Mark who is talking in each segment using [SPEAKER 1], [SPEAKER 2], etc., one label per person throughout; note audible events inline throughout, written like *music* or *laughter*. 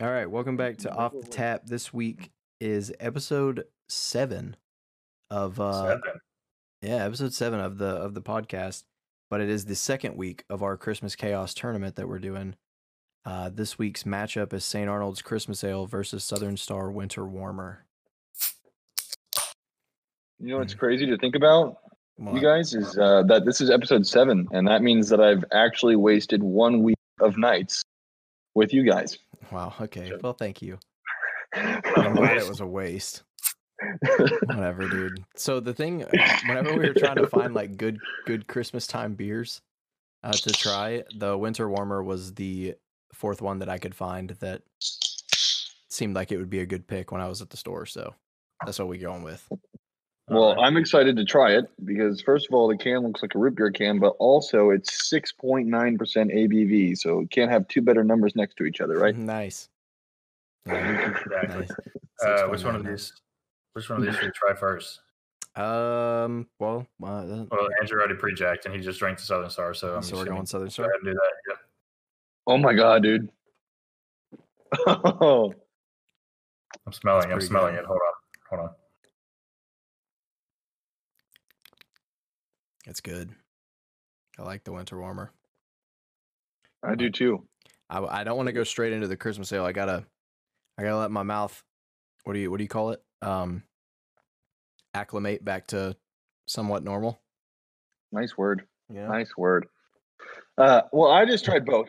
[SPEAKER 1] All right, welcome back to Off the Tap. This week is episode seven of uh
[SPEAKER 2] Seven.
[SPEAKER 1] yeah, episode seven of the of the podcast. But it is the second week of our Christmas Chaos tournament that we're doing. Uh, this week's matchup is St. Arnold's Christmas Ale versus Southern Star Winter Warmer.
[SPEAKER 2] You know what's
[SPEAKER 1] Mhm.
[SPEAKER 2] crazy to think about, you
[SPEAKER 1] What?
[SPEAKER 2] guys, is uh, that this is episode seven, and that means that I've actually wasted one week of nights with you guys.
[SPEAKER 1] Wow. Okay. Well, thank
[SPEAKER 2] *coughs*
[SPEAKER 1] you. I'm
[SPEAKER 2] *laughs*
[SPEAKER 1] glad it
[SPEAKER 2] I
[SPEAKER 1] was a waste. Whatever, dude. So the thing, uh, whenever we were trying to
[SPEAKER 3] *laughs*
[SPEAKER 1] find like good good Christmas time beers uh, to try, the Winter Warmer was the fourth one that I could find that seemed like it would be a good pick when I was at the store. So that's what we're going with.
[SPEAKER 2] well, I'm excited to try it because first of all, the can looks like a root beer can, but also it's 6.9% ABV, so it can't have two better numbers next to each other, right?
[SPEAKER 1] Nice. Yeah,
[SPEAKER 3] Exactly.
[SPEAKER 1] nice.
[SPEAKER 3] Uh, which one of
[SPEAKER 1] 6.9.
[SPEAKER 3] these? Which one of these should we try first?
[SPEAKER 1] Um. Well, uh, then-
[SPEAKER 3] Well, Andrew already pre-jacked, and he just drank the Southern Star, so I'm
[SPEAKER 1] so we're
[SPEAKER 3] assuming-
[SPEAKER 1] going Southern
[SPEAKER 3] go ahead
[SPEAKER 1] Star.
[SPEAKER 3] and do that. Yeah.
[SPEAKER 2] Oh my god, dude. *laughs* Oh,
[SPEAKER 3] I'm smelling. I'm
[SPEAKER 1] pretty
[SPEAKER 3] smelling
[SPEAKER 1] good.
[SPEAKER 3] it. Hold on. Hold on.
[SPEAKER 1] It's good. I like the Winter Warmer.
[SPEAKER 2] I do too.
[SPEAKER 1] I, I don't want to go straight into the Christmas sale. I gotta, I gotta let my mouth. What do you what do you call it? Um, acclimate back to somewhat normal.
[SPEAKER 2] Nice word.
[SPEAKER 1] Yeah.
[SPEAKER 2] Nice word. Uh, well, I just tried both.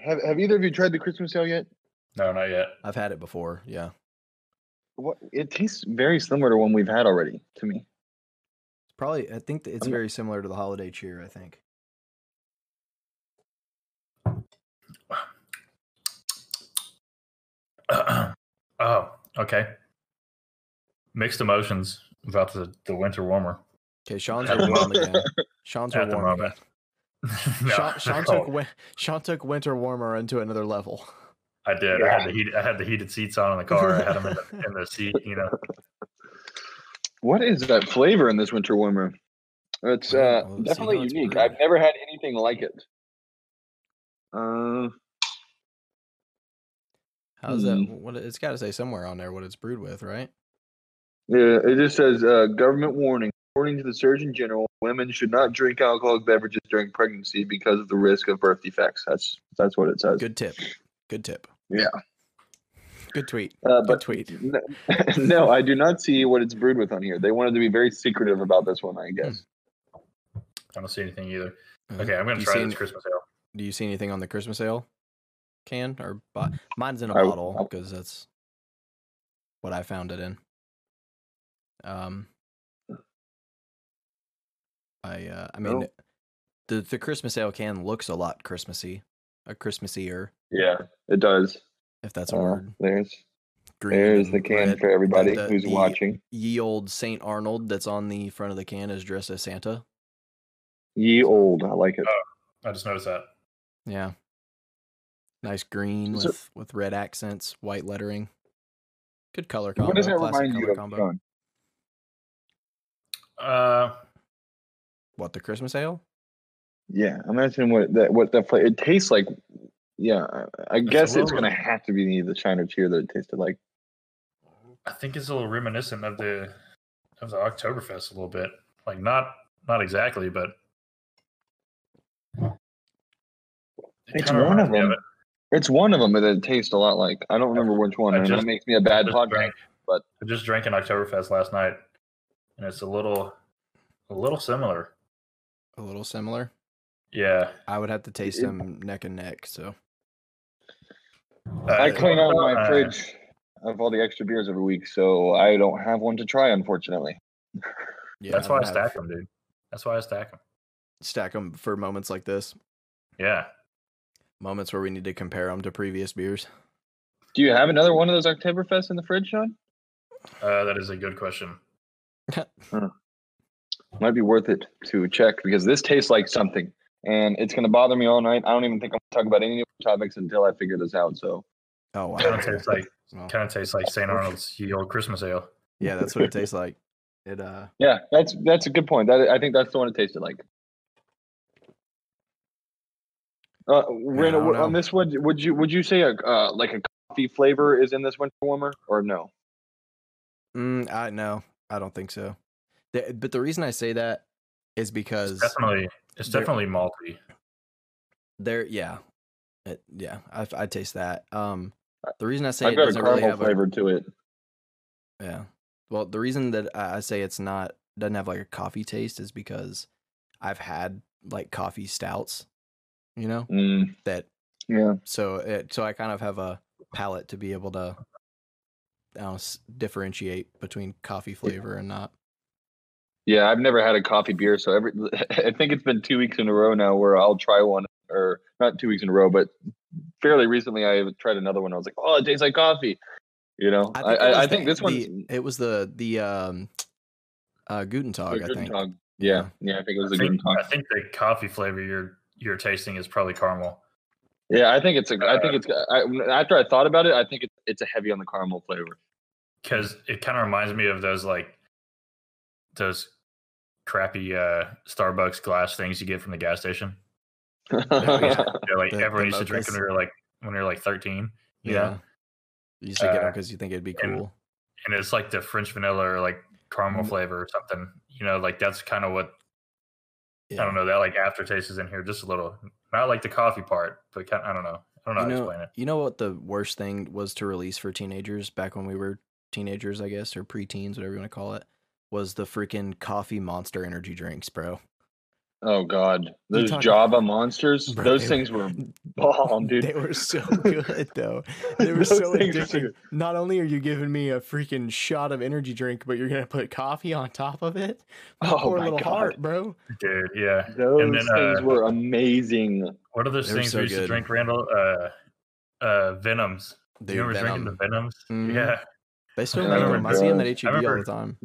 [SPEAKER 2] Have Have either of you tried the Christmas ale yet?
[SPEAKER 3] No, not yet.
[SPEAKER 1] I've had it before. Yeah,
[SPEAKER 2] What it tastes very similar to one we've had already to me.
[SPEAKER 1] it's probably. I think that it's
[SPEAKER 2] I'm-
[SPEAKER 1] very similar to the holiday cheer. I think.
[SPEAKER 3] *clears throat* oh, okay. Mixed emotions about the, the winter warmer
[SPEAKER 2] *laughs*
[SPEAKER 1] Okay, Sean's
[SPEAKER 3] At
[SPEAKER 1] are
[SPEAKER 3] the
[SPEAKER 1] warm again. Sean's are
[SPEAKER 3] at the
[SPEAKER 1] warm.
[SPEAKER 3] moment. *laughs*
[SPEAKER 1] Again.
[SPEAKER 3] No, oh,
[SPEAKER 1] Sean,
[SPEAKER 3] they're
[SPEAKER 1] Sean took
[SPEAKER 3] cold.
[SPEAKER 1] win- Sean took winter warmer into another level. *laughs*
[SPEAKER 3] I did. I had the heat. I had the heated seats on in the car. I had them in the, in the seat. You know,
[SPEAKER 2] What is that flavor in this winter warmer? It's
[SPEAKER 1] I don't
[SPEAKER 2] uh,
[SPEAKER 1] know. Let's see
[SPEAKER 2] definitely
[SPEAKER 1] how it's
[SPEAKER 2] unique. I've
[SPEAKER 1] brewed.
[SPEAKER 2] never had anything like it. Uh,
[SPEAKER 1] How's that?
[SPEAKER 2] Hmm.
[SPEAKER 1] What it's got to say somewhere on there what it's brewed with, right?
[SPEAKER 2] yeah, it just says uh, government warning. According to the Surgeon General, women should not drink alcoholic beverages during pregnancy because of the risk of birth defects. That's that's what it says.
[SPEAKER 1] Good tip. Good tip.
[SPEAKER 2] Yeah.
[SPEAKER 1] Good tweet.
[SPEAKER 2] Uh,
[SPEAKER 1] Good
[SPEAKER 2] but
[SPEAKER 1] tweet.
[SPEAKER 2] No, no, I do not see what it's brewed with on here. They wanted to be very secretive about this one, I
[SPEAKER 1] Hmm.
[SPEAKER 2] guess.
[SPEAKER 3] I don't see anything either.
[SPEAKER 1] Uh,
[SPEAKER 3] Okay, I'm gonna
[SPEAKER 1] you
[SPEAKER 3] try
[SPEAKER 1] seen-
[SPEAKER 3] this Christmas ale.
[SPEAKER 1] Do you see anything on the Christmas ale can or bo-
[SPEAKER 2] Mm.
[SPEAKER 1] mine's in a
[SPEAKER 2] I-
[SPEAKER 1] bottle because that's what I found it in. Um, I uh, I mean,
[SPEAKER 2] No.
[SPEAKER 1] the the Christmas ale can looks a lot Christmassy, a Christmassier
[SPEAKER 2] Yeah, it does.
[SPEAKER 1] if that's a
[SPEAKER 2] Uh,
[SPEAKER 1] word.
[SPEAKER 2] there's
[SPEAKER 1] Green
[SPEAKER 2] there's the
[SPEAKER 1] and
[SPEAKER 2] can
[SPEAKER 1] red.
[SPEAKER 2] for everybody
[SPEAKER 1] the-
[SPEAKER 2] who's
[SPEAKER 1] the-
[SPEAKER 2] watching.
[SPEAKER 1] Ye old Saint Arnold that's on the front of the can is dressed as Santa.
[SPEAKER 2] Ye old, I like it.
[SPEAKER 3] I just noticed that.
[SPEAKER 1] Yeah, nice green
[SPEAKER 2] So-
[SPEAKER 1] with with red accents, white lettering. Good color combo.
[SPEAKER 2] what does that
[SPEAKER 1] classic
[SPEAKER 2] remind you
[SPEAKER 1] color
[SPEAKER 2] of,
[SPEAKER 1] combo.
[SPEAKER 2] Sean?
[SPEAKER 3] Uh,
[SPEAKER 1] What the Christmas ale?
[SPEAKER 2] Yeah, I'm asking what that what that flavor. It tastes like. Yeah, I- I
[SPEAKER 3] It's a
[SPEAKER 2] guess it's
[SPEAKER 3] little-
[SPEAKER 2] gonna have to be the China cheer that it tasted like.
[SPEAKER 3] I think it's a little reminiscent of the of the Oktoberfest a little bit. Like not not exactly, but it
[SPEAKER 2] It's
[SPEAKER 3] kinda
[SPEAKER 2] one of
[SPEAKER 3] reminds me
[SPEAKER 2] them.
[SPEAKER 3] it.
[SPEAKER 2] It's one of them that it tastes a lot like. I don't remember which one,
[SPEAKER 3] I
[SPEAKER 2] and that
[SPEAKER 3] just-
[SPEAKER 2] makes me a bad
[SPEAKER 3] I just
[SPEAKER 2] podcast.
[SPEAKER 3] drank-
[SPEAKER 2] but-
[SPEAKER 3] I just drank an Oktoberfest last night, and it's a little a little similar.
[SPEAKER 1] A little similar.
[SPEAKER 3] Yeah,
[SPEAKER 1] I would have to taste
[SPEAKER 2] it-
[SPEAKER 1] them neck and neck. So
[SPEAKER 2] I
[SPEAKER 3] Uh,
[SPEAKER 2] clean out my
[SPEAKER 3] uh,
[SPEAKER 2] fridge of all the extra beers every week, so I don't have one to try, unfortunately.
[SPEAKER 1] yeah,
[SPEAKER 3] that's
[SPEAKER 1] I
[SPEAKER 3] why I
[SPEAKER 1] would have-
[SPEAKER 3] stack them, dude. That's why I stack them.
[SPEAKER 1] Stack them for moments like this,
[SPEAKER 3] Yeah,
[SPEAKER 1] moments where we need to compare them to previous beers.
[SPEAKER 2] Do you have another one of those Oktoberfests in the fridge, Sean?
[SPEAKER 3] uh, that is a good question.
[SPEAKER 2] Might be worth it to check because this tastes like something, and it's gonna bother me all night. I don't even think I'm gonna talk about any of the topics until I figure this out. So
[SPEAKER 1] Oh wow,
[SPEAKER 3] Kind of tastes like
[SPEAKER 1] *laughs* Well,
[SPEAKER 3] kind of tastes like St. Arnold's ye old Christmas ale.
[SPEAKER 1] yeah, that's what it
[SPEAKER 3] *laughs*
[SPEAKER 1] tastes like. It uh,
[SPEAKER 2] yeah, that's that's a good point. That I think that's the one it tasted like. Uh,
[SPEAKER 1] I
[SPEAKER 2] Randall,
[SPEAKER 1] don't
[SPEAKER 2] wh- on
[SPEAKER 1] know.
[SPEAKER 2] this one, would you would you say a uh, like a coffee flavor is in this winter warmer or no?
[SPEAKER 1] Mm, I no, I don't think so. The- but the reason I say that is because
[SPEAKER 3] It's definitely, it's
[SPEAKER 1] there-
[SPEAKER 3] definitely malty.
[SPEAKER 1] there, yeah, It- yeah, I, I taste that. Um, the reason I say
[SPEAKER 2] I've
[SPEAKER 1] it
[SPEAKER 2] got a
[SPEAKER 1] doesn't
[SPEAKER 2] caramel
[SPEAKER 1] really have
[SPEAKER 2] flavor to it.
[SPEAKER 1] a yeah. Well, the reason that I I say it's not doesn't have like a coffee taste is because I've had like coffee stouts, you know,
[SPEAKER 2] Mm,
[SPEAKER 1] that
[SPEAKER 2] yeah,
[SPEAKER 1] so it so I kind of have a palate to be able to I don't know, s- differentiate between coffee flavor and not.
[SPEAKER 2] yeah. I've never had a coffee beer, so every *laughs* I think it's been two weeks in a row now where I'll try one, or not two weeks in a row, but fairly recently I tried another one. I was like, oh, it tastes like coffee. You know, I I,
[SPEAKER 1] it
[SPEAKER 2] I,
[SPEAKER 1] was
[SPEAKER 2] think
[SPEAKER 1] the-
[SPEAKER 2] this one's
[SPEAKER 1] the- it was the the um uh Guten Tag, I
[SPEAKER 2] the
[SPEAKER 1] think.
[SPEAKER 2] Gutentag. Yeah, yeah, I think it was
[SPEAKER 3] I
[SPEAKER 2] a
[SPEAKER 3] think,
[SPEAKER 2] good talk.
[SPEAKER 3] I think the coffee flavor you're you're tasting is probably caramel.
[SPEAKER 2] Yeah, I think it's a. I
[SPEAKER 3] Uh,
[SPEAKER 2] think it's. I, after I thought about it, I think it's it's a heavy on the caramel flavor.
[SPEAKER 3] because it kind of reminds me of those like those crappy uh Starbucks glass things you get from the gas station.
[SPEAKER 1] yeah.
[SPEAKER 3] They're like
[SPEAKER 1] The- the
[SPEAKER 3] everyone used to drink
[SPEAKER 1] mochas.
[SPEAKER 3] when we were like when we were like thirteen.
[SPEAKER 1] Yeah.
[SPEAKER 3] You yeah, know?
[SPEAKER 1] You just get
[SPEAKER 3] Uh,
[SPEAKER 1] because you think it'd be
[SPEAKER 3] and-
[SPEAKER 1] cool.
[SPEAKER 3] and it's like the French vanilla or like caramel
[SPEAKER 1] Mm.
[SPEAKER 3] flavor or something. You know, like that's kind of what I
[SPEAKER 1] Yeah.
[SPEAKER 3] don't know. That like aftertaste is in here just a little, not like the coffee part, but kind I don't know. I don't know
[SPEAKER 1] You
[SPEAKER 3] how to
[SPEAKER 1] know,
[SPEAKER 3] explain it.
[SPEAKER 1] you know what the worst thing was to release for teenagers back when we were teenagers, I guess, or preteens, whatever you want to call it, was the freaking coffee monster energy drinks,
[SPEAKER 3] *laughs*
[SPEAKER 1] bro.
[SPEAKER 2] *laughs* Oh God, those
[SPEAKER 1] talking-
[SPEAKER 2] Java monsters.
[SPEAKER 1] Bro,
[SPEAKER 2] those
[SPEAKER 1] they- *laughs*
[SPEAKER 2] things were bomb, dude.
[SPEAKER 1] They were so
[SPEAKER 3] *laughs*
[SPEAKER 1] good though. They were
[SPEAKER 2] Those
[SPEAKER 1] so
[SPEAKER 2] things were
[SPEAKER 1] addicting. Not only are you giving me a freaking shot of energy drink, but you're gonna put coffee on top of it.
[SPEAKER 3] *laughs*
[SPEAKER 1] My
[SPEAKER 2] Oh
[SPEAKER 1] poor
[SPEAKER 2] my
[SPEAKER 1] little
[SPEAKER 2] God.
[SPEAKER 1] heart, bro.
[SPEAKER 3] Dude, yeah.
[SPEAKER 2] Those
[SPEAKER 3] then,
[SPEAKER 2] things
[SPEAKER 3] uh,
[SPEAKER 2] were amazing.
[SPEAKER 3] What are those
[SPEAKER 1] They were
[SPEAKER 3] things
[SPEAKER 1] so
[SPEAKER 3] we used
[SPEAKER 1] good.
[SPEAKER 3] to drink, Randall? Uh, uh, Venoms.
[SPEAKER 1] Dude,
[SPEAKER 3] you remember drinking
[SPEAKER 1] Venom.
[SPEAKER 3] the Venoms?
[SPEAKER 1] Mhm.
[SPEAKER 3] Yeah, *laughs*
[SPEAKER 1] They still
[SPEAKER 2] Yeah,
[SPEAKER 1] make
[SPEAKER 2] I
[SPEAKER 1] them. I see them at
[SPEAKER 2] remember-
[SPEAKER 1] HEB all the
[SPEAKER 3] remember-
[SPEAKER 1] time.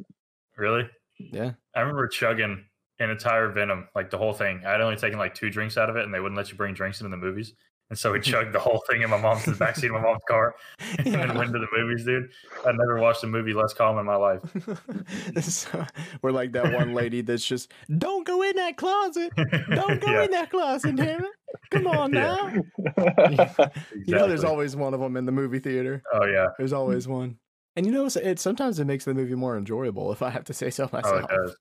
[SPEAKER 3] really.
[SPEAKER 1] Yeah.
[SPEAKER 3] I remember chugging an entire Venom, like the whole thing. I'd only taken like two drinks out of it, and they wouldn't let you bring drinks into the movies. And
[SPEAKER 1] *laughs*
[SPEAKER 3] so we chugged the whole thing in my mom's the backseat of my mom's car, and *laughs* then went to the movies, dude. I never watched a movie less calm in my life.
[SPEAKER 1] *laughs* So, we're like that
[SPEAKER 3] *laughs*
[SPEAKER 1] one lady that's just don't go in that closet. Don't go
[SPEAKER 3] Yeah,
[SPEAKER 1] in that closet, damn it. Come on
[SPEAKER 3] Yeah.
[SPEAKER 1] now.
[SPEAKER 2] *laughs*
[SPEAKER 1] You know, there's
[SPEAKER 3] exactly.
[SPEAKER 1] always one of them in the movie theater.
[SPEAKER 3] Oh yeah,
[SPEAKER 1] There's always one. And you know, so it sometimes it makes the movie more enjoyable if I have to say so
[SPEAKER 3] oh
[SPEAKER 1] myself.
[SPEAKER 3] it does.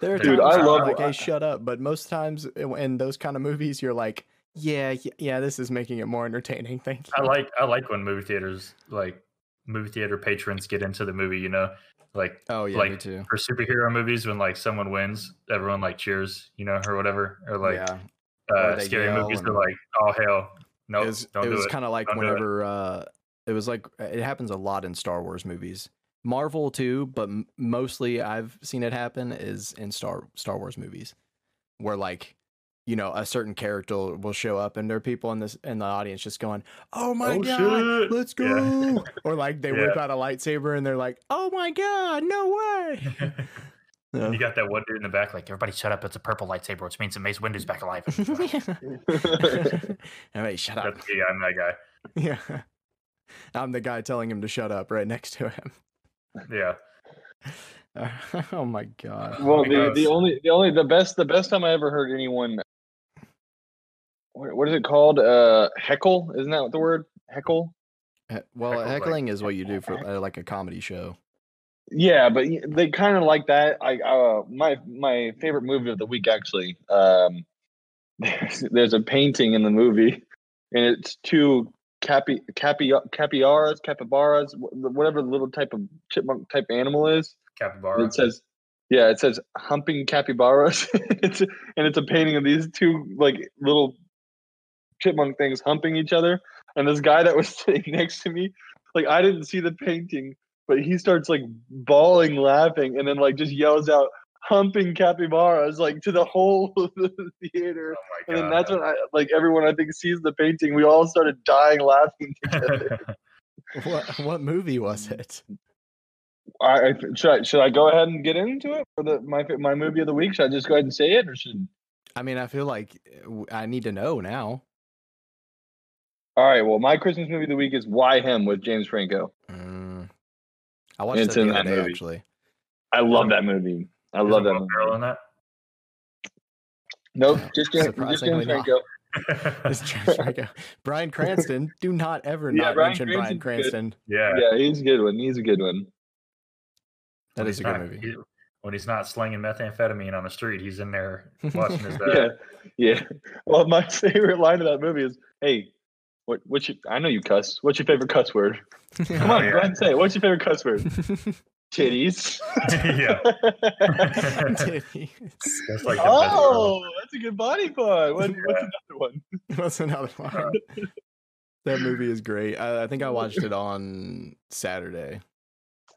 [SPEAKER 1] there are
[SPEAKER 3] Dude,
[SPEAKER 1] times where
[SPEAKER 3] I
[SPEAKER 1] I'm
[SPEAKER 2] love-
[SPEAKER 1] like, hey, shut up. But most times in in those kind of movies, you're like, yeah, y- yeah, this is making it more entertaining. Thank you.
[SPEAKER 3] I like I like when movie theaters like movie theater patrons get into the movie. You know, like
[SPEAKER 1] oh yeah, me
[SPEAKER 3] like,
[SPEAKER 1] too.
[SPEAKER 3] for superhero movies when like someone wins, everyone like cheers, you know, or whatever, or like
[SPEAKER 1] yeah. Or
[SPEAKER 3] uh,
[SPEAKER 1] they
[SPEAKER 3] scary
[SPEAKER 1] yell
[SPEAKER 3] movies.
[SPEAKER 1] and-
[SPEAKER 3] They're like, oh hell, no,
[SPEAKER 1] it was,
[SPEAKER 3] don't
[SPEAKER 1] it
[SPEAKER 3] do
[SPEAKER 1] was
[SPEAKER 3] it.
[SPEAKER 1] kind of like
[SPEAKER 3] Don't do it.
[SPEAKER 1] whenever uh it was like it happens a lot in Star Wars movies. Marvel too, but m- mostly I've seen it happen is in Star Star Wars movies where like you know a certain character will show up and there are people in this in the audience just going, "Oh my
[SPEAKER 3] Oh,
[SPEAKER 1] god,
[SPEAKER 3] shit."
[SPEAKER 1] let's go!"
[SPEAKER 3] Yeah. *laughs*
[SPEAKER 1] Or like they whip out a lightsaber and they're like, "Oh my god,
[SPEAKER 3] *laughs*
[SPEAKER 1] no way!"
[SPEAKER 3] And *laughs*
[SPEAKER 1] Yeah. *laughs*
[SPEAKER 3] you got that one dude in the back, like everybody shut up. It's a purple lightsaber, which means it makes Windu's back alive.
[SPEAKER 1] *laughs* Everybody, shut up.
[SPEAKER 3] That's me. I'm that guy.
[SPEAKER 1] *laughs* Yeah. I'm the guy telling him to shut up right next to him.
[SPEAKER 3] Yeah.
[SPEAKER 1] *laughs* oh my god.
[SPEAKER 2] *laughs* well, the,
[SPEAKER 3] Because-
[SPEAKER 2] the only the only the best the best time I ever heard anyone. What, what is it called? Uh, heckle? Isn't that the word? Heckle?
[SPEAKER 1] He- Well,
[SPEAKER 3] Heckle's like-
[SPEAKER 1] heckling is what you do for uh, like a comedy show. *laughs*
[SPEAKER 2] Yeah, but y- they kind of like that. I uh, my my favorite movie of the week actually. Um, *laughs* there's, there's a painting in the movie, and it's two capi capi capybaras, capybaras, wh- whatever the little type of chipmunk type animal is. And
[SPEAKER 3] Capybara.
[SPEAKER 2] it says, yeah, it says humping capybaras. *laughs* it's and it's a painting of these two like little chipmunk things humping each other. And this guy that was *laughs* sitting next to me, like I didn't see the painting, but he starts like bawling, laughing, and then like just yells out humping capybaras like to the whole *laughs* of the theater.
[SPEAKER 3] oh my
[SPEAKER 2] And then
[SPEAKER 3] god.
[SPEAKER 2] that's
[SPEAKER 3] *laughs*
[SPEAKER 2] when I like everyone I think sees the painting. We all started dying laughing together.
[SPEAKER 1] What what movie was it?
[SPEAKER 2] I, I should I should I go ahead and get into it for the my fa- my movie of the week? Should I just go ahead and say it, or should?
[SPEAKER 1] I mean, I feel like uh, w- I need to know now.
[SPEAKER 2] All right. Well, my Christmas movie of the week is Why Him with James Franco.
[SPEAKER 1] Mm. I watched
[SPEAKER 2] It's
[SPEAKER 1] that
[SPEAKER 2] in
[SPEAKER 1] the other
[SPEAKER 2] that
[SPEAKER 1] day
[SPEAKER 2] movie. *laughs*
[SPEAKER 1] actually.
[SPEAKER 2] I love that movie. I love that. Movie.
[SPEAKER 3] Barrel in that.
[SPEAKER 2] Nope, just James, just
[SPEAKER 1] Surprisingly
[SPEAKER 2] James
[SPEAKER 1] not.
[SPEAKER 2] Franco.
[SPEAKER 1] *laughs* It's trash Franco. Brian Cranston. Do not ever
[SPEAKER 2] Yeah,
[SPEAKER 1] not
[SPEAKER 2] Bryan
[SPEAKER 1] mention Brian
[SPEAKER 2] Cranston's good.
[SPEAKER 1] Cranston.
[SPEAKER 3] *laughs* yeah,
[SPEAKER 2] yeah, he's a good one. He's a good one.
[SPEAKER 1] That
[SPEAKER 3] When
[SPEAKER 1] is
[SPEAKER 3] he's
[SPEAKER 1] a good
[SPEAKER 3] not-
[SPEAKER 1] movie.
[SPEAKER 3] he- when he's not slinging methamphetamine on the street, he's in there watching his uh, back.
[SPEAKER 2] *laughs* Yeah, yeah. Well, my *laughs* favorite line of that movie is, "Hey, what? What's your? I know you cuss. What's your favorite
[SPEAKER 1] *laughs*
[SPEAKER 2] cuss word? Come on,
[SPEAKER 3] yeah.
[SPEAKER 2] go ahead and say it. What's your favorite cuss word?
[SPEAKER 1] *laughs*
[SPEAKER 2] Titties.
[SPEAKER 3] *laughs*
[SPEAKER 2] *laughs*
[SPEAKER 3] yeah.
[SPEAKER 1] Titties.
[SPEAKER 3] That's like the
[SPEAKER 2] oh, that's a good body part. What, What's another one?
[SPEAKER 1] That's another *laughs* one. That movie is great. I, I think I watched it on Saturday.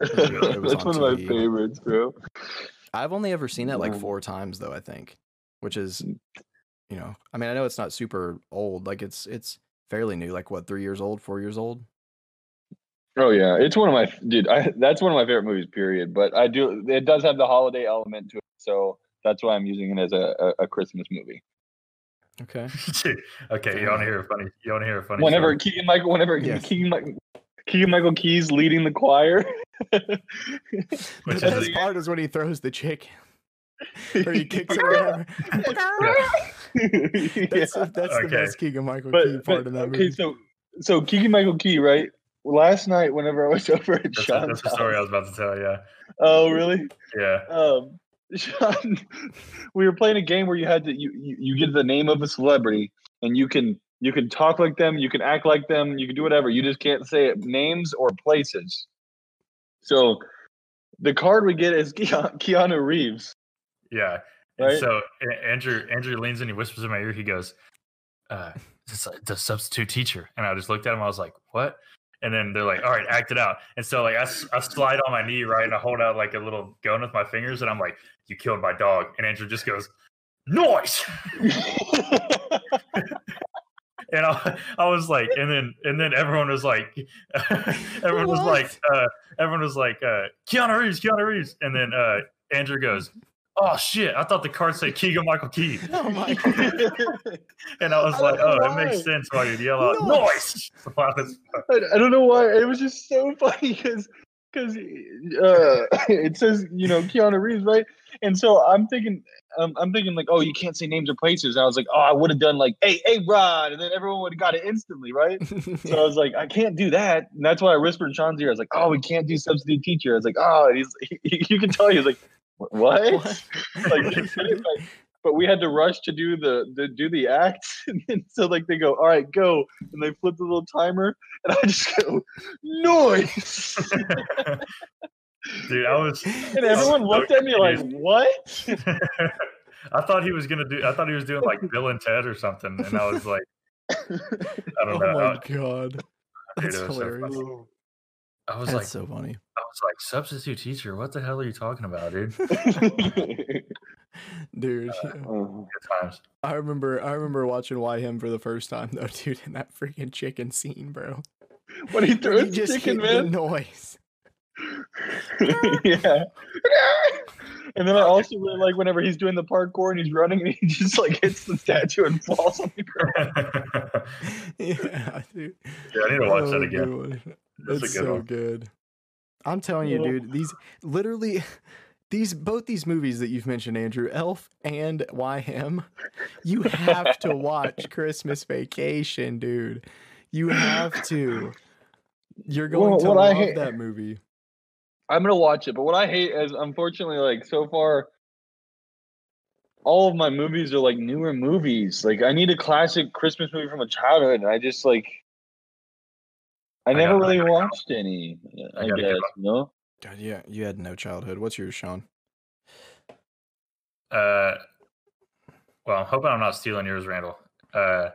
[SPEAKER 2] *laughs*
[SPEAKER 1] it was
[SPEAKER 2] that's
[SPEAKER 1] on
[SPEAKER 2] one of my
[SPEAKER 1] TV.
[SPEAKER 2] favorites, bro.
[SPEAKER 1] I've only ever seen it like
[SPEAKER 2] Wow.
[SPEAKER 3] Mm-hmm.
[SPEAKER 1] four times though, I think. Which is
[SPEAKER 3] Mm.
[SPEAKER 1] you know, I mean I know it's not super old, like it's it's fairly new, like what, three years old, four years old?
[SPEAKER 2] Oh yeah, it's one of my dude. I, that's one of my favorite movies, period. But I do. It does have the holiday element to it, so that's why I'm using it as a, a, a Christmas movie.
[SPEAKER 1] Okay. *laughs*
[SPEAKER 3] best. *laughs* okay, you want to hear a funny? You want to hear a funny?
[SPEAKER 2] Whenever
[SPEAKER 3] story?
[SPEAKER 2] Keegan Michael, whenever
[SPEAKER 1] Yes.
[SPEAKER 2] Keegan Michael, Keegan Michael Keys leading the choir.
[SPEAKER 1] The
[SPEAKER 3] *laughs* Which is
[SPEAKER 1] best
[SPEAKER 3] the-
[SPEAKER 1] part is when he throws the chick
[SPEAKER 3] *laughs*
[SPEAKER 1] or he
[SPEAKER 2] *laughs*
[SPEAKER 1] kicks it or whatever. *laughs* That's,
[SPEAKER 2] Yeah.
[SPEAKER 1] the- that's the
[SPEAKER 3] Okay.
[SPEAKER 1] best Keegan Michael Key
[SPEAKER 2] But,
[SPEAKER 1] part
[SPEAKER 2] but
[SPEAKER 1] of that
[SPEAKER 2] okay,
[SPEAKER 1] movie.
[SPEAKER 2] so so Keegan Michael Key, right? Last night, whenever I was *laughs* over at
[SPEAKER 3] that's,
[SPEAKER 2] Sean's
[SPEAKER 3] that's the story I
[SPEAKER 2] house-
[SPEAKER 3] was about to tell. Yeah,
[SPEAKER 2] oh really?
[SPEAKER 3] yeah.
[SPEAKER 2] um, Sean, we were playing a game where you had to you, you you get the name of a celebrity and you can you can talk like them, you can act like them, you can do whatever. You just can't say it, names or places. So the card we get is Keanu, Keanu Reeves.
[SPEAKER 3] Yeah. And
[SPEAKER 2] Right?
[SPEAKER 3] so A- Andrew Andrew leans in, he whispers in my ear, he goes, uh, "This is the substitute teacher. And I just looked at him, I was like, what? And then they're like, all right, act it out. And so like I, s- I slide on my knee, right? And I hold out like a little gun with my fingers, and I'm like, you killed my dog. And Andrew just goes, noise. *laughs* And I, I was like, and then and then everyone was like, *laughs* everyone was like, uh, everyone was like, uh, Keanu Reeves, Keanu Reeves. And then uh, Andrew goes, oh shit, I thought the card said Keegan Michael Key.
[SPEAKER 1] *laughs* Oh my
[SPEAKER 2] *laughs*
[SPEAKER 3] And I was
[SPEAKER 2] I
[SPEAKER 3] like,
[SPEAKER 2] don't
[SPEAKER 3] oh,
[SPEAKER 2] know
[SPEAKER 3] it makes
[SPEAKER 2] why.
[SPEAKER 3] sense why you'd yell out noise.
[SPEAKER 1] Noise.
[SPEAKER 3] *laughs* Why does-
[SPEAKER 2] I, I don't know why. It was just so *laughs* funny because because uh, *laughs* it says you know Keanu Reeves, right? And so I'm thinking, um, I'm thinking like, oh, you can't say names or places. And I was like, oh, I would have done like, hey, hey, Rod, and then everyone would have got it instantly, right?
[SPEAKER 1] *laughs*
[SPEAKER 2] So I was like, I can't do that. And that's why I whispered in Sean's ear. I was like, oh, we can't do substitute teacher. I was like, oh, and he's, *laughs* he, he- you can tell he's like, "Wh- what?
[SPEAKER 1] What? *laughs*
[SPEAKER 2] *laughs* Like, he said it, but, but we had to rush to do the, the do the act. *laughs* And then, so like they go, all right, go, and they flip the little timer, and I just go, noise.
[SPEAKER 3] Dude, I was. *laughs*
[SPEAKER 2] And everyone looked at me like, what?
[SPEAKER 3] I thought he was gonna do. I thought he was doing like Bill and Ted or something, and I was like, I
[SPEAKER 1] oh
[SPEAKER 3] don't know. I,
[SPEAKER 1] my god.
[SPEAKER 3] dude,
[SPEAKER 1] That's
[SPEAKER 3] *laughs* it was so
[SPEAKER 1] hilarious.
[SPEAKER 3] funny. I was
[SPEAKER 1] That's
[SPEAKER 3] like,
[SPEAKER 1] so funny.
[SPEAKER 3] I was like, substitute teacher. What the hell are you talking about, dude? *laughs*
[SPEAKER 1] Dude, yeah.
[SPEAKER 3] uh, Good times. *laughs*
[SPEAKER 1] I remember I remember watching Why Him for the first time though, *laughs* dude, in that freaking chicken scene, bro.
[SPEAKER 2] when he
[SPEAKER 1] When
[SPEAKER 2] threw
[SPEAKER 1] he
[SPEAKER 2] his chicken,
[SPEAKER 1] hit the
[SPEAKER 2] man.
[SPEAKER 1] noise. *laughs*
[SPEAKER 2] *laughs* yeah. And then I also really like whenever he's doing the parkour and he's running *laughs* and he just like hits the statue and falls on the ground.
[SPEAKER 3] yeah,
[SPEAKER 1] yeah, dude.
[SPEAKER 3] I need to watch
[SPEAKER 1] Oh,
[SPEAKER 3] that again.
[SPEAKER 1] good one.
[SPEAKER 3] That's
[SPEAKER 1] It's
[SPEAKER 3] a good
[SPEAKER 1] so
[SPEAKER 3] one.
[SPEAKER 1] good. I'm telling you,
[SPEAKER 2] Yeah.
[SPEAKER 1] dude, these literally *laughs* these both these movies that you've mentioned, Andrew, Elf and Why Him, you have
[SPEAKER 3] *laughs*
[SPEAKER 1] to watch Christmas Vacation, dude. You have to. You're going
[SPEAKER 2] Well,
[SPEAKER 1] to
[SPEAKER 2] what I
[SPEAKER 1] love
[SPEAKER 2] hate-
[SPEAKER 1] that movie.
[SPEAKER 2] I'm gonna watch it, but what I hate is unfortunately like so far all of my movies are like newer movies. Like I need a classic Christmas movie from a childhood and I just like I
[SPEAKER 3] I
[SPEAKER 2] never
[SPEAKER 3] got- I
[SPEAKER 2] really
[SPEAKER 3] gotta go.
[SPEAKER 2] watched any.
[SPEAKER 3] I
[SPEAKER 2] I,
[SPEAKER 3] gotta
[SPEAKER 2] guess,
[SPEAKER 3] give up.
[SPEAKER 2] you know?
[SPEAKER 1] God, yeah, you had no childhood. What's yours, Sean?
[SPEAKER 3] Uh, well, I'm hoping I'm not stealing yours, Randall. Uh,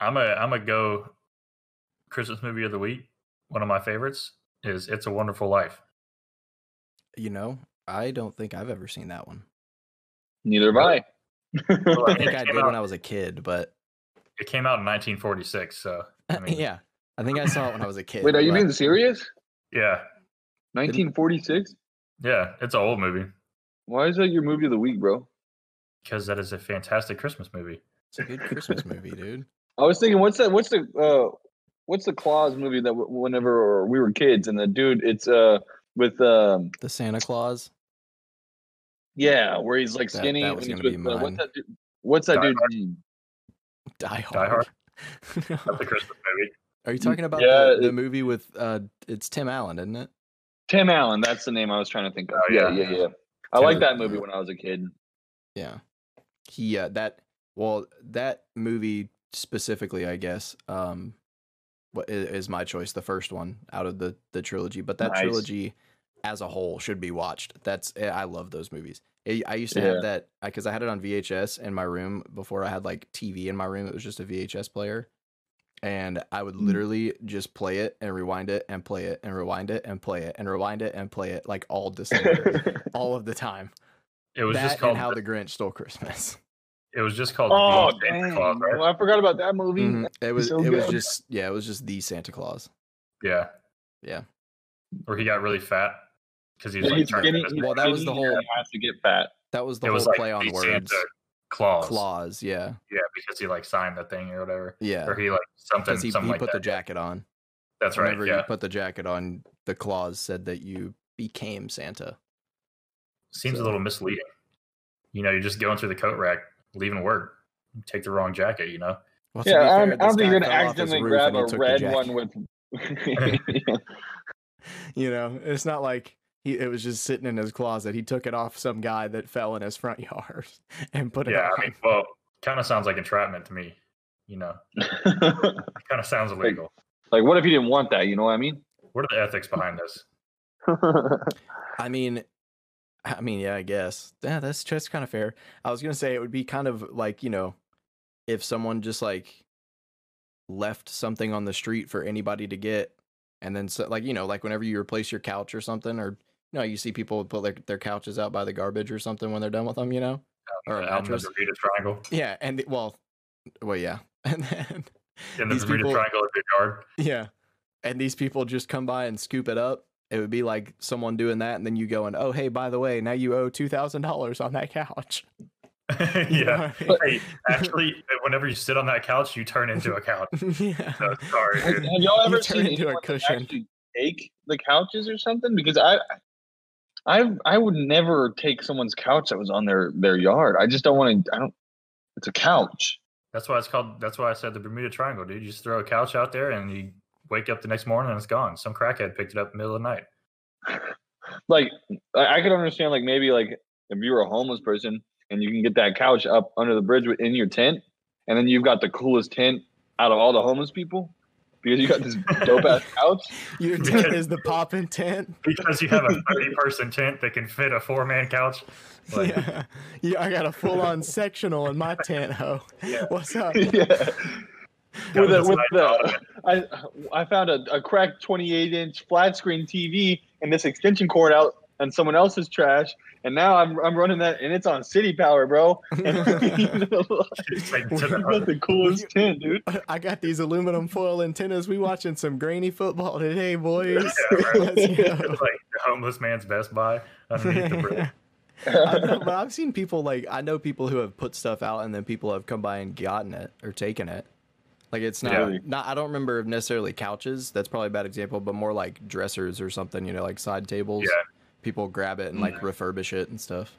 [SPEAKER 3] I'm a I'm a go Christmas movie of the week. One of my favorites is "It's a Wonderful Life."
[SPEAKER 1] You know, I don't think I've ever seen that one.
[SPEAKER 2] Neither have I. *laughs*
[SPEAKER 1] I think I
[SPEAKER 3] came
[SPEAKER 1] did when
[SPEAKER 3] out-
[SPEAKER 1] I was a kid, but
[SPEAKER 3] It came out in 1946, so I
[SPEAKER 1] *laughs*
[SPEAKER 3] mean,
[SPEAKER 1] yeah, I think I saw it when I was a kid.
[SPEAKER 2] Wait, are you
[SPEAKER 1] but-
[SPEAKER 2] being serious?
[SPEAKER 3] yeah,
[SPEAKER 2] 1946?
[SPEAKER 3] yeah. It's an old movie
[SPEAKER 2] Why is that your movie of the week, bro?
[SPEAKER 3] because that is a fantastic Christmas movie.
[SPEAKER 1] It's a good Christmas movie, dude.
[SPEAKER 2] I was thinking, what's that? What's the uh, what's the Claus movie that w- whenever we were kids and the dude, it's uh with um
[SPEAKER 1] The Santa Claus.
[SPEAKER 2] yeah, where he's like
[SPEAKER 1] That-
[SPEAKER 2] skinny.
[SPEAKER 1] that was
[SPEAKER 2] and he's
[SPEAKER 1] gonna be
[SPEAKER 2] with, uh,
[SPEAKER 1] mine.
[SPEAKER 2] what's that? Dude, what's that
[SPEAKER 3] Die
[SPEAKER 2] dude's name?
[SPEAKER 1] Die
[SPEAKER 3] Die
[SPEAKER 1] Hard. *laughs*
[SPEAKER 3] Hard?
[SPEAKER 1] No.
[SPEAKER 3] That's the Christmas movie.
[SPEAKER 1] Are you talking about
[SPEAKER 2] Mm, Yeah,
[SPEAKER 1] the, the
[SPEAKER 2] it-
[SPEAKER 1] movie with uh it's Tim Allen, isn't it?
[SPEAKER 2] Tim Allen, that's the name I was trying to think of.
[SPEAKER 3] Oh,
[SPEAKER 2] yeah,
[SPEAKER 3] yeah.
[SPEAKER 2] yeah, yeah. I like
[SPEAKER 1] Tim-
[SPEAKER 2] that movie when I was a
[SPEAKER 3] *laughs*
[SPEAKER 2] kid.
[SPEAKER 1] Yeah. He uh that well that movie specifically, I guess, um what i- is my choice, the first one out of the the trilogy, but that
[SPEAKER 2] Nice.
[SPEAKER 1] trilogy as a whole should be watched. That's eh, I love those movies. I I used to
[SPEAKER 2] Yeah.
[SPEAKER 1] have that because I had it on VHS in my room before I had like TV in my room. It was just a VHS player, and I would
[SPEAKER 2] Mm.
[SPEAKER 1] literally just play it and rewind it and play it and rewind it and play it and rewind it and play it like all December,
[SPEAKER 2] *laughs*
[SPEAKER 1] all of the time
[SPEAKER 3] It was
[SPEAKER 1] that
[SPEAKER 3] just called.
[SPEAKER 1] and how the Grinch stole
[SPEAKER 2] *laughs*
[SPEAKER 1] Christmas.
[SPEAKER 3] it was just called.
[SPEAKER 2] oh,
[SPEAKER 3] The Santa
[SPEAKER 2] dang.
[SPEAKER 3] Claus, right?
[SPEAKER 2] bro, I forgot about that movie.
[SPEAKER 1] Mhm. It was
[SPEAKER 2] so
[SPEAKER 1] it was
[SPEAKER 2] good.
[SPEAKER 1] just yeah, it was just the Santa Claus.
[SPEAKER 3] Yeah.
[SPEAKER 1] Yeah.
[SPEAKER 3] Where he got really fat because he was
[SPEAKER 2] He's
[SPEAKER 3] like trying
[SPEAKER 2] skinny-
[SPEAKER 3] to.
[SPEAKER 2] he's
[SPEAKER 1] Well, that was the
[SPEAKER 2] skinny
[SPEAKER 1] whole-
[SPEAKER 2] and has to get fat.
[SPEAKER 1] That was the
[SPEAKER 3] It
[SPEAKER 1] whole
[SPEAKER 3] was like
[SPEAKER 1] play on
[SPEAKER 3] the
[SPEAKER 1] words.
[SPEAKER 3] Santa Claus.
[SPEAKER 1] Claus, yeah.
[SPEAKER 3] Yeah, because he like signed the thing or whatever,
[SPEAKER 1] Yeah.
[SPEAKER 3] or he like something,
[SPEAKER 1] Because he, he
[SPEAKER 3] something
[SPEAKER 1] put
[SPEAKER 3] like
[SPEAKER 1] the
[SPEAKER 3] that.
[SPEAKER 1] jacket on.
[SPEAKER 3] That's right.
[SPEAKER 1] Whenever
[SPEAKER 3] Yeah.
[SPEAKER 1] you put the jacket on, the Claus said that you became Santa.
[SPEAKER 3] Seems
[SPEAKER 1] so-
[SPEAKER 3] a little misleading. You know, you're just going through the coat rack, leaving work, you take the wrong jacket. You know.
[SPEAKER 1] Well, to
[SPEAKER 2] Yeah,
[SPEAKER 1] be
[SPEAKER 2] I
[SPEAKER 1] fair,
[SPEAKER 2] don't, I don't
[SPEAKER 1] this
[SPEAKER 2] think
[SPEAKER 1] guy
[SPEAKER 2] you're gonna
[SPEAKER 1] fell off his
[SPEAKER 2] accidentally
[SPEAKER 1] roof and
[SPEAKER 2] grab
[SPEAKER 1] he
[SPEAKER 2] a
[SPEAKER 1] took the
[SPEAKER 2] red
[SPEAKER 1] jacket.
[SPEAKER 2] one with.
[SPEAKER 1] *laughs* You know, it's not like he it was just sitting in his closet. He took it off some guy that fell in his front yard *laughs* and put it
[SPEAKER 3] Yeah.
[SPEAKER 1] on.
[SPEAKER 3] I mean, well, kind of sounds like entrapment to me. You know, it kind of sounds illegal.
[SPEAKER 2] *laughs* like, what if you didn't want that? You know what I mean? *laughs*
[SPEAKER 3] What are the ethics behind this?
[SPEAKER 1] I mean, I mean, yeah, I guess. Yeah, that's just kind of fair. I was gonna say it would be kind of like you know, if someone just like left something on the street for anybody to get, and then so, like you know, like whenever you replace your couch or something, or you know, you see people put their their couches out by the garbage or something when they're done with them, you know, *laughs* or a
[SPEAKER 3] The album,
[SPEAKER 1] mattress.
[SPEAKER 3] the Bermuda Triangle.
[SPEAKER 1] Yeah, and the- well, well, yeah, *laughs* and then
[SPEAKER 3] In the
[SPEAKER 1] These
[SPEAKER 3] Bermuda
[SPEAKER 1] people-
[SPEAKER 3] Triangle is your yard.
[SPEAKER 1] yeah. And these people just come by and scoop it up. It would be like someone doing that, and then you going, "Oh, hey, by the way, now you owe two thousand dollars on that couch." *laughs* You
[SPEAKER 3] *laughs* yeah.
[SPEAKER 1] *laughs* know what I
[SPEAKER 2] But-
[SPEAKER 3] Hey, actually, whenever you sit on that couch, you turn into a couch.
[SPEAKER 1] mean? yeah.
[SPEAKER 3] So sorry,
[SPEAKER 2] Have
[SPEAKER 3] dude.
[SPEAKER 2] have y'all
[SPEAKER 1] You
[SPEAKER 2] ever
[SPEAKER 1] turn
[SPEAKER 2] seen
[SPEAKER 1] into a
[SPEAKER 2] anyone that
[SPEAKER 1] cushion.
[SPEAKER 2] actually take the couches or something? Because I, I, I would never take someone's couch that was on their their yard. I just don't want to. I don't. It's a couch.
[SPEAKER 3] That's why it's called. That's why I said the Bermuda Triangle, dude. You just throw a couch out there, and you wake up the next morning, and it's gone. Some crackhead picked it up in the middle of the
[SPEAKER 2] *laughs*
[SPEAKER 3] night.
[SPEAKER 2] Like I, I could understand. Like maybe like if you were a homeless person and you can get that couch up under the bridge wi- in your tent, and then you've got the coolest tent out of all the homeless people because you got this
[SPEAKER 1] *laughs*
[SPEAKER 2] dope ass couch. *laughs*
[SPEAKER 3] *laughs*
[SPEAKER 1] Your tent is the poppin' tent. *laughs*
[SPEAKER 3] Because you have a thirty-person tent that can fit a four-man couch. Like- *laughs*
[SPEAKER 1] yeah. yeah, I got a full-on sectional in my tent, ho.
[SPEAKER 3] Yeah.
[SPEAKER 1] *laughs* What's up?
[SPEAKER 2] yeah.
[SPEAKER 3] That
[SPEAKER 2] With a,
[SPEAKER 3] was
[SPEAKER 2] with
[SPEAKER 3] my thought
[SPEAKER 2] the, I I found a, a cracked 28 inch flat screen TV and this extension cord out on someone else's trash, and now I'm I'm running that and it's on City Power, bro. *laughs* And *laughs* it's
[SPEAKER 1] *laughs*
[SPEAKER 3] It's like to
[SPEAKER 2] got
[SPEAKER 3] the-
[SPEAKER 2] the coolest tent, dude.
[SPEAKER 1] I got these aluminum foil antennas. We watching some grainy football today, boys.
[SPEAKER 3] Yeah, right.
[SPEAKER 1] *laughs* Let's
[SPEAKER 3] it's
[SPEAKER 1] go.
[SPEAKER 3] like the homeless man's Best Buy underneath
[SPEAKER 1] *laughs*
[SPEAKER 3] the bridge.
[SPEAKER 1] I know, but I've seen people like I know people who have put stuff out and then people have come by and gotten it or taken it. Like it's not
[SPEAKER 2] Really?
[SPEAKER 1] not I don't remember if necessarily couches. That's probably a bad example, but more like dressers or something. You know, like side tables.
[SPEAKER 3] Yeah.
[SPEAKER 1] People grab it and like refurbish it and stuff.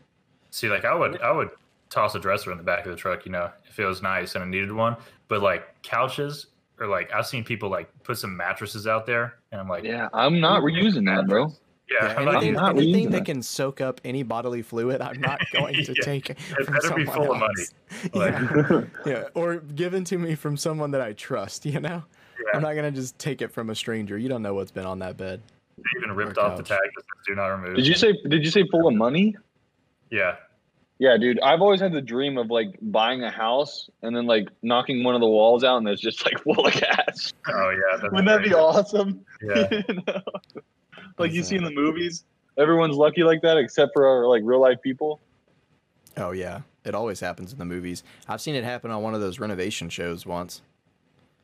[SPEAKER 3] See, like I would, I would toss a dresser in the back of the truck, you know, if it was nice and I needed one. But like couches, or like I've seen people like put some mattresses out there, and I'm like, yeah,
[SPEAKER 2] yeah, I'm not reusing that, bro.
[SPEAKER 1] Yeah,
[SPEAKER 3] how about
[SPEAKER 1] anything,
[SPEAKER 3] you?
[SPEAKER 2] not
[SPEAKER 1] anything
[SPEAKER 2] reading
[SPEAKER 1] that
[SPEAKER 2] that.
[SPEAKER 1] can soak up any bodily fluid, I'm
[SPEAKER 3] *laughs*
[SPEAKER 1] not going to
[SPEAKER 3] Yeah.
[SPEAKER 1] take. It from
[SPEAKER 3] better
[SPEAKER 1] someone
[SPEAKER 3] be full of money.
[SPEAKER 1] else. *laughs*
[SPEAKER 3] Like-
[SPEAKER 1] yeah, yeah, or given to me from someone that I trust. You know,
[SPEAKER 3] Yeah.
[SPEAKER 1] I'm not gonna just take it from a stranger. You don't know what's been on that bed.
[SPEAKER 3] They even ripped off the
[SPEAKER 1] couch.
[SPEAKER 3] tag that says "Do not remove."
[SPEAKER 2] Did you say Did you say full of money?
[SPEAKER 3] Yeah,
[SPEAKER 2] Yeah, dude. I've always had the dream of like buying a house and then like knocking one of the walls out, and there's just like *laughs* full of cash.
[SPEAKER 3] Oh yeah. that'd
[SPEAKER 2] Wouldn't that
[SPEAKER 3] great.
[SPEAKER 2] be awesome?
[SPEAKER 3] *laughs*
[SPEAKER 2] *laughs*
[SPEAKER 3] Yeah.
[SPEAKER 2] You know? like you
[SPEAKER 1] That's,
[SPEAKER 2] see in
[SPEAKER 1] uh,
[SPEAKER 2] the movies, everyone's lucky like that except for our, like real life people.
[SPEAKER 1] Oh yeah, it always happens in the movies. I've seen it happen on one of those renovation shows once.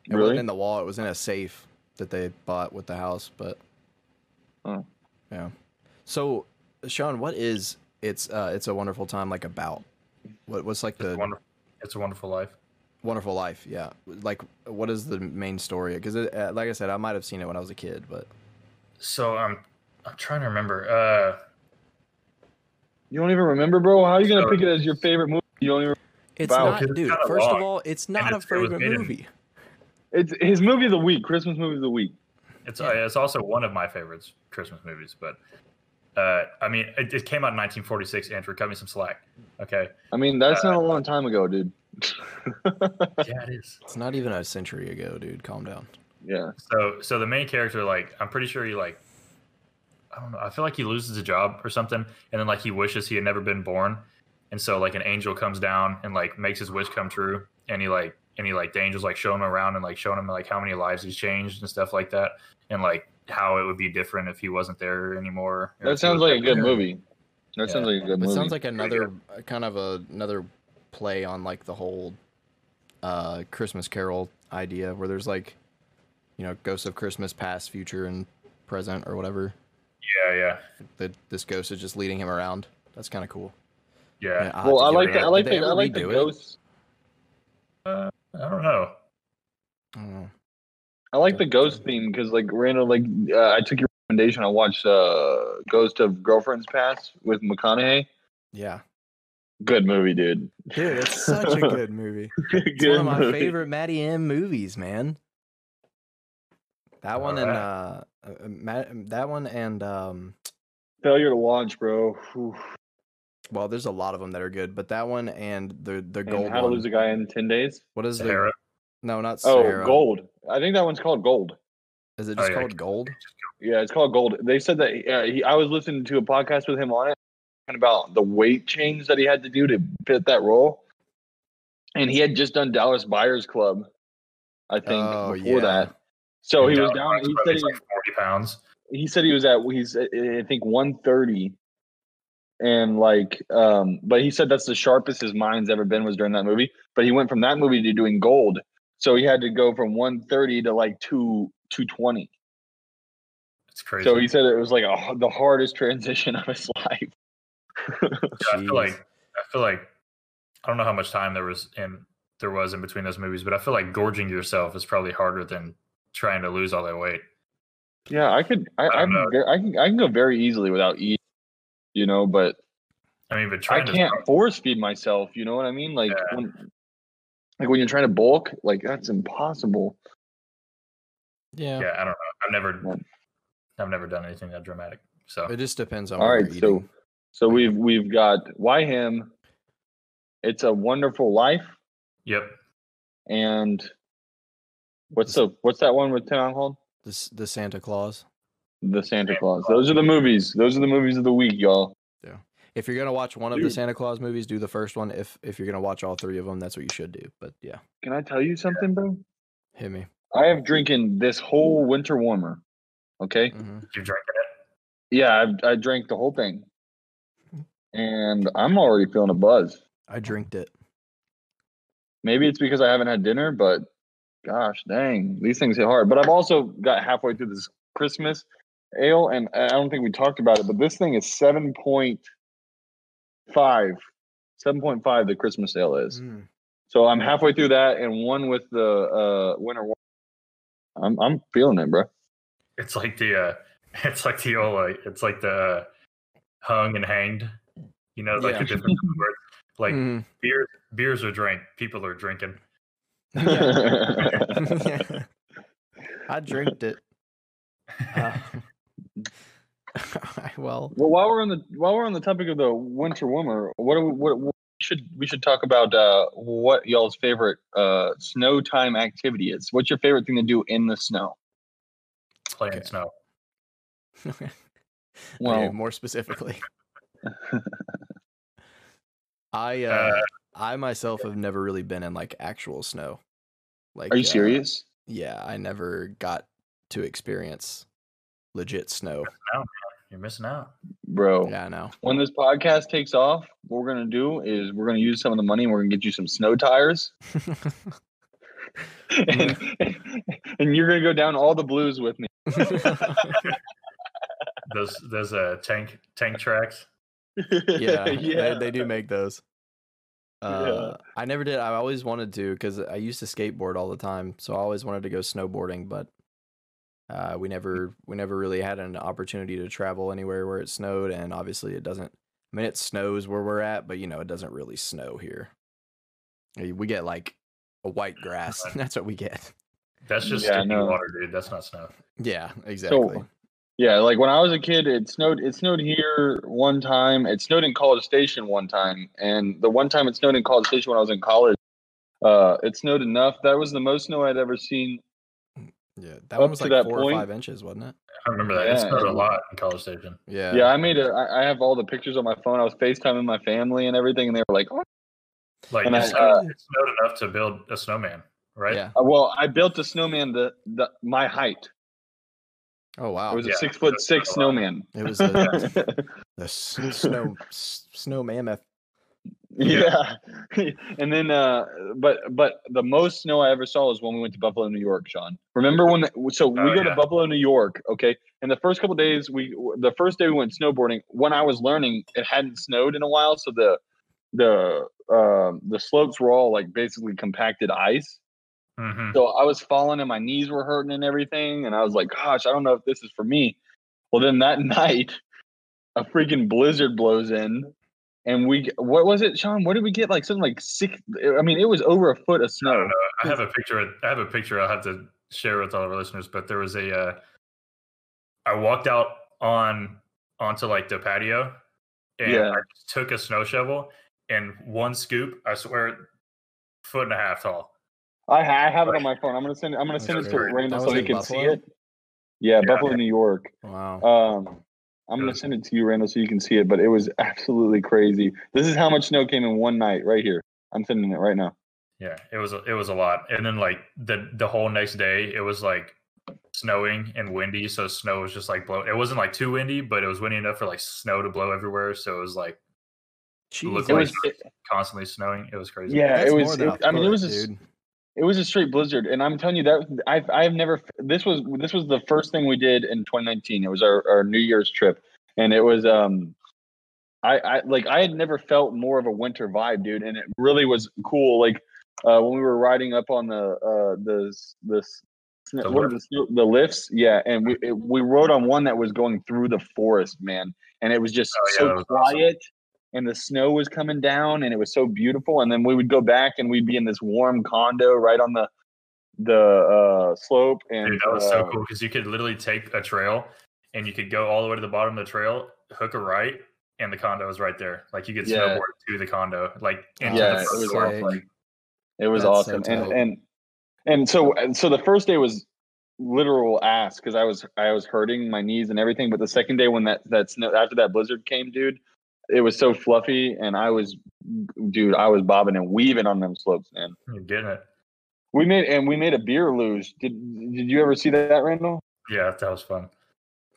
[SPEAKER 1] It
[SPEAKER 2] Really?
[SPEAKER 1] wasn't in the wall; it was in a safe that they bought with the house. But
[SPEAKER 2] Oh.
[SPEAKER 1] yeah. So, Sean, what is it's uh, it's a wonderful time like about? What what's like
[SPEAKER 3] It's,
[SPEAKER 1] the
[SPEAKER 3] wonderful. it's a wonderful life.
[SPEAKER 1] wonderful life? Yeah, like what is the main story? Because uh, like I said, I might have seen it when I was a kid, but
[SPEAKER 3] So I'm I'm trying to remember. Uh
[SPEAKER 2] You don't even remember, bro. How are you gonna
[SPEAKER 3] Sorry.
[SPEAKER 2] pick it as your favorite movie? You don't even.
[SPEAKER 1] It's
[SPEAKER 2] Wow,
[SPEAKER 3] because
[SPEAKER 1] not,
[SPEAKER 3] it's
[SPEAKER 1] dude.
[SPEAKER 3] kinda
[SPEAKER 1] First
[SPEAKER 3] long,
[SPEAKER 1] of all, it's not a
[SPEAKER 3] it's- it was
[SPEAKER 1] favorite
[SPEAKER 3] made in-
[SPEAKER 1] movie.
[SPEAKER 2] It's his movie of the week, Christmas movie of the week.
[SPEAKER 3] It's
[SPEAKER 1] Yeah.
[SPEAKER 3] uh it's also one of my favorites Christmas movies, but uh, I mean, it, it came out in 1946. Andrew, cut me some slack. Okay.
[SPEAKER 2] *laughs* I mean,
[SPEAKER 1] Uh,
[SPEAKER 2] that's not a long time ago, dude.
[SPEAKER 3] yeah, it is.
[SPEAKER 1] It's not even a century ago, dude. Calm down.
[SPEAKER 2] yeah.
[SPEAKER 3] So, so the main character, like, I'm pretty sure he like, I don't know. I feel like he loses a job or something, and then like he wishes he had never been born, and so like an angel comes down and like makes his wish come true, and he like and he like the angels like showing him around and like showing him like how many lives he's changed and stuff like that, and like how it would be different if he wasn't there anymore. or if he
[SPEAKER 2] That sounds
[SPEAKER 3] was
[SPEAKER 2] like a
[SPEAKER 3] back
[SPEAKER 2] good
[SPEAKER 3] there.
[SPEAKER 2] movie. That
[SPEAKER 3] Yeah.
[SPEAKER 2] sounds like a
[SPEAKER 1] But
[SPEAKER 2] good movie.
[SPEAKER 1] it sounds like another uh, kind of a, another play on like the whole uh, Christmas Carol idea, where there's like, you know, ghosts of Christmas past, future, and present, or whatever.
[SPEAKER 3] Yeah, yeah,
[SPEAKER 1] That this ghost is just leading him around. That's kind of cool.
[SPEAKER 3] yeah.
[SPEAKER 1] Yeah, I'll have
[SPEAKER 2] well,
[SPEAKER 1] to
[SPEAKER 2] I
[SPEAKER 1] give
[SPEAKER 2] like
[SPEAKER 1] it
[SPEAKER 2] the,
[SPEAKER 1] a-
[SPEAKER 2] I
[SPEAKER 1] did
[SPEAKER 2] like the,
[SPEAKER 1] they
[SPEAKER 2] I
[SPEAKER 1] ever
[SPEAKER 2] like the
[SPEAKER 1] redo it?
[SPEAKER 2] ghosts.
[SPEAKER 3] Uh, I don't know.
[SPEAKER 1] I don't know.
[SPEAKER 2] I like the ghost theme because, like, Randall, like, uh, I took your recommendation. I watched uh, Ghost of Girlfriend's Past with McConaughey.
[SPEAKER 1] Yeah,
[SPEAKER 2] Good movie, dude. *laughs*
[SPEAKER 1] dude, it's such a good movie.
[SPEAKER 2] good
[SPEAKER 1] It's one of my
[SPEAKER 2] movie.
[SPEAKER 1] favorite Matty M movies, man. That one and
[SPEAKER 3] Alright.
[SPEAKER 1] uh, uh, Matt, that one and um,
[SPEAKER 2] Failure to launch, bro. Whew.
[SPEAKER 1] well, there's a lot of them that are good, but that one and the the
[SPEAKER 2] And
[SPEAKER 1] gold
[SPEAKER 2] How to
[SPEAKER 1] one.
[SPEAKER 2] Lose a Guy in Ten Days.
[SPEAKER 1] What is the
[SPEAKER 3] Sahara.
[SPEAKER 1] No, not
[SPEAKER 2] Oh,
[SPEAKER 1] Sarah.
[SPEAKER 2] Gold. I think that one's called Gold.
[SPEAKER 1] Is it
[SPEAKER 3] Oh,
[SPEAKER 1] just
[SPEAKER 3] yeah.
[SPEAKER 1] called Gold?
[SPEAKER 2] Yeah, it's called Gold. They said that uh, he, I was listening to a podcast with him on it talking about the weight change that he had to do to fit that role. And he had just done Dallas Buyers Club, I think,
[SPEAKER 1] Oh,
[SPEAKER 2] before
[SPEAKER 1] yeah.
[SPEAKER 3] *laughs*
[SPEAKER 2] that. So Oh, he
[SPEAKER 3] Yeah,
[SPEAKER 2] was down. He said
[SPEAKER 3] he's like
[SPEAKER 2] he,
[SPEAKER 3] 40 pounds.
[SPEAKER 2] he said he was at he's at, I think one thirty, and like um, but he said that's the sharpest his mind's ever been was during that movie. But he went from that movie to doing Gold, so he had to go from one thirty to like two two twenty.
[SPEAKER 3] It's crazy.
[SPEAKER 2] So he said it was like a, the hardest transition *laughs* of his life.
[SPEAKER 3] I feel like
[SPEAKER 1] Jeez.
[SPEAKER 3] I feel like I don't know how much time there was in there was in between those movies, but I feel like gorging yourself is probably harder than trying to lose all that weight.
[SPEAKER 2] Yeah, I could, I,
[SPEAKER 3] I
[SPEAKER 2] I,
[SPEAKER 3] don't know.
[SPEAKER 2] I can, I can go very easily without eating, you know. But
[SPEAKER 3] I mean, but
[SPEAKER 2] I
[SPEAKER 3] trying
[SPEAKER 2] can't
[SPEAKER 3] to
[SPEAKER 2] force feed myself. You know what I mean? Like,
[SPEAKER 3] Yeah.
[SPEAKER 2] when, like when you're trying to bulk, like that's impossible.
[SPEAKER 1] Yeah.
[SPEAKER 3] yeah, I don't know. I've
[SPEAKER 2] Yeah.
[SPEAKER 3] never I've never done anything that dramatic. So
[SPEAKER 1] It just depends on
[SPEAKER 2] All
[SPEAKER 1] what
[SPEAKER 2] right,
[SPEAKER 1] you're
[SPEAKER 2] so
[SPEAKER 1] eating.
[SPEAKER 2] so we've we've got why him. It's a wonderful life,
[SPEAKER 3] yep,
[SPEAKER 2] and what's the what's that one with Tim Hold?
[SPEAKER 1] The s- the Santa Claus.
[SPEAKER 2] The Santa
[SPEAKER 3] Santa
[SPEAKER 2] Claus. Those are the movies. Those are the movies of the week, y'all.
[SPEAKER 1] If you're gonna watch one of the
[SPEAKER 2] Dude.
[SPEAKER 1] Santa Claus movies, do the first one. If if you're gonna watch all three of them, that's what you should do. But yeah,
[SPEAKER 2] Can I tell you something, bro?
[SPEAKER 1] hit me.
[SPEAKER 2] I have drinking this whole winter warmer. Okay.
[SPEAKER 1] Mhm.
[SPEAKER 3] you're drinking it.
[SPEAKER 2] Yeah, I, I drank the whole thing, and I'm already feeling a buzz.
[SPEAKER 1] I drinked it.
[SPEAKER 2] Maybe it's because I haven't had dinner, but gosh, dang, these things hit hard. But I've also got halfway through this Christmas ale, and I don't think we talked about it, but this thing is seven point five, seven point five. The Christmas ale is.
[SPEAKER 1] Mm.
[SPEAKER 2] So I'm halfway through that, and one with the uh, winter. warm- I'm I'm feeling it, bro.
[SPEAKER 3] It's like the uh, *laughs* it's like the old like, it's like the uh, hung and hanged. You know, like
[SPEAKER 1] Yeah.
[SPEAKER 3] the different words. Like
[SPEAKER 1] Mhm.
[SPEAKER 3] beers beers are drank, people are drinking. *laughs*
[SPEAKER 1] Yeah.
[SPEAKER 2] *laughs*
[SPEAKER 1] *laughs* Yeah. Mm-hmm. *laughs* I drinked
[SPEAKER 2] *laughs*
[SPEAKER 1] it. *laughs* Uh, alright, well, *laughs*
[SPEAKER 2] Well, while we're on the while we're on the topic of the winter warmer, what do we, what, what should we should talk about? Uh, what y'all's favorite uh, snow time activity is? What's your favorite thing to do in the snow?
[SPEAKER 3] playing
[SPEAKER 1] Okay.
[SPEAKER 3] snow.
[SPEAKER 1] okay, Oh
[SPEAKER 2] Well,
[SPEAKER 1] more specifically, *laughs* I uh,
[SPEAKER 3] Uh,
[SPEAKER 1] I myself have never really been in like actual snow. Like,
[SPEAKER 2] are you
[SPEAKER 1] uh,
[SPEAKER 2] serious?
[SPEAKER 1] yeah, I never got to experience legit snow.
[SPEAKER 3] You're missing out.
[SPEAKER 2] Bro,
[SPEAKER 1] Yeah, I know.
[SPEAKER 2] when this podcast takes off, what we're gonna do is we're gonna use some of the money and we're gonna get you some snow tires, *laughs* and,
[SPEAKER 1] Mm-hmm.
[SPEAKER 2] *laughs* and you're gonna go down all the blues with me.
[SPEAKER 1] *laughs*
[SPEAKER 3] Those those uh tank tank tracks.
[SPEAKER 2] *laughs*
[SPEAKER 1] yeah,
[SPEAKER 2] yeah.
[SPEAKER 1] They, they do make those. Uh, I never did. I always wanted to because I used to skateboard all the time, so I always wanted to go snowboarding, but uh,
[SPEAKER 2] Mm.
[SPEAKER 1] we never we never really had an opportunity to travel anywhere where it snowed, and obviously it doesn't. I mean, it snows where we're at, but you know, it doesn't really snow here. Eh, We get like a white grass. *laughs* That's what we get.
[SPEAKER 3] That's just
[SPEAKER 2] Yeah, I
[SPEAKER 3] sticky
[SPEAKER 2] know.
[SPEAKER 3] water, dude. That's not snow.
[SPEAKER 1] Yeah, exactly.
[SPEAKER 2] Yeah, like when I was a kid, it snowed. It snowed here one time. It snowed in College Station one time, and the one time it snowed in College Station when I was in college, uh, it snowed enough. That was the most snow I'd ever seen.
[SPEAKER 1] yeah, that
[SPEAKER 2] up
[SPEAKER 1] one was
[SPEAKER 2] to
[SPEAKER 1] like
[SPEAKER 2] that
[SPEAKER 1] four
[SPEAKER 2] point-
[SPEAKER 1] or five inches, wasn't it?
[SPEAKER 3] I remember that. It
[SPEAKER 2] Yeah,
[SPEAKER 3] snowed a
[SPEAKER 2] and-
[SPEAKER 3] lot in College Station.
[SPEAKER 1] Yeah.
[SPEAKER 2] Yeah, I made it. I have all the pictures on my phone. I was FaceTiming my family and everything, and they were like, oh.
[SPEAKER 3] Like
[SPEAKER 2] And
[SPEAKER 3] it,
[SPEAKER 2] I,
[SPEAKER 3] snowed,
[SPEAKER 2] uh,
[SPEAKER 3] it snowed enough to build a snowman, right?
[SPEAKER 1] Yeah.
[SPEAKER 2] "Well, I built a snowman the, the my height.
[SPEAKER 1] Oh
[SPEAKER 2] It
[SPEAKER 1] wow.
[SPEAKER 2] was
[SPEAKER 3] yeah.
[SPEAKER 2] a six foot six snowman."
[SPEAKER 1] It was a,
[SPEAKER 2] *laughs*
[SPEAKER 1] the s- snow s- snow mammoth.
[SPEAKER 2] Yeah. *laughs* and then uh but but the most snow I ever saw was when we went to Buffalo, New York, Sean. Remember when the, so we
[SPEAKER 3] Oh,
[SPEAKER 2] go
[SPEAKER 3] yeah.
[SPEAKER 2] to Buffalo, New York, okay? And the first couple days we the first day we went snowboarding, when I was learning, it hadn't snowed in a while, so the the um the slopes were all like basically compacted ice.
[SPEAKER 3] hmm
[SPEAKER 2] So I was falling and my knees were hurting and everything. And I was like, gosh, I don't know if this is for me. Well, then that *laughs* night, a freaking blizzard blows in. And we, what was it, Sean? What did we get? Like something like six. I mean, it was over a foot of
[SPEAKER 3] I
[SPEAKER 2] snow.
[SPEAKER 3] don't know. I have a picture. I have a picture. I'll have to share with all of our listeners. But there was a. Uh, I walked out on onto like the patio, and
[SPEAKER 2] Yeah.
[SPEAKER 3] I just took a snow shovel and one scoop. I swear, foot and a half tall.
[SPEAKER 2] I, ha- I have it on my phone. I'm gonna send. it- I'm gonna
[SPEAKER 1] That's
[SPEAKER 2] send it to
[SPEAKER 3] crazy.
[SPEAKER 1] That
[SPEAKER 2] Raymond so
[SPEAKER 1] was
[SPEAKER 2] he
[SPEAKER 1] in
[SPEAKER 2] can see
[SPEAKER 1] Buffalo?
[SPEAKER 2] it. Yeah,
[SPEAKER 3] Yeah.
[SPEAKER 2] Buffalo, New York.
[SPEAKER 1] Wow.
[SPEAKER 2] Um, I'm
[SPEAKER 3] Yeah.
[SPEAKER 2] gonna send it to you, Randall, so you can see it. But it was absolutely crazy. This is how much snow came in one night, right here. I'm sending it right now.
[SPEAKER 3] Yeah, it was a- it was a lot. And then like the the whole next day, it was like snowing and windy, so snow was just like blow. It wasn't like too windy, but it was windy enough for like snow to blow everywhere. So it was like
[SPEAKER 1] Jeez,
[SPEAKER 2] It
[SPEAKER 3] like-
[SPEAKER 2] was. It,
[SPEAKER 3] constantly snowing. It was crazy.
[SPEAKER 2] yeah,
[SPEAKER 1] that's
[SPEAKER 2] it
[SPEAKER 1] more
[SPEAKER 2] was.
[SPEAKER 1] than
[SPEAKER 2] it-
[SPEAKER 1] a
[SPEAKER 2] I mean, it
[SPEAKER 1] foot,
[SPEAKER 2] was. A,
[SPEAKER 1] dude.
[SPEAKER 2] It was a straight blizzard, and I'm telling you that I've I've never. This was this was the first thing we did in 2019. It was our, our New Year's trip, and it was um, I I like I had never felt more of a winter vibe, dude, and it really was cool. Like uh, when we were riding up on the uh the s- the, s- sn-
[SPEAKER 3] The
[SPEAKER 2] what are the, snow- the lifts, yeah, and we it, we rode on one that was going through the forest, man, and it was just
[SPEAKER 3] Oh, yeah,
[SPEAKER 2] so
[SPEAKER 3] that was awesome.
[SPEAKER 2] quiet and the snow was coming down and it was so beautiful and then we would go back and we'd be in this warm condo right on the the uh slope and
[SPEAKER 3] Dude, that was so
[SPEAKER 2] uh,
[SPEAKER 3] cool because you could literally take a trail and you could go all the way to the bottom of the trail, hook a right, and the condo is right there. Like you could
[SPEAKER 2] Yeah.
[SPEAKER 3] snowboard to the condo, like into
[SPEAKER 2] Yeah,
[SPEAKER 3] the
[SPEAKER 2] it
[SPEAKER 3] front
[SPEAKER 2] was
[SPEAKER 3] door.
[SPEAKER 1] sick.
[SPEAKER 3] Like,
[SPEAKER 2] it was
[SPEAKER 1] That's so
[SPEAKER 2] awesome
[SPEAKER 1] dope.
[SPEAKER 2] and and and so and so the first day was literal ass because i was i was hurting my knees and everything but the second day when that that snow after that blizzard came dude it was so fluffy and i was dude i was bobbing and weaving on them slopes man
[SPEAKER 3] you're getting it.
[SPEAKER 2] we made and we made a beer luge did did you ever see that randall
[SPEAKER 3] Yeah, that was fun.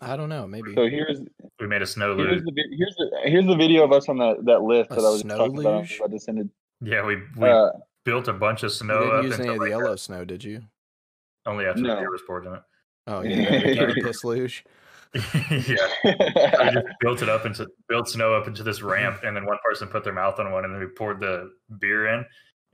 [SPEAKER 1] I don't know. Maybe
[SPEAKER 3] Mm-hmm.
[SPEAKER 2] so here's
[SPEAKER 3] We made a snow
[SPEAKER 2] Here's
[SPEAKER 3] luge.
[SPEAKER 2] the, vi- here's the here's the video of us on that that lift
[SPEAKER 1] A
[SPEAKER 2] that I was
[SPEAKER 1] snow
[SPEAKER 2] talking about.
[SPEAKER 1] luge?
[SPEAKER 2] about to send it.
[SPEAKER 3] Yeah, we we
[SPEAKER 2] Uh, *laughs*
[SPEAKER 3] built a bunch of
[SPEAKER 1] you
[SPEAKER 3] snow
[SPEAKER 1] didn't
[SPEAKER 3] up
[SPEAKER 1] use any
[SPEAKER 3] until,
[SPEAKER 1] of the
[SPEAKER 3] like,
[SPEAKER 1] yellow snow, did you?
[SPEAKER 3] only after
[SPEAKER 2] No.
[SPEAKER 3] the beer was poured in it.
[SPEAKER 1] Oh, you didn't have a piss luge.
[SPEAKER 3] *laughs* yeah, we
[SPEAKER 2] *laughs*
[SPEAKER 3] just built it up into built snow up into this ramp, and then one person put their mouth on one, and then we poured the beer in,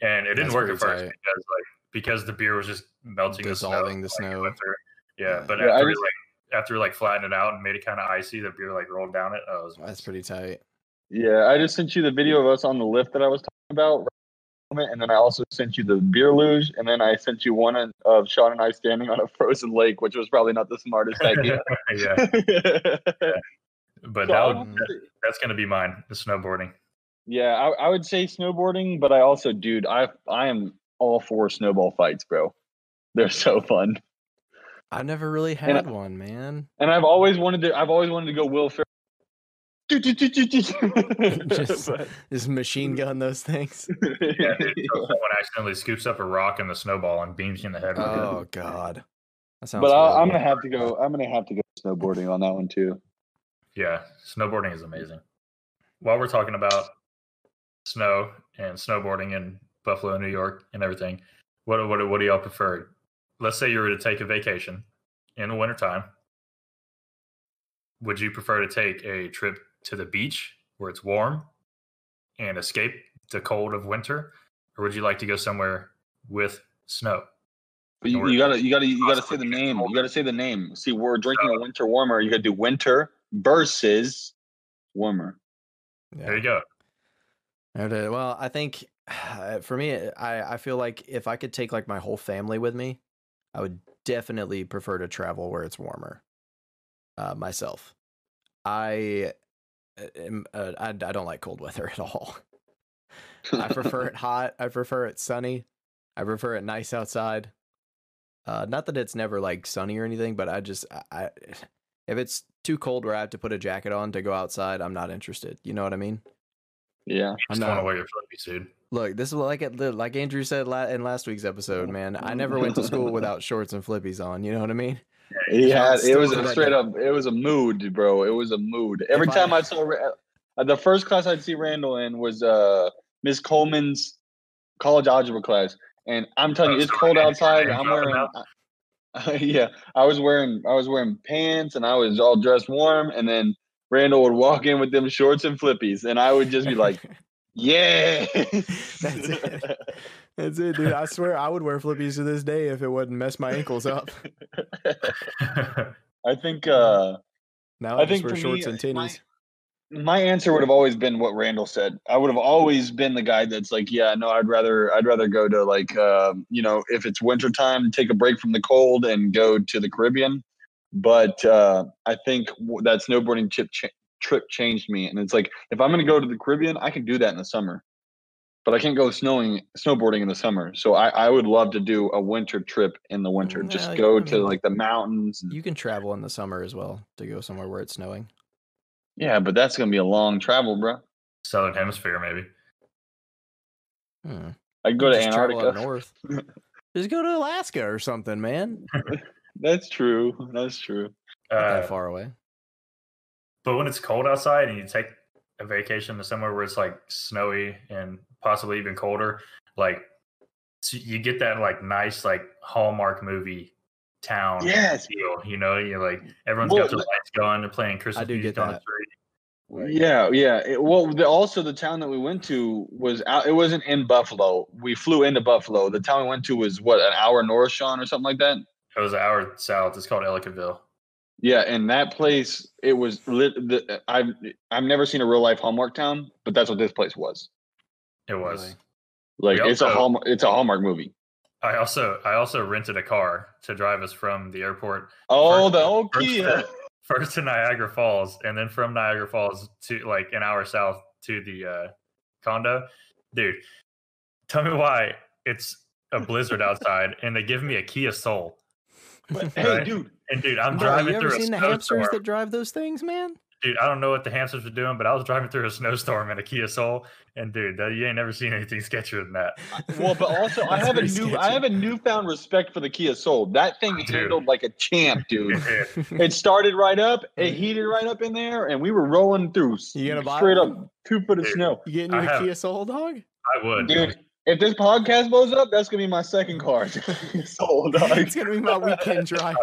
[SPEAKER 3] and it didn't
[SPEAKER 1] That's
[SPEAKER 3] work at
[SPEAKER 1] pretty
[SPEAKER 3] first
[SPEAKER 1] tight.
[SPEAKER 3] because like because the beer was just melting,
[SPEAKER 1] Dissolving the
[SPEAKER 3] the snow. like, it
[SPEAKER 1] snow.
[SPEAKER 3] went through. Yeah,
[SPEAKER 1] Yeah.
[SPEAKER 3] but
[SPEAKER 2] Yeah, I
[SPEAKER 3] after we
[SPEAKER 2] just-
[SPEAKER 3] like after we like flattened it out and made it kind of icy, the beer like rolled down it. Oh, it was
[SPEAKER 1] That's pretty tight.
[SPEAKER 2] yeah, I just sent you the video of us on the lift that I was talking about, and then I also sent you the beer luge, and then I sent you one of- of Sean and I standing on a frozen lake, which was probably not the smartest idea.
[SPEAKER 3] *laughs* yeah. But
[SPEAKER 2] So
[SPEAKER 3] that
[SPEAKER 2] I
[SPEAKER 3] would,
[SPEAKER 2] would
[SPEAKER 3] that-
[SPEAKER 2] say-
[SPEAKER 3] that's gonna be mine.
[SPEAKER 2] *laughs*
[SPEAKER 3] The snowboarding.
[SPEAKER 2] yeah, I, I would say snowboarding, but I also, dude, I I am all for snowball fights, bro. They're so fun.
[SPEAKER 1] I've never really
[SPEAKER 2] And I-
[SPEAKER 1] had one, man.
[SPEAKER 2] And I've always wanted to. I've always wanted to go Will Ferrell.
[SPEAKER 1] *laughs* Just-
[SPEAKER 2] *laughs* But-
[SPEAKER 1] Just machine
[SPEAKER 2] Mm.
[SPEAKER 1] gun those things.
[SPEAKER 3] Yeah,
[SPEAKER 2] *laughs*
[SPEAKER 3] dude, so if someone accidentally scoops up a rock in the snowball and beams you in the head. with it.
[SPEAKER 1] Oh God, that sounds.
[SPEAKER 2] but I, I'm
[SPEAKER 1] horrible.
[SPEAKER 2] gonna have to go. I'm gonna have to go snowboarding on that one too.
[SPEAKER 3] Yeah, snowboarding is amazing. While we're talking about snow and snowboarding in Buffalo, New York, and everything, what what what do y'all prefer? Let's say you were to take a vacation in the wintertime. Would you prefer to take a trip to the beach where it's warm and escape the cold of winter, or would you like to go somewhere with snow?
[SPEAKER 2] But you,
[SPEAKER 3] Or-
[SPEAKER 2] you gotta, you gotta, you gotta say the
[SPEAKER 3] Possibly.
[SPEAKER 2] name. You gotta say the name. See, we're drinking a winter warmer. You gotta do winter versus warmer.
[SPEAKER 1] Yeah.
[SPEAKER 3] There you go.
[SPEAKER 1] Okay, Well, I think *sighs* for me, eh, I I feel like if I could take like my whole family with me, I would definitely prefer to travel where it's warmer. Uh, myself, I am, uh, I I don't like cold weather *laughs* at all. I prefer it hot. I prefer it sunny. I prefer it nice outside. Uh, not that it's never like sunny or anything, but I just I, I *sighs* if it's too cold where I have to put a jacket on to go outside, I'm not interested. You know what I mean?
[SPEAKER 2] *laughs* Yeah.
[SPEAKER 3] You just
[SPEAKER 1] I'm
[SPEAKER 3] want
[SPEAKER 1] not-
[SPEAKER 3] to wear your flippies, dude.
[SPEAKER 1] Look, this is like it, like Andrew said la- in last week's episode, man. I never went to
[SPEAKER 2] *laughs*
[SPEAKER 1] school without shorts and flippies on. You know what I mean?
[SPEAKER 2] He
[SPEAKER 1] Yeah,
[SPEAKER 2] had
[SPEAKER 1] it's
[SPEAKER 2] it was
[SPEAKER 1] still
[SPEAKER 2] a
[SPEAKER 1] like
[SPEAKER 2] straight
[SPEAKER 1] a-
[SPEAKER 2] up it was a mood, bro. It was a mood. Every
[SPEAKER 1] If I-
[SPEAKER 2] time I, saw Ra- uh, the first class I'd see Randall in was uh Miss Coleman's college algebra class, and I'm telling you,
[SPEAKER 3] Oh,
[SPEAKER 2] it's
[SPEAKER 3] so
[SPEAKER 2] cold
[SPEAKER 3] you're
[SPEAKER 2] outside.
[SPEAKER 3] getting
[SPEAKER 2] I'm
[SPEAKER 3] drunk
[SPEAKER 2] wearing.
[SPEAKER 3] now?
[SPEAKER 2] I- *laughs* yeah, I was wearing I was wearing pants and I was all dressed warm, and then Randall would walk in with them shorts and flippies, and I would just be
[SPEAKER 3] *laughs*
[SPEAKER 2] like, "Yeah,
[SPEAKER 1] That's it. *laughs* That's it, dude. I swear I would wear flippies to this day if it wouldn't mess my ankles
[SPEAKER 2] *laughs*
[SPEAKER 1] up.
[SPEAKER 2] *laughs* I think uh,
[SPEAKER 1] Now
[SPEAKER 2] I
[SPEAKER 1] I, just
[SPEAKER 2] think
[SPEAKER 1] wear
[SPEAKER 2] for me,
[SPEAKER 1] shorts and
[SPEAKER 2] my-
[SPEAKER 1] tinnies.
[SPEAKER 2] my answer would have always been what Randall said. I would have always been the guy that's like, yeah, no, I'd rather I'd rather go to like um, you know, if it's wintertime, take a break from the cold and go to the Caribbean. But uh, I think w- that snowboarding chip cha- trip changed me, and it's like if I'm going to go to the Caribbean, I can do that in the summer, but I can't go snowing snowboarding in the summer. So I, I would love to do a winter trip in the winter.
[SPEAKER 1] Well,
[SPEAKER 2] Just
[SPEAKER 1] I
[SPEAKER 2] go to
[SPEAKER 1] mean,
[SPEAKER 2] like the mountains. and-
[SPEAKER 1] You can travel in the summer as well to go somewhere where it's snowing.
[SPEAKER 2] yeah, but that's going to be a long travel, bro.
[SPEAKER 3] *laughs* Southern Hemisphere, maybe.
[SPEAKER 1] Hmm.
[SPEAKER 2] I could go to
[SPEAKER 1] Just travel
[SPEAKER 2] Antarctica.
[SPEAKER 1] up north.
[SPEAKER 2] *laughs*
[SPEAKER 1] just go to Alaska or something, man.
[SPEAKER 2] That's true. That's true.
[SPEAKER 1] Not
[SPEAKER 3] Uh,
[SPEAKER 1] that far away.
[SPEAKER 3] But when it's cold outside and you take a vacation to somewhere where it's like snowy and possibly even colder, like so you get that like nice like Hallmark movie town
[SPEAKER 2] Yes.
[SPEAKER 3] feel. You know, you like everyone's
[SPEAKER 2] Well,
[SPEAKER 3] got
[SPEAKER 2] the-
[SPEAKER 3] their lights going, they're playing Christmas
[SPEAKER 1] do
[SPEAKER 3] music
[SPEAKER 1] get
[SPEAKER 3] on the
[SPEAKER 1] that.
[SPEAKER 3] tree.
[SPEAKER 2] Yeah, yeah. It- well, the, also the town that we went to was out. It wasn't in Buffalo. We flew into Buffalo. The town we went to was what an hour north, Sean, or something like that.
[SPEAKER 3] It was an hour south. It's called Ellicottville.
[SPEAKER 2] Yeah, and that place it was. Lit, the, uh, I've I've never seen a real life Hallmark town, but that's what this place was.
[SPEAKER 3] It was.
[SPEAKER 1] Really?
[SPEAKER 2] Like
[SPEAKER 3] We
[SPEAKER 2] it's a
[SPEAKER 3] also-
[SPEAKER 2] Hallmark. It's a Hallmark movie.
[SPEAKER 3] I also I also rented a car to drive us from the airport
[SPEAKER 2] Oh,
[SPEAKER 3] First-
[SPEAKER 2] the old
[SPEAKER 3] first
[SPEAKER 2] Kia.
[SPEAKER 3] first to Niagara Falls and then from Niagara Falls to like an hour south to the uh, condo. Dude, tell me why it's a blizzard outside and they give me a Kia Soul.
[SPEAKER 2] Hey, dude.
[SPEAKER 3] And dude, I'm
[SPEAKER 1] Bro,
[SPEAKER 3] driving
[SPEAKER 1] you ever
[SPEAKER 3] through a
[SPEAKER 1] seen the
[SPEAKER 3] snowstorm.
[SPEAKER 1] hamsters that drive those things, man?
[SPEAKER 3] Dude, I don't know what the hamsters were doing, but I was driving through a snowstorm in a Kia Soul. And dude, that, you ain't never seen anything sketchier than that. *laughs*
[SPEAKER 2] Well, but also
[SPEAKER 1] *laughs*
[SPEAKER 2] I
[SPEAKER 1] That's
[SPEAKER 2] have a new
[SPEAKER 1] pretty
[SPEAKER 2] I
[SPEAKER 1] sketchy.
[SPEAKER 2] have a newfound respect for the Kia Soul. That thing
[SPEAKER 3] Dude.
[SPEAKER 2] handled like a champ, dude.
[SPEAKER 3] Dude,
[SPEAKER 2] It started right up. It
[SPEAKER 1] Right.
[SPEAKER 2] heated right up in there, and we were rolling through s-
[SPEAKER 1] You gonna buy
[SPEAKER 2] straight
[SPEAKER 1] one?
[SPEAKER 2] up two foot of
[SPEAKER 3] Dude.
[SPEAKER 2] snow.
[SPEAKER 1] *laughs* You getting
[SPEAKER 3] I
[SPEAKER 1] you a
[SPEAKER 3] have-
[SPEAKER 1] Kia Soul dog?
[SPEAKER 3] I would.
[SPEAKER 2] Dude, if this podcast blows up, that's gonna be my second car. *laughs* Sold.
[SPEAKER 1] *laughs* it's gonna be my weekend driver.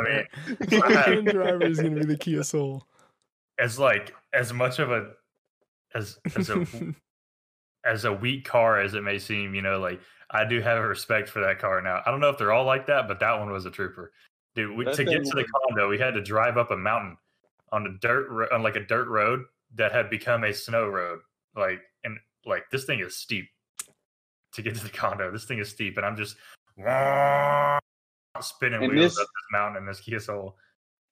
[SPEAKER 3] mean,
[SPEAKER 1] *laughs* my
[SPEAKER 3] I-
[SPEAKER 1] weekend driver is gonna be the Kia Soul.
[SPEAKER 3] As like as much of a as as a
[SPEAKER 1] *laughs*
[SPEAKER 3] as a weak car as it may seem, you know, like I do have a respect for that car now. I don't know if they're all like that, but that one was a trooper. Dude, we,
[SPEAKER 2] That
[SPEAKER 3] to
[SPEAKER 2] thing
[SPEAKER 3] get to the
[SPEAKER 2] was-
[SPEAKER 3] condo, we had to drive up a mountain on a dirt ro- on like a dirt road that had become a snow road. Like and like this thing is steep to get to the condo. This thing is steep, and I'm just *laughs* spinning
[SPEAKER 2] And
[SPEAKER 3] wheels
[SPEAKER 2] this-
[SPEAKER 3] up this mountain in this Kia Soul.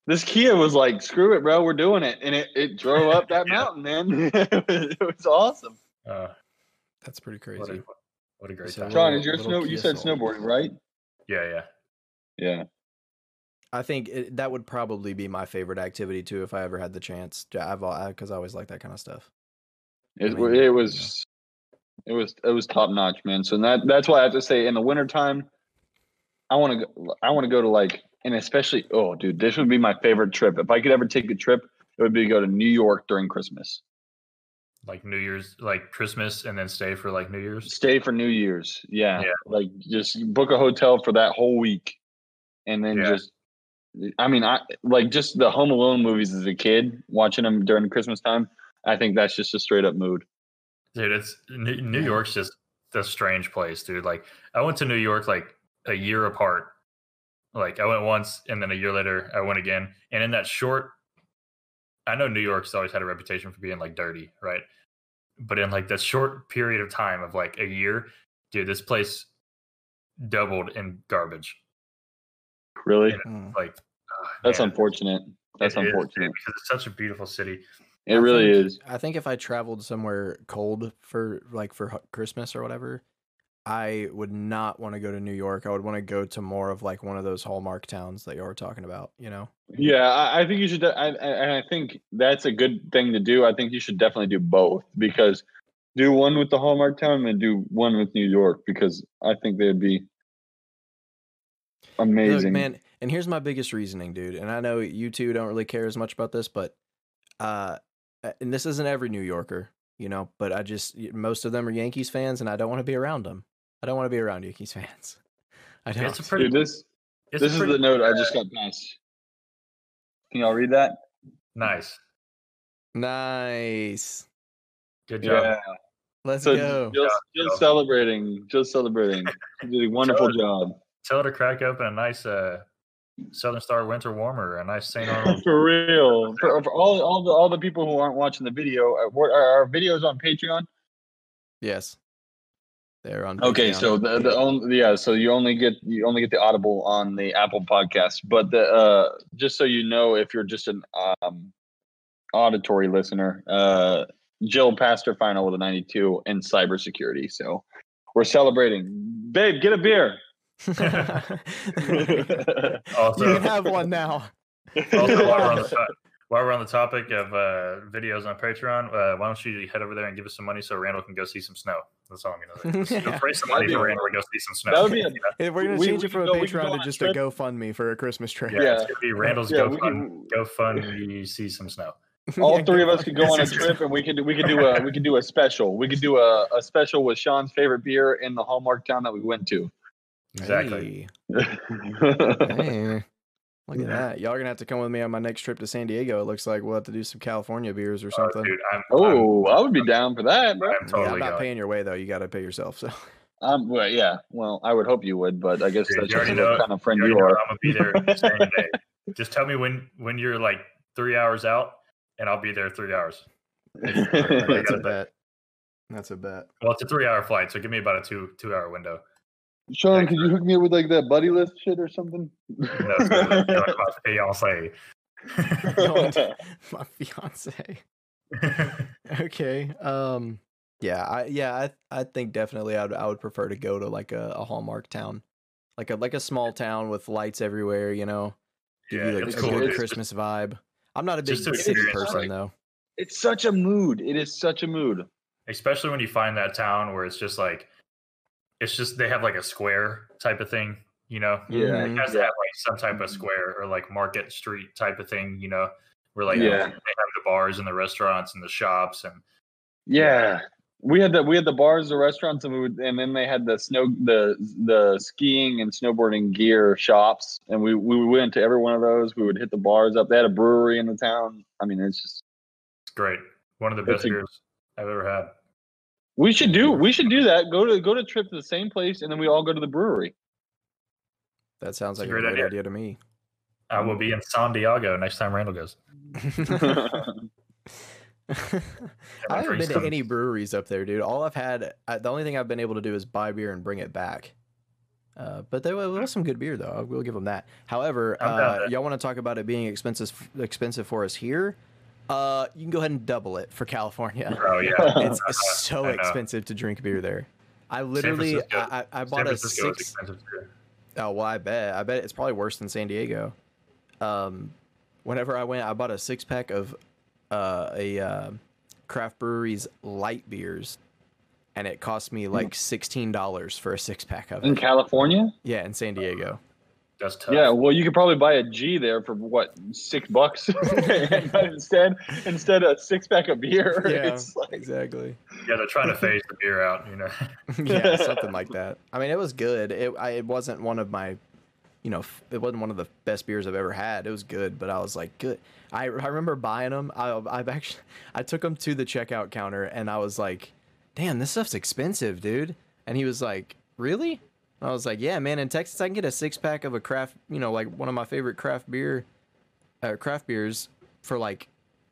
[SPEAKER 2] This Kia was like, "Screw it, bro, we're doing it," and it, it drove up that
[SPEAKER 3] *laughs* Yeah.
[SPEAKER 2] mountain, man. *laughs* it was awesome.
[SPEAKER 3] Uh,
[SPEAKER 1] That's pretty
[SPEAKER 3] what,
[SPEAKER 1] crazy.
[SPEAKER 3] a, what a great
[SPEAKER 1] So-
[SPEAKER 3] time!
[SPEAKER 2] Sean, is your
[SPEAKER 1] little
[SPEAKER 2] snow?
[SPEAKER 1] Kia
[SPEAKER 2] You said
[SPEAKER 1] Soul.
[SPEAKER 2] snowboarding, right?
[SPEAKER 3] Yeah, yeah.
[SPEAKER 2] Yeah.
[SPEAKER 1] I think it, that would probably be my favorite activity too if I ever had the chance. Yeah, I've because I, always like that kind of stuff.
[SPEAKER 2] It,
[SPEAKER 1] I
[SPEAKER 2] wa-
[SPEAKER 1] mean,
[SPEAKER 2] it was it was it was top notch, man. So that that's why I have to say in the wintertime, I want to go I want to go to like and especially oh dude, this would be my favorite trip. If I could ever take a trip, it would be to go to New York during Christmas.
[SPEAKER 3] Like New Year's, like Christmas, and then stay for like New Year's.
[SPEAKER 2] Stay for New Year's. Yeah.
[SPEAKER 3] Yeah.
[SPEAKER 2] Like just book a hotel for that whole week and then
[SPEAKER 3] Yeah.
[SPEAKER 2] just I mean, I like just the Home Alone movies as a kid, watching them during Christmas time. I think that's just a straight up mood.
[SPEAKER 3] Dude, it's New, New
[SPEAKER 1] Yeah.
[SPEAKER 3] York's just a strange place, dude. Like I went to New York like a year apart. Like I went once, and then a year later I went again. And in that short, I know New York's always had a reputation for being like dirty, right? But in like that short period of time of like a year, dude, this place doubled in garbage.
[SPEAKER 2] Really?
[SPEAKER 1] Mm.
[SPEAKER 3] Like ah,
[SPEAKER 2] That's
[SPEAKER 3] man,
[SPEAKER 2] unfortunate. That's
[SPEAKER 3] it is, dude,
[SPEAKER 2] unfortunate.
[SPEAKER 3] because it's such a beautiful city.
[SPEAKER 1] I
[SPEAKER 2] It really
[SPEAKER 1] think-
[SPEAKER 2] is.
[SPEAKER 1] I think if I traveled somewhere cold for like for hu- Christmas or whatever, I would not want to go to New York. I would want to go to more of like one of those hallmark towns that you were talking about. You know,
[SPEAKER 2] Yeah, I, I think you should. de- I, I- and I think that's a good thing to do. I think you should definitely do both because do one with the Hallmark Town and do one with New York because I think they'd be amazing.
[SPEAKER 1] Look, man. And here's my biggest reasoning, dude. And I know you two don't really care as much about this, but uh, a- and this isn't every New Yorker, you know, but I just y- most of them are Yankees fans, and I don't want to be around them. I don't want to be around Yankees *laughs* fans. I don't.
[SPEAKER 3] It's a pretty.
[SPEAKER 2] Dude, this
[SPEAKER 3] it's
[SPEAKER 2] this is
[SPEAKER 3] pretty
[SPEAKER 2] the note I just got passed. Can y'all read that?
[SPEAKER 3] nice.
[SPEAKER 1] nice.
[SPEAKER 3] Good job.
[SPEAKER 1] Let's
[SPEAKER 2] So
[SPEAKER 1] go.
[SPEAKER 2] just, just celebrating, just celebrating. You did a wonderful job.
[SPEAKER 3] Tell her to crack open a nice uh, Southern Star Winter Warmer, a nice St.
[SPEAKER 2] *laughs*
[SPEAKER 3] Arnold.
[SPEAKER 2] for real. For, for all all the all the people who aren't watching the video, uh, we're- our, our videos on Patreon.
[SPEAKER 1] Yes. They're on.
[SPEAKER 2] Okay,
[SPEAKER 1] Patreon. *laughs*
[SPEAKER 2] so *laughs* the the only yeah, so you only get you only get the Audible on the Apple Podcast, but the uh just so you know, if you're just an um auditory listener, uh Jill passed her final with a 92 in cybersecurity, so we're celebrating. Babe, get a
[SPEAKER 3] *laughs*
[SPEAKER 2] beer.
[SPEAKER 1] you
[SPEAKER 3] Also,
[SPEAKER 1] can have one now.
[SPEAKER 3] also while, we're on the to- while we're on the topic of uh, videos on Patreon, uh, why don't you head over there and give us some money so Randall can go see some snow? That's all I'm going to say. Just Go raise some money
[SPEAKER 2] That'd
[SPEAKER 3] for
[SPEAKER 2] be-
[SPEAKER 3] Randall to go see some snow.
[SPEAKER 2] that would be a-
[SPEAKER 3] *laughs*
[SPEAKER 2] *laughs*
[SPEAKER 3] You know?
[SPEAKER 1] Hey, We're gonna
[SPEAKER 2] We-
[SPEAKER 1] change
[SPEAKER 2] we
[SPEAKER 1] it from
[SPEAKER 2] can
[SPEAKER 1] a
[SPEAKER 2] go- we can go
[SPEAKER 1] Patreon
[SPEAKER 2] on
[SPEAKER 1] to
[SPEAKER 2] a
[SPEAKER 1] just a
[SPEAKER 2] trip.
[SPEAKER 1] GoFundMe for a Christmas trip.
[SPEAKER 3] yeah, it's going to be Randall's
[SPEAKER 2] Yeah, we can-
[SPEAKER 3] GoFund,
[SPEAKER 2] *laughs*
[SPEAKER 3] GoFundMe see some snow.
[SPEAKER 1] *laughs*
[SPEAKER 2] all three of us could go on a
[SPEAKER 3] This is-
[SPEAKER 2] trip and we could we could do a we could do a special. We could do a, a special with Sean's favorite beer in the Hallmark town that we went to.
[SPEAKER 3] Exactly.
[SPEAKER 2] *laughs*
[SPEAKER 1] Hey, hey. Look at that. Y'all gonna have to come with me on my next trip to San Diego. It looks like we'll have to do some California beers or
[SPEAKER 3] Oh,
[SPEAKER 1] something.
[SPEAKER 3] dude, I'm, I'm,
[SPEAKER 2] oh, I would be down for that, bro.
[SPEAKER 3] I'm
[SPEAKER 1] Yeah,
[SPEAKER 3] totally
[SPEAKER 1] I'm
[SPEAKER 3] going.
[SPEAKER 1] not paying your way though. You gotta pay yourself.
[SPEAKER 3] *laughs*
[SPEAKER 1] So
[SPEAKER 2] Um, well, yeah. Well, I would hope you would, but I guess
[SPEAKER 3] Dude,
[SPEAKER 2] that's
[SPEAKER 3] you
[SPEAKER 2] just
[SPEAKER 3] already
[SPEAKER 2] the
[SPEAKER 3] know-
[SPEAKER 2] kind of friend
[SPEAKER 3] You
[SPEAKER 2] you,
[SPEAKER 3] already know
[SPEAKER 2] are.
[SPEAKER 3] I'm gonna
[SPEAKER 2] *laughs*
[SPEAKER 3] be there the same day. Just tell me when when you're like three hours out, and I'll be there three hours.
[SPEAKER 1] *laughs* that's a
[SPEAKER 3] gotta-
[SPEAKER 1] bet. That's a bet. *laughs*
[SPEAKER 3] Well, it's a three hour flight, so give me about a two two hour window.
[SPEAKER 2] *laughs* Sean, could you hook me up with like that buddy list shit or something?
[SPEAKER 3] You know, so it's like
[SPEAKER 2] *laughs*
[SPEAKER 3] my fiance.
[SPEAKER 1] Going
[SPEAKER 3] *laughs*
[SPEAKER 1] to- *laughs* my fiance. okay um yeah i yeah i i think definitely i'd i would prefer to go to like a, a hallmark town like a like a small town with lights everywhere you know give
[SPEAKER 3] yeah,
[SPEAKER 1] you like
[SPEAKER 3] it's
[SPEAKER 1] a
[SPEAKER 3] cool.
[SPEAKER 1] good
[SPEAKER 3] dude.
[SPEAKER 1] christmas vibe i'm not a big
[SPEAKER 3] Just to
[SPEAKER 1] city
[SPEAKER 3] experience,
[SPEAKER 1] person
[SPEAKER 2] like-
[SPEAKER 1] though
[SPEAKER 2] it's such a mood. It is such a mood.
[SPEAKER 3] *laughs* Especially when you find that town where it's just like, it's just they have like a square type of thing, you know.
[SPEAKER 1] Yeah.
[SPEAKER 3] It has
[SPEAKER 2] Mm-hmm. Yeah. Mm-hmm.
[SPEAKER 3] to have like some type of square or like market street type of thing, you know, where like
[SPEAKER 2] Yeah.
[SPEAKER 3] they have the bars and the restaurants and the shops and
[SPEAKER 2] Yeah. We had the we had the bars, the restaurants, and we would, and then they had the snow the the skiing and snowboarding gear shops, and we we went to every one of those. We would hit the bars up. They had a brewery in the town. I mean, it's just
[SPEAKER 3] It's great. One of the best
[SPEAKER 2] It's a-
[SPEAKER 3] beers I've ever had.
[SPEAKER 2] we should do we should do that. Go to go to trip to the same place, and then we all go to the
[SPEAKER 1] *laughs*
[SPEAKER 2] brewery.
[SPEAKER 1] that sounds like
[SPEAKER 3] It's a
[SPEAKER 1] a
[SPEAKER 3] great
[SPEAKER 1] great idea,
[SPEAKER 3] idea.
[SPEAKER 1] to
[SPEAKER 3] *laughs*
[SPEAKER 1] me
[SPEAKER 3] I
[SPEAKER 2] Mm-hmm.
[SPEAKER 3] will be in San Diego next time Randall goes. *laughs*
[SPEAKER 1] i haven't
[SPEAKER 3] drink
[SPEAKER 1] been
[SPEAKER 3] some-
[SPEAKER 1] to any breweries up there dude all i've had I, the only thing i've been able to do is buy beer and bring it back uh, but there wa- was some good beer though. I will give them that. However,
[SPEAKER 3] I'm down
[SPEAKER 1] uh,
[SPEAKER 3] to-
[SPEAKER 1] y'all want to talk about it being expensive expensive for us here? Uh, you can go ahead and double it for
[SPEAKER 3] *laughs*
[SPEAKER 1] California.
[SPEAKER 2] *laughs*
[SPEAKER 3] Oh yeah.
[SPEAKER 1] it's
[SPEAKER 3] Uh,
[SPEAKER 1] so
[SPEAKER 3] I know.
[SPEAKER 1] expensive to drink beer there. I literally,
[SPEAKER 3] Francisco-
[SPEAKER 1] I, I I
[SPEAKER 3] San
[SPEAKER 1] bought a
[SPEAKER 3] Francisco is
[SPEAKER 1] six.
[SPEAKER 3] expensive too.
[SPEAKER 1] Oh, well, I bet. I bet it's probably worse than San Diego. Um, whenever I went, I bought a six pack of uh, a uh, craft brewery's light beers, and it cost me like sixteen dollars for a six pack of
[SPEAKER 2] in
[SPEAKER 1] it.
[SPEAKER 2] California.
[SPEAKER 1] Yeah, in San Diego.
[SPEAKER 3] That's tough.
[SPEAKER 2] Yeah, well, you could probably buy a G there for what six
[SPEAKER 1] *laughs*
[SPEAKER 2] bucks, *laughs* but instead instead a six pack of beer. *laughs*
[SPEAKER 1] Yeah,
[SPEAKER 2] It's like,
[SPEAKER 1] exactly.
[SPEAKER 3] Yeah, they're trying to phase the beer out,
[SPEAKER 1] *laughs*
[SPEAKER 3] you know. *laughs*
[SPEAKER 1] yeah, something like that. I mean, it was good. It I, it wasn't one of my, you know, f- it wasn't one of the best beers I've ever had. It was good, but I was like, good. I, I remember buying them. I I've actually *laughs* I took them to the checkout counter and I was like, damn, this stuff's expensive, dude. And he was like, really? And I was like, yeah, man. In Texas, I can get a six pack of a craft, you know, like one of my favorite craft beer, uh, craft beers for like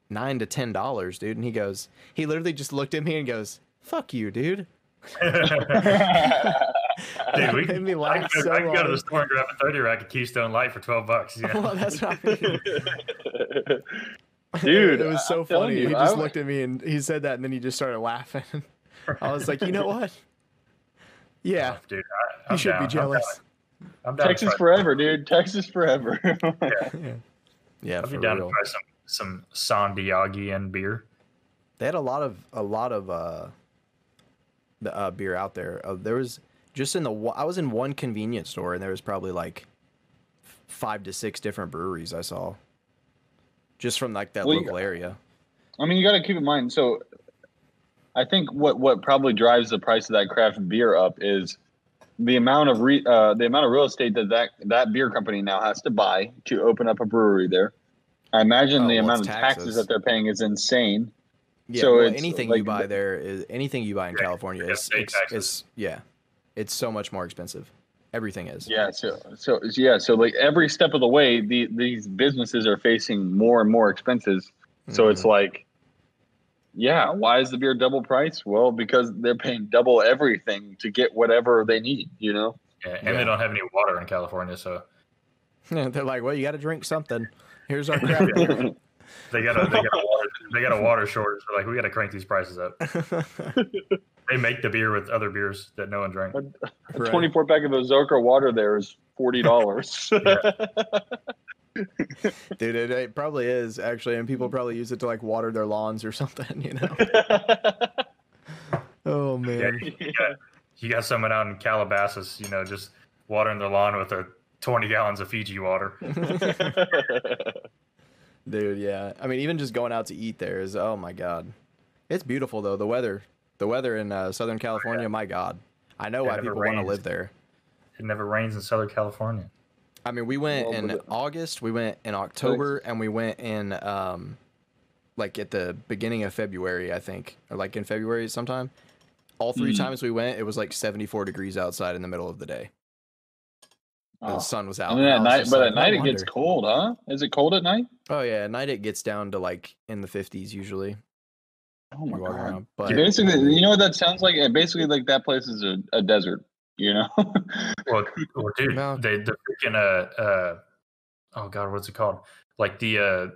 [SPEAKER 1] nine to ten dollars, dude. *laughs* And he goes, he literally just looked at me and goes, "Fuck you, dude."
[SPEAKER 3] Dude, we
[SPEAKER 1] That made
[SPEAKER 3] can,
[SPEAKER 1] me
[SPEAKER 3] I
[SPEAKER 1] laugh
[SPEAKER 3] can, go,
[SPEAKER 1] so
[SPEAKER 3] I can go to
[SPEAKER 1] hard.
[SPEAKER 3] the store and grab a 30 rack of Keystone Light for 12 bucks. You
[SPEAKER 1] *laughs*
[SPEAKER 3] know?
[SPEAKER 1] Well, that's
[SPEAKER 3] *laughs*
[SPEAKER 1] what I mean.
[SPEAKER 2] Dude,
[SPEAKER 1] it was so
[SPEAKER 2] I'm telling
[SPEAKER 1] funny.
[SPEAKER 2] you,
[SPEAKER 1] he just
[SPEAKER 2] I-
[SPEAKER 1] looked at me and he said that, and then he just started laughing. *laughs* I was like, you
[SPEAKER 3] *laughs*
[SPEAKER 1] know what? Yeah,
[SPEAKER 3] Oh, Dude, I,
[SPEAKER 1] you
[SPEAKER 3] I'm
[SPEAKER 1] should
[SPEAKER 3] down.
[SPEAKER 1] be
[SPEAKER 3] I'm
[SPEAKER 1] jealous.
[SPEAKER 3] down- I'm down. to
[SPEAKER 2] Texas
[SPEAKER 3] try-
[SPEAKER 2] forever, dude. Texas forever.
[SPEAKER 1] Yeah, yeah,
[SPEAKER 3] I'll be
[SPEAKER 1] for
[SPEAKER 3] down
[SPEAKER 1] real.
[SPEAKER 3] to try some some Sandiagi and beer.
[SPEAKER 1] They had a lot of a lot of uh, the uh, beer out there. Uh, there was just in the wa- I was in one convenience store, and there was probably like f- five to six different breweries I saw, just from like that
[SPEAKER 2] Well, you-
[SPEAKER 1] local area.
[SPEAKER 2] I mean, you got to keep in mind. So, I think what what probably drives the price of that craft beer up is the amount of re, uh, the amount of real estate that, that that beer company now has to buy to open up a brewery there. I imagine
[SPEAKER 1] Oh,
[SPEAKER 2] the
[SPEAKER 1] well,
[SPEAKER 2] amount of
[SPEAKER 1] it's
[SPEAKER 2] taxes.
[SPEAKER 1] taxes.
[SPEAKER 2] that they're paying is insane.
[SPEAKER 1] Yeah,
[SPEAKER 2] So
[SPEAKER 1] well,
[SPEAKER 2] it's,
[SPEAKER 1] anything you
[SPEAKER 2] like,
[SPEAKER 1] buy
[SPEAKER 2] the-
[SPEAKER 1] there is anything you buy in
[SPEAKER 3] Yeah,
[SPEAKER 1] California
[SPEAKER 3] yeah,
[SPEAKER 1] is,
[SPEAKER 3] state
[SPEAKER 1] ex-
[SPEAKER 3] taxes.
[SPEAKER 1] is yeah, it's so much more expensive. Everything is.
[SPEAKER 2] Yeah. So so yeah. So like every step of the way, the, these businesses are facing more and more expenses. So
[SPEAKER 1] Mm-hmm.
[SPEAKER 2] it's like, yeah, why is the beer double price? Well, because they're paying double everything to get whatever they need. You know.
[SPEAKER 3] Yeah, and
[SPEAKER 1] Yeah.
[SPEAKER 3] they don't have any water in California, so
[SPEAKER 1] Mhm. *laughs* they're like, well, you got to drink something. Here's our
[SPEAKER 2] *laughs*
[SPEAKER 1] crap beer.
[SPEAKER 3] they got a they
[SPEAKER 1] *laughs*
[SPEAKER 3] got a water they got a water shortage. So like we got to crank these prices up. They make the beer with other beers that no one drank.
[SPEAKER 2] A
[SPEAKER 1] *laughs* Right.
[SPEAKER 2] 24 pack of Azoka water there is
[SPEAKER 3] *laughs*
[SPEAKER 2] *laughs* $40.
[SPEAKER 1] Dude, it, it probably is actually, and people probably use it to like water their lawns or *laughs* something. You know? Oh man.
[SPEAKER 3] You got someone out in Calabasas, you know, just watering their lawn with a 20 gallons of Fiji water.
[SPEAKER 1] *laughs*
[SPEAKER 2] *laughs*
[SPEAKER 1] Dude, yeah. I mean, even just going out to eat there is oh my god. It's beautiful though. The weather, the weather in uh, Southern California, my god. I know
[SPEAKER 3] Yeah,
[SPEAKER 1] why
[SPEAKER 3] it never
[SPEAKER 1] people want to
[SPEAKER 3] rains.
[SPEAKER 1] live there.
[SPEAKER 3] It never rains in Southern California.
[SPEAKER 1] I mean, we went
[SPEAKER 2] Well,
[SPEAKER 1] in
[SPEAKER 2] but-
[SPEAKER 1] August, we went in October, and we went in um, like at the beginning of February, I think, or like in February sometime. All three
[SPEAKER 2] Mm.
[SPEAKER 1] times we went, it was like 74 degrees outside in the middle of the day. The
[SPEAKER 2] Oh.
[SPEAKER 1] sun was out.
[SPEAKER 2] And then
[SPEAKER 1] and I
[SPEAKER 2] at
[SPEAKER 1] was
[SPEAKER 2] night,
[SPEAKER 1] just
[SPEAKER 2] but
[SPEAKER 1] like,
[SPEAKER 2] at
[SPEAKER 1] no
[SPEAKER 2] night it gets
[SPEAKER 1] wonder.
[SPEAKER 2] cold, huh? Is it cold at night?
[SPEAKER 1] Oh yeah, at night it gets down to like in the 50s usually.
[SPEAKER 2] Oh my
[SPEAKER 1] you walk
[SPEAKER 2] god!
[SPEAKER 1] around, but
[SPEAKER 2] Basically, you know what that sounds like? It basically like that place is a, a desert. You know, *laughs*
[SPEAKER 3] Well, well dude,
[SPEAKER 1] No.
[SPEAKER 3] they, the freaking, uh, uh, oh God, what's it called? Like the, uh,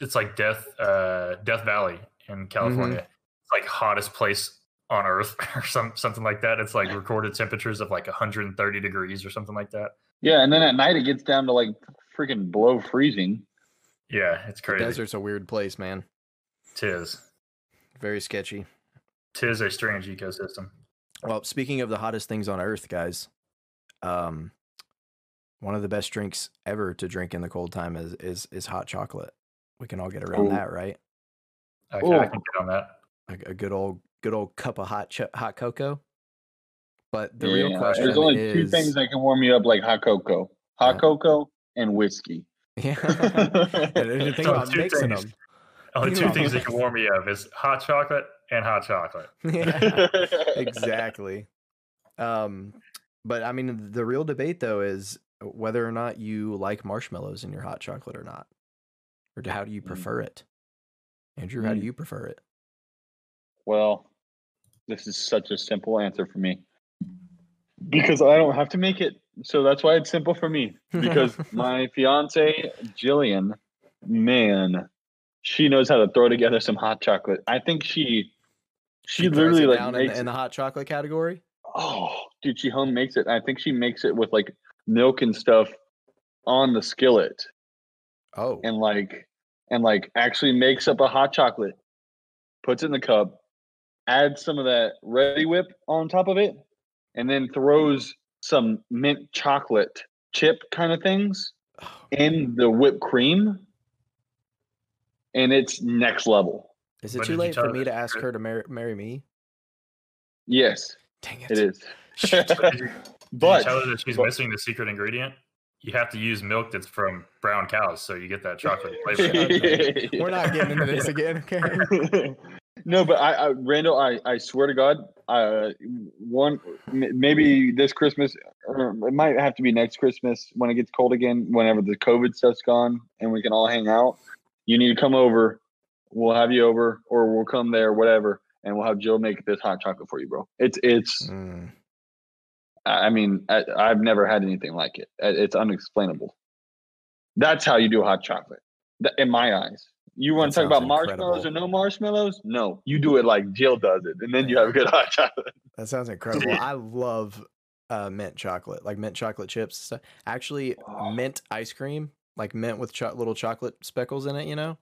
[SPEAKER 3] it's like Death, uh, Death Valley
[SPEAKER 1] Mm-hmm.
[SPEAKER 3] in California. It's like hottest place on earth *laughs* or some, something like that. It's like recorded temperatures of like 130 degrees or something like that.
[SPEAKER 2] yeah. And then at night it gets down to like freaking below freezing.
[SPEAKER 3] Yeah, it's
[SPEAKER 1] the
[SPEAKER 3] crazy.
[SPEAKER 1] desert's a weird place, man.
[SPEAKER 3] Tis.
[SPEAKER 1] Very sketchy.
[SPEAKER 3] Tis a strange ecosystem.
[SPEAKER 1] Well, speaking of the hottest things on earth, guys, um, one of the best drinks ever to drink in the cold time is is is hot chocolate. We can all get around
[SPEAKER 2] Ooh.
[SPEAKER 1] that, right?
[SPEAKER 3] I, can- I
[SPEAKER 2] Ooh.
[SPEAKER 3] can get on that.
[SPEAKER 1] A, a good old good old cup of hot cho- hot cocoa. But the real
[SPEAKER 2] Yeah,
[SPEAKER 1] question
[SPEAKER 2] There's only
[SPEAKER 1] is, *laughs*
[SPEAKER 2] two things that can warm you up, like hot cocoa, hot
[SPEAKER 1] Yeah.
[SPEAKER 2] cocoa, and whiskey.
[SPEAKER 1] *laughs*
[SPEAKER 2] *laughs*
[SPEAKER 1] yeah, *laughs* I didn't even think
[SPEAKER 3] So
[SPEAKER 1] about
[SPEAKER 3] two
[SPEAKER 1] mixing
[SPEAKER 3] things.
[SPEAKER 1] them.
[SPEAKER 3] Only
[SPEAKER 1] You
[SPEAKER 3] two
[SPEAKER 1] know.
[SPEAKER 3] things that can warm me up is hot chocolate and hot
[SPEAKER 1] *laughs*
[SPEAKER 3] chocolate.
[SPEAKER 1] Yeah.
[SPEAKER 3] *laughs*
[SPEAKER 1] exactly. Um, but I mean, the real debate though is whether or not you like marshmallows in your hot chocolate or not, or do- how do you
[SPEAKER 2] Mm.
[SPEAKER 1] prefer it? Andrew, how do
[SPEAKER 2] Mm.
[SPEAKER 1] you prefer it?
[SPEAKER 2] Well, this is such a simple answer for me because I don't have to make it. So that's why it's simple for me
[SPEAKER 1] *laughs*
[SPEAKER 2] because my fiance, Jillian, man, she knows how to throw together some hot chocolate. I think she, she,
[SPEAKER 1] throws
[SPEAKER 2] literally
[SPEAKER 1] it
[SPEAKER 2] like
[SPEAKER 1] down in,
[SPEAKER 2] makes
[SPEAKER 1] the, in the hot chocolate category.
[SPEAKER 2] Oh, dude, she home makes it. I think she makes it with like milk and stuff on the skillet,
[SPEAKER 1] Oh,
[SPEAKER 2] and like, and like actually makes up a hot chocolate, puts it in the cup, adds some of that ready whip on top of it, and then throws some mint chocolate chip kind of things
[SPEAKER 1] Oh,
[SPEAKER 2] in the whipped cream, and it's next level.
[SPEAKER 1] is it
[SPEAKER 3] But
[SPEAKER 1] too
[SPEAKER 3] did you
[SPEAKER 1] late
[SPEAKER 3] tell
[SPEAKER 1] for
[SPEAKER 3] her
[SPEAKER 1] me
[SPEAKER 3] that
[SPEAKER 1] to
[SPEAKER 3] you
[SPEAKER 1] ask
[SPEAKER 3] could?
[SPEAKER 1] her to marry, marry me?
[SPEAKER 2] Yes,
[SPEAKER 1] Dang it!
[SPEAKER 2] it is. *laughs*
[SPEAKER 1] Shit.
[SPEAKER 3] Did you, did you
[SPEAKER 2] But
[SPEAKER 3] tell her that she's
[SPEAKER 2] but-
[SPEAKER 3] missing the secret ingredient? You have to use milk that's from brown cows, so you get that
[SPEAKER 2] *laughs*
[SPEAKER 3] chocolate flavor.
[SPEAKER 1] Okay. We're not getting into this again, okay?
[SPEAKER 2] *laughs* no, but I, I Randall, I, I swear to God, uh, one m- maybe this Christmas, or it might have to be next Christmas when it gets cold again. Whenever the COVID stuff's gone and we can all hang out, you need to come over. We'll have you over, or we'll come there, whatever. and we'll have Jill make this hot chocolate for you, bro. It's it's.
[SPEAKER 1] Mm.
[SPEAKER 2] I I mean, I, I've never had anything like it. I- It's unexplainable. That's how you do hot chocolate, Th- in my eyes. You want
[SPEAKER 1] That
[SPEAKER 2] to talk about
[SPEAKER 1] sounds
[SPEAKER 2] marshmallows
[SPEAKER 1] incredible.
[SPEAKER 2] or no marshmallows? No, you do it like Jill does it, and then you have good hot chocolate.
[SPEAKER 1] That sounds
[SPEAKER 2] *laughs*
[SPEAKER 1] incredible. I love uh, mint chocolate, like mint chocolate chips. and stuff. Actually,
[SPEAKER 2] Oh.
[SPEAKER 1] mint ice cream, like mint with cho- little chocolate speckles in it. You know,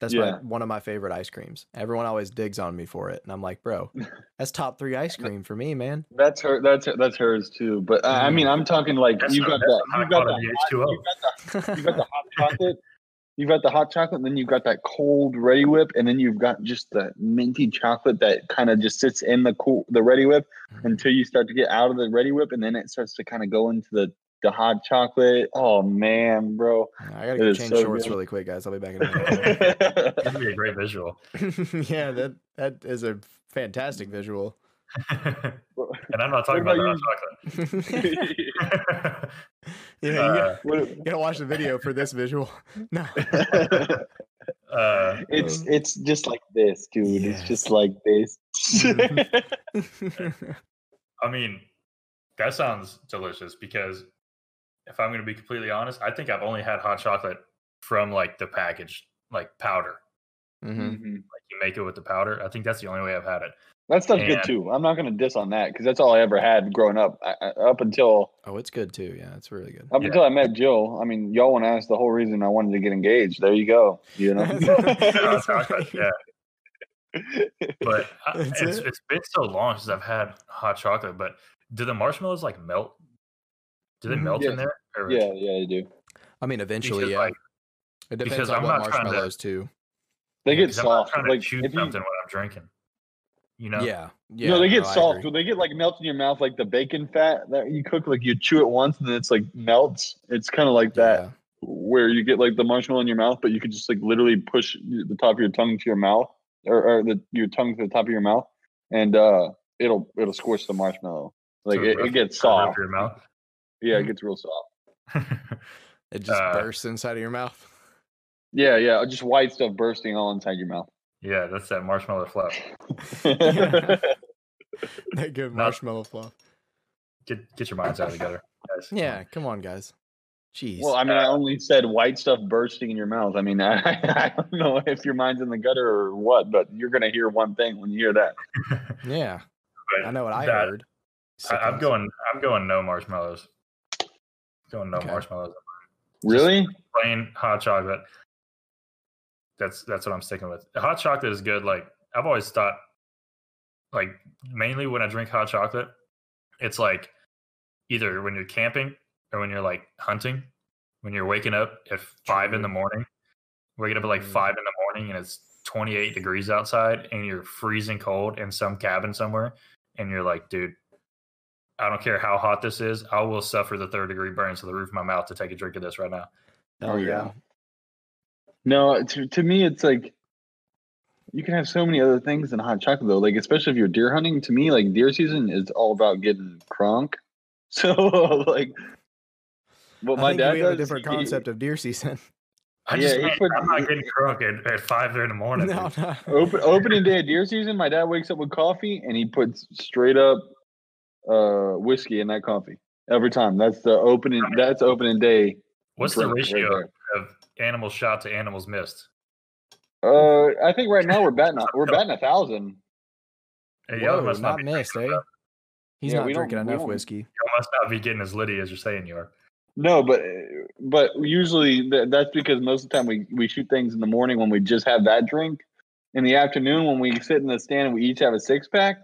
[SPEAKER 1] that's my,
[SPEAKER 2] Yeah.
[SPEAKER 1] one of my favorite ice creams. Everyone always digs on me for it, and I'm like,
[SPEAKER 2] *laughs*
[SPEAKER 1] bro, that's top three ice cream for me, man.
[SPEAKER 2] That's her. That's her, that's hers too. But uh, I mean, I'm talking like
[SPEAKER 3] That's
[SPEAKER 2] you got
[SPEAKER 3] not- that's
[SPEAKER 2] that.
[SPEAKER 3] not
[SPEAKER 2] You got that.
[SPEAKER 3] hot H2O.
[SPEAKER 2] You got the
[SPEAKER 1] *laughs*
[SPEAKER 2] you got the hot chocolate. You've got the hot chocolate, and then you've got that cold ready whip, and then you've got just the minty chocolate that kind of just sits in the cool the ready whip
[SPEAKER 3] Mm-hmm.
[SPEAKER 2] until you start to get out of the ready whip, and then it starts to kind of go into the the hot chocolate. Oh man,
[SPEAKER 3] *laughs*
[SPEAKER 2] bro!
[SPEAKER 1] I gotta
[SPEAKER 2] It
[SPEAKER 1] go
[SPEAKER 2] is
[SPEAKER 1] change
[SPEAKER 2] so
[SPEAKER 1] shorts
[SPEAKER 2] good.
[SPEAKER 1] really quick, guys. I'll be back in a minute.
[SPEAKER 2] yeah,
[SPEAKER 3] That'd be a great visual. *laughs*
[SPEAKER 2] *laughs*
[SPEAKER 1] *laughs* yeah, that that is a fantastic visual. *laughs*
[SPEAKER 3] and I'm not talking
[SPEAKER 2] What
[SPEAKER 3] about,
[SPEAKER 2] about
[SPEAKER 3] the hot chocolate. *laughs*
[SPEAKER 1] yeah, you
[SPEAKER 3] Uh,
[SPEAKER 1] you
[SPEAKER 3] *laughs*
[SPEAKER 1] gotta watch the video for this visual. *laughs*
[SPEAKER 2] *laughs*
[SPEAKER 1] No.
[SPEAKER 3] uh,
[SPEAKER 2] it's it's just like this, dude. It's just
[SPEAKER 1] Yes.
[SPEAKER 2] like this.
[SPEAKER 3] Mm-hmm.
[SPEAKER 2] *laughs*
[SPEAKER 3] I mean, that sounds delicious because if I'm going to be completely honest, I think I've only had hot chocolate from like the package, like powder.
[SPEAKER 1] Mhm.
[SPEAKER 3] Like you make it with the powder. I think that's the only way I've had it.
[SPEAKER 2] That stuff's good
[SPEAKER 3] And-
[SPEAKER 2] too. I'm not gonna diss on that because that's all I ever had growing up. I, I, up until
[SPEAKER 1] Oh, it's good too. Yeah, it's really good.
[SPEAKER 2] Up
[SPEAKER 3] Yeah.
[SPEAKER 2] until I met Jill, I mean, y'all want to ask the whole reason I wanted to get engaged. There you go. *laughs* You
[SPEAKER 1] *laughs*
[SPEAKER 3] *laughs*
[SPEAKER 2] know,
[SPEAKER 3] Hot
[SPEAKER 1] That's
[SPEAKER 2] *laughs*
[SPEAKER 3] chocolate,
[SPEAKER 1] right.
[SPEAKER 3] yeah.
[SPEAKER 1] *laughs*
[SPEAKER 3] But I,
[SPEAKER 1] That's
[SPEAKER 3] it's,
[SPEAKER 1] it.
[SPEAKER 3] it's been so long since I've had hot chocolate. But do the marshmallows like melt? Do they
[SPEAKER 1] Mhm.
[SPEAKER 3] melt
[SPEAKER 2] Yeah.
[SPEAKER 3] in there? Or-
[SPEAKER 2] yeah, yeah, they do.
[SPEAKER 1] I mean, eventually,
[SPEAKER 3] Because,
[SPEAKER 1] yeah.
[SPEAKER 3] like-
[SPEAKER 1] it
[SPEAKER 3] because
[SPEAKER 1] depends on
[SPEAKER 3] I'm
[SPEAKER 1] what
[SPEAKER 3] not trying to-
[SPEAKER 1] marshmallows too.
[SPEAKER 2] They get
[SPEAKER 3] 'cause I'm not
[SPEAKER 2] soft.
[SPEAKER 3] trying to
[SPEAKER 2] Like
[SPEAKER 3] chew
[SPEAKER 2] if
[SPEAKER 3] something
[SPEAKER 2] you,
[SPEAKER 3] when I'm drinking. You know?
[SPEAKER 1] Yeah, yeah.
[SPEAKER 2] no, they get
[SPEAKER 1] I
[SPEAKER 2] soft.
[SPEAKER 1] agree.
[SPEAKER 2] They get like melt in your mouth, like the bacon fat that you cook. Like you chew it once and then it's like melts. It's kind of like that,
[SPEAKER 1] Yeah.
[SPEAKER 2] where you get like the marshmallow in your mouth, but you could just like literally push the top of your tongue to your mouth, or, or the, your tongue to the top of your mouth, and uh it'll it'll squish the marshmallow. Like
[SPEAKER 3] To
[SPEAKER 2] it,
[SPEAKER 3] rough-
[SPEAKER 2] it gets
[SPEAKER 3] to rough
[SPEAKER 2] soft.
[SPEAKER 3] Your mouth. *laughs*
[SPEAKER 2] Yeah, it
[SPEAKER 1] Mhm.
[SPEAKER 2] gets real soft.
[SPEAKER 1] It just
[SPEAKER 3] Uh,
[SPEAKER 1] bursts inside of your mouth. *laughs*
[SPEAKER 2] Yeah, yeah, uh, just white stuff bursting all inside
[SPEAKER 1] *laughs*
[SPEAKER 2] your mouth. *laughs*
[SPEAKER 3] yeah, that's that marshmallow fluff.
[SPEAKER 1] Yeah. that good
[SPEAKER 3] Not-
[SPEAKER 1] marshmallow fluff.
[SPEAKER 3] Get get your minds out together, guys.
[SPEAKER 1] Yeah, come on, guys. Jeez.
[SPEAKER 2] well, I mean, I only said white stuff bursting in your mouth. I mean, *laughs* I, I don't know if your mind's in the gutter or what, but you're gonna hear one thing when you hear that.
[SPEAKER 1] yeah,
[SPEAKER 3] But
[SPEAKER 1] I know what I
[SPEAKER 3] that-
[SPEAKER 1] heard.
[SPEAKER 3] I, I'm
[SPEAKER 1] Sickos.
[SPEAKER 3] going. I'm going no marshmallows. Going no
[SPEAKER 1] Okay.
[SPEAKER 3] marshmallows.
[SPEAKER 2] Really?
[SPEAKER 3] Plain hot chocolate. That's that's what I'm sticking with. Hot chocolate is good. Like I've always thought, like mainly when I drink hot chocolate, it's like either when you're camping or when you're like hunting, when you're waking up at five in the
[SPEAKER 1] True.
[SPEAKER 3] morning, waking up at like
[SPEAKER 1] Mm.
[SPEAKER 3] five in the morning and it's 28 degrees outside and you're freezing cold in some cabin somewhere and you're like, dude, I don't care how hot this is, I will suffer the third degree burns to the roof of my mouth to take a drink of this right now.
[SPEAKER 1] Hell
[SPEAKER 2] Oh, yeah. No, to, to me, it's like you can have so many other things than hot chocolate, though. Like, especially if you're deer hunting. To me, like deer season is all about getting crunk. *laughs* So, like, what
[SPEAKER 1] I
[SPEAKER 2] my
[SPEAKER 1] think
[SPEAKER 2] dad
[SPEAKER 1] we
[SPEAKER 2] does,
[SPEAKER 1] have a different
[SPEAKER 2] he-
[SPEAKER 1] concept of deer season. *laughs*
[SPEAKER 3] I
[SPEAKER 2] Yeah,
[SPEAKER 3] just
[SPEAKER 2] he
[SPEAKER 3] can't-
[SPEAKER 2] put-
[SPEAKER 3] I'm not
[SPEAKER 2] he-
[SPEAKER 3] getting drunk at, at five there in the morning.
[SPEAKER 1] no,
[SPEAKER 3] dude.
[SPEAKER 1] no.
[SPEAKER 2] Open, opening day of deer season, my dad wakes up with coffee and he puts straight up uh, whiskey in that coffee every time. That's the opening. That's opening day.
[SPEAKER 3] What's the
[SPEAKER 2] drink right
[SPEAKER 3] ratio
[SPEAKER 2] there.
[SPEAKER 3] of animals shot to animals missed?
[SPEAKER 2] uh, I think right now we're batting. a- We're batting a thousand.
[SPEAKER 3] Hey,
[SPEAKER 1] Whoa,
[SPEAKER 3] y'all, must not
[SPEAKER 1] not
[SPEAKER 3] be,
[SPEAKER 1] missed, eh? He's
[SPEAKER 2] Yeah,
[SPEAKER 1] not
[SPEAKER 2] we don't-
[SPEAKER 1] drinking
[SPEAKER 2] we
[SPEAKER 1] enough
[SPEAKER 2] don't-
[SPEAKER 1] whiskey.
[SPEAKER 3] y'all must not be getting as litty as you're saying you are.
[SPEAKER 2] No, but but usually th- that's because most of the time we we shoot things in the morning when we just have that drink. In the afternoon, when we sit in the stand and we each have a six pack,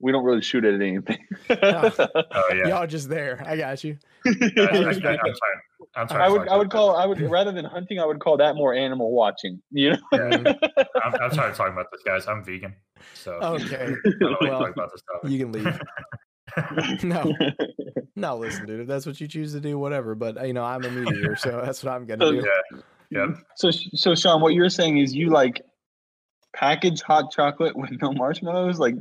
[SPEAKER 2] we don't really shoot at anything. *laughs*
[SPEAKER 3] Oh yeah. *laughs*
[SPEAKER 1] Y'all just there. I got you.
[SPEAKER 3] I, I,
[SPEAKER 1] *laughs*
[SPEAKER 3] am trying, I'm trying
[SPEAKER 2] I
[SPEAKER 3] to
[SPEAKER 2] would
[SPEAKER 3] talk
[SPEAKER 2] I would
[SPEAKER 3] about
[SPEAKER 2] call I would rather than hunting I would call that more animal watching. You know.
[SPEAKER 1] Mm,
[SPEAKER 3] this. I'm, I'm tired of talking about this, guys. I'm vegan,
[SPEAKER 1] *laughs*
[SPEAKER 3] so
[SPEAKER 1] okay,
[SPEAKER 3] *laughs* I
[SPEAKER 1] Oh,
[SPEAKER 3] don't like
[SPEAKER 1] well,
[SPEAKER 3] to talk about this
[SPEAKER 1] *laughs*
[SPEAKER 3] topic.
[SPEAKER 1] you can leave.
[SPEAKER 3] *laughs*
[SPEAKER 2] *laughs*
[SPEAKER 1] No, no, listen, dude. If that's what you choose to do, whatever. But uh, you know, I'm a meat eater, so that's what I'm gonna
[SPEAKER 2] So-
[SPEAKER 1] do.
[SPEAKER 3] Yep.
[SPEAKER 2] So, so Sean, what you're saying is you like package hot chocolate with no marshmallows, like.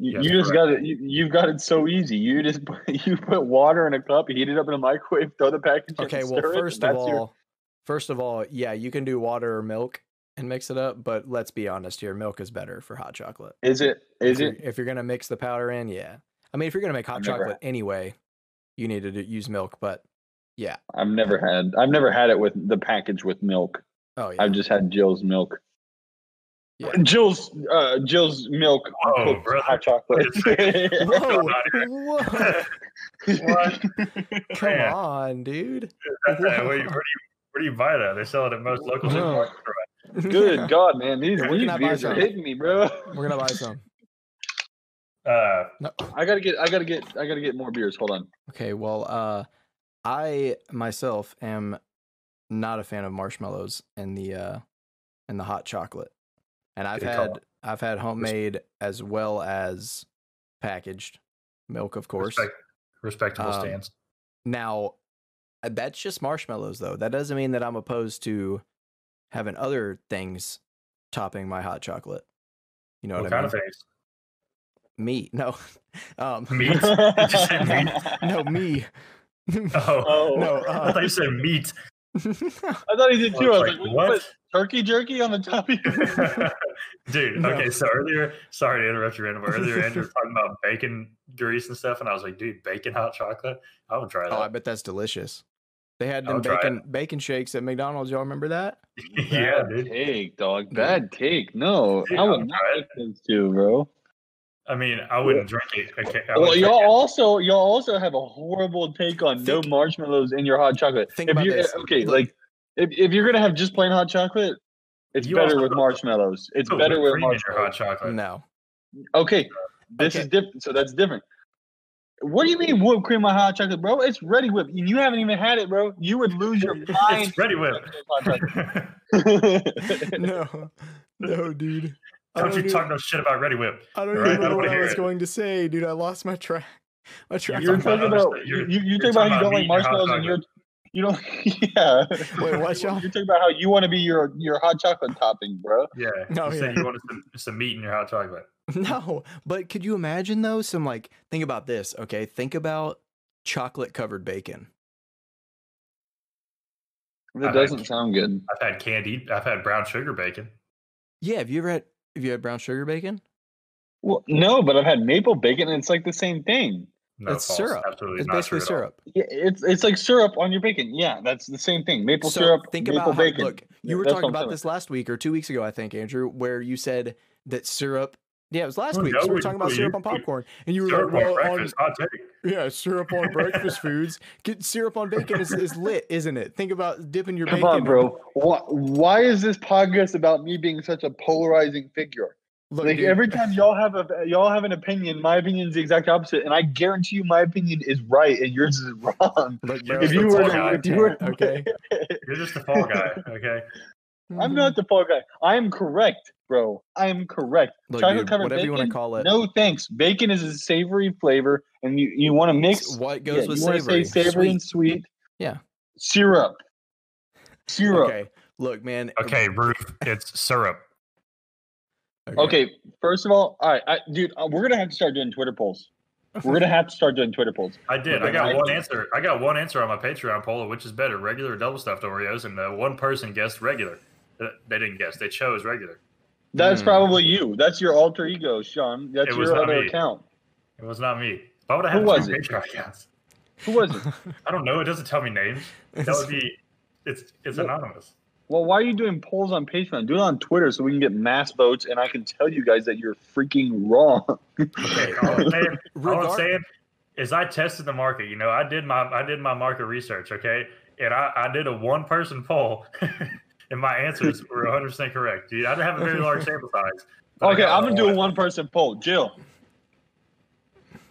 [SPEAKER 2] You,
[SPEAKER 3] Yes,
[SPEAKER 2] you just got it. You, you've got it so easy. You just *laughs* put- you put water in a cup, heat it up in a microwave, throw the package. in,
[SPEAKER 1] Okay,
[SPEAKER 2] and
[SPEAKER 1] well,
[SPEAKER 2] stir it,
[SPEAKER 1] first
[SPEAKER 2] and
[SPEAKER 1] of
[SPEAKER 2] that's
[SPEAKER 1] all,
[SPEAKER 2] your-
[SPEAKER 1] first of all, yeah, you can do water or milk, and mix it up. But let's be honest here, milk is better for hot chocolate.
[SPEAKER 2] Is it?
[SPEAKER 1] if
[SPEAKER 2] Is
[SPEAKER 1] you're,
[SPEAKER 2] it?
[SPEAKER 1] if you're gonna mix the powder in, yeah. I mean, if you're gonna make hot
[SPEAKER 2] I've never
[SPEAKER 1] chocolate anyway, you need to do, use milk. But yeah,
[SPEAKER 2] I've never had. I've never had it with the package with milk.
[SPEAKER 1] oh yeah,
[SPEAKER 2] *laughs* I've just had Jill's milk.
[SPEAKER 1] Yeah.
[SPEAKER 2] *laughs* Jill's uh, Jill's milk
[SPEAKER 3] Whoa,
[SPEAKER 2] cooked
[SPEAKER 3] brother.
[SPEAKER 2] hot chocolate.
[SPEAKER 3] Wait
[SPEAKER 2] *laughs*
[SPEAKER 3] a
[SPEAKER 1] whoa,
[SPEAKER 3] going on
[SPEAKER 1] *laughs* whoa,
[SPEAKER 3] What?
[SPEAKER 1] come
[SPEAKER 3] Man.
[SPEAKER 1] on, dude.
[SPEAKER 3] That's- *laughs* where, where do you where do you buy that? They sell it at most local
[SPEAKER 1] No.
[SPEAKER 3] supermarkets.
[SPEAKER 2] Good God, man, these,
[SPEAKER 1] We're
[SPEAKER 2] these
[SPEAKER 1] gonna buy
[SPEAKER 2] beers are
[SPEAKER 1] some.
[SPEAKER 2] hitting me, bro.
[SPEAKER 1] *laughs* We're gonna buy some.
[SPEAKER 3] Uh,
[SPEAKER 1] No.
[SPEAKER 2] *laughs* I gotta get. I gotta get. I gotta get more beers. Hold on.
[SPEAKER 1] Okay, well, uh, I myself am not a fan of marshmallows and the uh, and the hot chocolate, and I've
[SPEAKER 3] Good call.
[SPEAKER 1] had I've had homemade as well as packaged milk, of course.
[SPEAKER 3] respect, respectable
[SPEAKER 1] Um,
[SPEAKER 3] stance.
[SPEAKER 1] Now, uh, that's just marshmallows, though. That doesn't mean that I'm opposed to having other things topping my hot chocolate. You know
[SPEAKER 3] What
[SPEAKER 1] what, I
[SPEAKER 3] kind
[SPEAKER 1] mean?
[SPEAKER 3] of things?
[SPEAKER 1] Meat? *laughs* No, um,
[SPEAKER 2] *laughs*
[SPEAKER 3] Meat. *laughs* just said
[SPEAKER 1] no
[SPEAKER 3] *laughs*
[SPEAKER 1] me. *laughs*
[SPEAKER 3] Oh,
[SPEAKER 2] Oh
[SPEAKER 1] No,
[SPEAKER 3] *laughs* I
[SPEAKER 1] uh,
[SPEAKER 3] thought you
[SPEAKER 1] *laughs*
[SPEAKER 3] said meat.
[SPEAKER 2] *laughs* I thought he did
[SPEAKER 3] I
[SPEAKER 2] too. I
[SPEAKER 3] was
[SPEAKER 2] was
[SPEAKER 3] like,
[SPEAKER 2] like,
[SPEAKER 3] what?
[SPEAKER 2] what? Turkey jerky on the top *laughs* of your
[SPEAKER 3] *laughs* Dude,
[SPEAKER 1] No.
[SPEAKER 3] okay, so earlier, sorry to interrupt you random. but Earlier, Andrew was talking about bacon grease and stuff, and I was like, dude, bacon hot chocolate? I would try that.
[SPEAKER 1] Oh,
[SPEAKER 3] *laughs*
[SPEAKER 1] I bet that's delicious. They had
[SPEAKER 3] I'll
[SPEAKER 1] them
[SPEAKER 3] try it.
[SPEAKER 1] bacon bacon shakes at McDonald's. Y'all remember that?
[SPEAKER 3] *laughs* yeah,
[SPEAKER 2] Bad
[SPEAKER 3] dude.
[SPEAKER 2] Take, dog. Bad take. No,
[SPEAKER 3] Dude,
[SPEAKER 2] I
[SPEAKER 3] I'm
[SPEAKER 2] would not
[SPEAKER 3] trying.
[SPEAKER 2] like those two, bro.
[SPEAKER 3] I mean, I wouldn't drink it. Okay, I
[SPEAKER 2] Well,
[SPEAKER 3] wouldn't
[SPEAKER 2] y'all
[SPEAKER 3] drink
[SPEAKER 2] also y'all also have a horrible take on no
[SPEAKER 1] Think-
[SPEAKER 2] marshmallows in your hot chocolate.
[SPEAKER 1] think
[SPEAKER 2] if
[SPEAKER 1] about
[SPEAKER 2] you
[SPEAKER 1] this.
[SPEAKER 2] okay,
[SPEAKER 1] Look.
[SPEAKER 2] like if, if you're gonna have just plain hot chocolate, it's
[SPEAKER 3] You
[SPEAKER 2] better
[SPEAKER 3] also
[SPEAKER 2] with
[SPEAKER 3] put-
[SPEAKER 2] marshmallows.
[SPEAKER 3] it.
[SPEAKER 2] It's
[SPEAKER 3] Put
[SPEAKER 2] better
[SPEAKER 3] whipped
[SPEAKER 2] with
[SPEAKER 3] cream in your hot
[SPEAKER 2] marshmallows.
[SPEAKER 3] chocolate. *laughs*
[SPEAKER 1] No.
[SPEAKER 2] Okay, this
[SPEAKER 1] Okay.
[SPEAKER 2] is different. So that's different. What do you mean whipped cream on hot chocolate, bro? It's ready whipped. You haven't even had it, bro. You would lose
[SPEAKER 3] *laughs*
[SPEAKER 2] your mind.
[SPEAKER 3] Ready Whip.
[SPEAKER 2] Hot chocolate.
[SPEAKER 1] No. No, dude. I
[SPEAKER 3] Don't you
[SPEAKER 1] even-
[SPEAKER 3] talk no shit about Ready Whip.
[SPEAKER 1] I don't
[SPEAKER 3] all right, I
[SPEAKER 1] even know
[SPEAKER 3] don't
[SPEAKER 1] what
[SPEAKER 3] wanna
[SPEAKER 1] I
[SPEAKER 3] hear
[SPEAKER 1] was
[SPEAKER 3] it.
[SPEAKER 1] going to say, dude. I lost my track. *laughs* My track.
[SPEAKER 2] You're
[SPEAKER 1] of
[SPEAKER 3] talking *laughs*
[SPEAKER 2] talking
[SPEAKER 1] thought.
[SPEAKER 3] about
[SPEAKER 2] about
[SPEAKER 3] other
[SPEAKER 2] you.
[SPEAKER 3] stuff.
[SPEAKER 2] You you
[SPEAKER 3] You're
[SPEAKER 2] talk about how
[SPEAKER 3] talking
[SPEAKER 2] you don't like
[SPEAKER 3] about meat and hot
[SPEAKER 2] marshmallows, and you're you don't. *laughs* Yeah.
[SPEAKER 1] Wait, what, y'all? *laughs*
[SPEAKER 2] You're talking about how you want to be your your hot chocolate topping, bro.
[SPEAKER 3] Yeah.
[SPEAKER 1] No,
[SPEAKER 3] you
[SPEAKER 1] yeah.
[SPEAKER 3] said you wanted some, some meat in your hot chocolate.
[SPEAKER 1] No, but could you imagine though? Some like think about this. Okay, think about chocolate covered bacon.
[SPEAKER 2] That
[SPEAKER 3] I
[SPEAKER 2] doesn't
[SPEAKER 3] like-
[SPEAKER 2] sound good.
[SPEAKER 3] I've had candied, I've had brown sugar bacon.
[SPEAKER 1] Yeah, have you ever had? Have you had brown sugar bacon?
[SPEAKER 2] Well, no, but I've had maple bacon, and it's like the same thing.
[SPEAKER 3] No,
[SPEAKER 1] It's
[SPEAKER 3] false.
[SPEAKER 1] syrup.
[SPEAKER 3] Absolutely
[SPEAKER 1] It's
[SPEAKER 3] not
[SPEAKER 1] basically
[SPEAKER 3] true at all.
[SPEAKER 1] syrup.
[SPEAKER 2] Yeah, it's it's like syrup on your bacon. Yeah, that's the same thing. Maple
[SPEAKER 1] So,
[SPEAKER 2] syrup,
[SPEAKER 1] Think
[SPEAKER 2] maple
[SPEAKER 1] about how-
[SPEAKER 2] bacon.
[SPEAKER 1] look, you were
[SPEAKER 2] That's
[SPEAKER 1] talking
[SPEAKER 2] what I'm
[SPEAKER 1] about this last week or two weeks ago, I think, Andrew, where you said that syrup. Yeah, it was last
[SPEAKER 2] Oh,
[SPEAKER 3] Well,
[SPEAKER 1] week.
[SPEAKER 3] no,
[SPEAKER 1] 'cause we were
[SPEAKER 3] we-
[SPEAKER 1] talking about
[SPEAKER 3] we-
[SPEAKER 1] syrup on
[SPEAKER 3] we-
[SPEAKER 1] popcorn, and you were
[SPEAKER 3] Syrup
[SPEAKER 1] like,
[SPEAKER 3] on
[SPEAKER 1] "Well, on,
[SPEAKER 3] breakfast, hot take.
[SPEAKER 1] yeah, syrup on
[SPEAKER 2] *laughs*
[SPEAKER 1] breakfast foods. Get syrup on bacon is, is lit, isn't it? Think about dipping your
[SPEAKER 2] Come
[SPEAKER 1] bacon.
[SPEAKER 2] on, bro. Why, why is this podcast about me being such a polarizing figure?
[SPEAKER 1] Look,
[SPEAKER 2] like
[SPEAKER 1] dude,
[SPEAKER 2] every time y'all have a y'all have an opinion, my opinion is the exact opposite, and I guarantee you, my opinion is right and yours is *laughs* wrong.
[SPEAKER 1] look,
[SPEAKER 3] You're
[SPEAKER 1] bro,
[SPEAKER 3] just
[SPEAKER 2] if you
[SPEAKER 3] the
[SPEAKER 1] it's
[SPEAKER 2] were,
[SPEAKER 3] fall
[SPEAKER 1] all
[SPEAKER 2] to,
[SPEAKER 3] guy.
[SPEAKER 2] if you were,
[SPEAKER 1] content, okay,
[SPEAKER 3] You're just a fall guy,
[SPEAKER 1] *laughs*
[SPEAKER 3] okay?
[SPEAKER 2] *laughs*
[SPEAKER 1] Mm-hmm.
[SPEAKER 2] I'm not the fall guy. I am correct, bro. I am correct.
[SPEAKER 1] Look,
[SPEAKER 2] chocolate
[SPEAKER 1] dude,
[SPEAKER 2] covered
[SPEAKER 1] whatever you want to
[SPEAKER 2] bacon?
[SPEAKER 1] call it.
[SPEAKER 2] No thanks. Bacon is a savory flavor, and you you want to
[SPEAKER 1] it's
[SPEAKER 2] mix.
[SPEAKER 1] what
[SPEAKER 2] yeah,
[SPEAKER 1] goes with
[SPEAKER 2] you wanna
[SPEAKER 1] savory?
[SPEAKER 2] Say savory
[SPEAKER 1] Sweet.
[SPEAKER 2] and sweet.
[SPEAKER 1] Yeah.
[SPEAKER 2] Syrup. Syrup. Okay.
[SPEAKER 1] Okay, look, man.
[SPEAKER 3] Okay, Ruth, it's syrup.
[SPEAKER 2] First of all, all right, I, dude, uh, we're gonna have to start doing Twitter polls. We're gonna have to start doing Twitter polls.
[SPEAKER 3] I did. I
[SPEAKER 2] Okay,
[SPEAKER 3] got
[SPEAKER 2] I-
[SPEAKER 3] one answer. I got one answer on my Patreon poll, which is better, regular or double stuffed Oreos, and uh, one person guessed regular. Uh, They didn't guess. They chose regular.
[SPEAKER 2] That's
[SPEAKER 1] Hmm.
[SPEAKER 2] probably you. That's your alter ego, Sean. That's
[SPEAKER 3] It was
[SPEAKER 2] your
[SPEAKER 3] not
[SPEAKER 2] other
[SPEAKER 3] me.
[SPEAKER 2] account.
[SPEAKER 3] It was not me. Why would I have
[SPEAKER 2] Who
[SPEAKER 3] two
[SPEAKER 2] was it?
[SPEAKER 3] Patreon accounts?
[SPEAKER 2] Who was
[SPEAKER 1] *laughs*
[SPEAKER 2] it?
[SPEAKER 3] I don't know. It doesn't tell me names. That would be. It's it's
[SPEAKER 2] Well-
[SPEAKER 3] anonymous.
[SPEAKER 2] Well, why are you doing polls on Patreon? Do it on Twitter so we can get mass votes, and I can tell you guys that you're freaking wrong.
[SPEAKER 1] okay,
[SPEAKER 3] All
[SPEAKER 2] *laughs*
[SPEAKER 3] I'm saying, all I'm
[SPEAKER 1] Regard-
[SPEAKER 3] saying is I tested the market. You know, I did my I did my market research. Okay, and I, I did a one person poll, *laughs* and my answers were 100 percent correct. Dude, I didn't have a very large sample size. but I
[SPEAKER 2] Okay,
[SPEAKER 3] got
[SPEAKER 2] I'm gonna do a
[SPEAKER 3] one.
[SPEAKER 2] one person poll. Jill.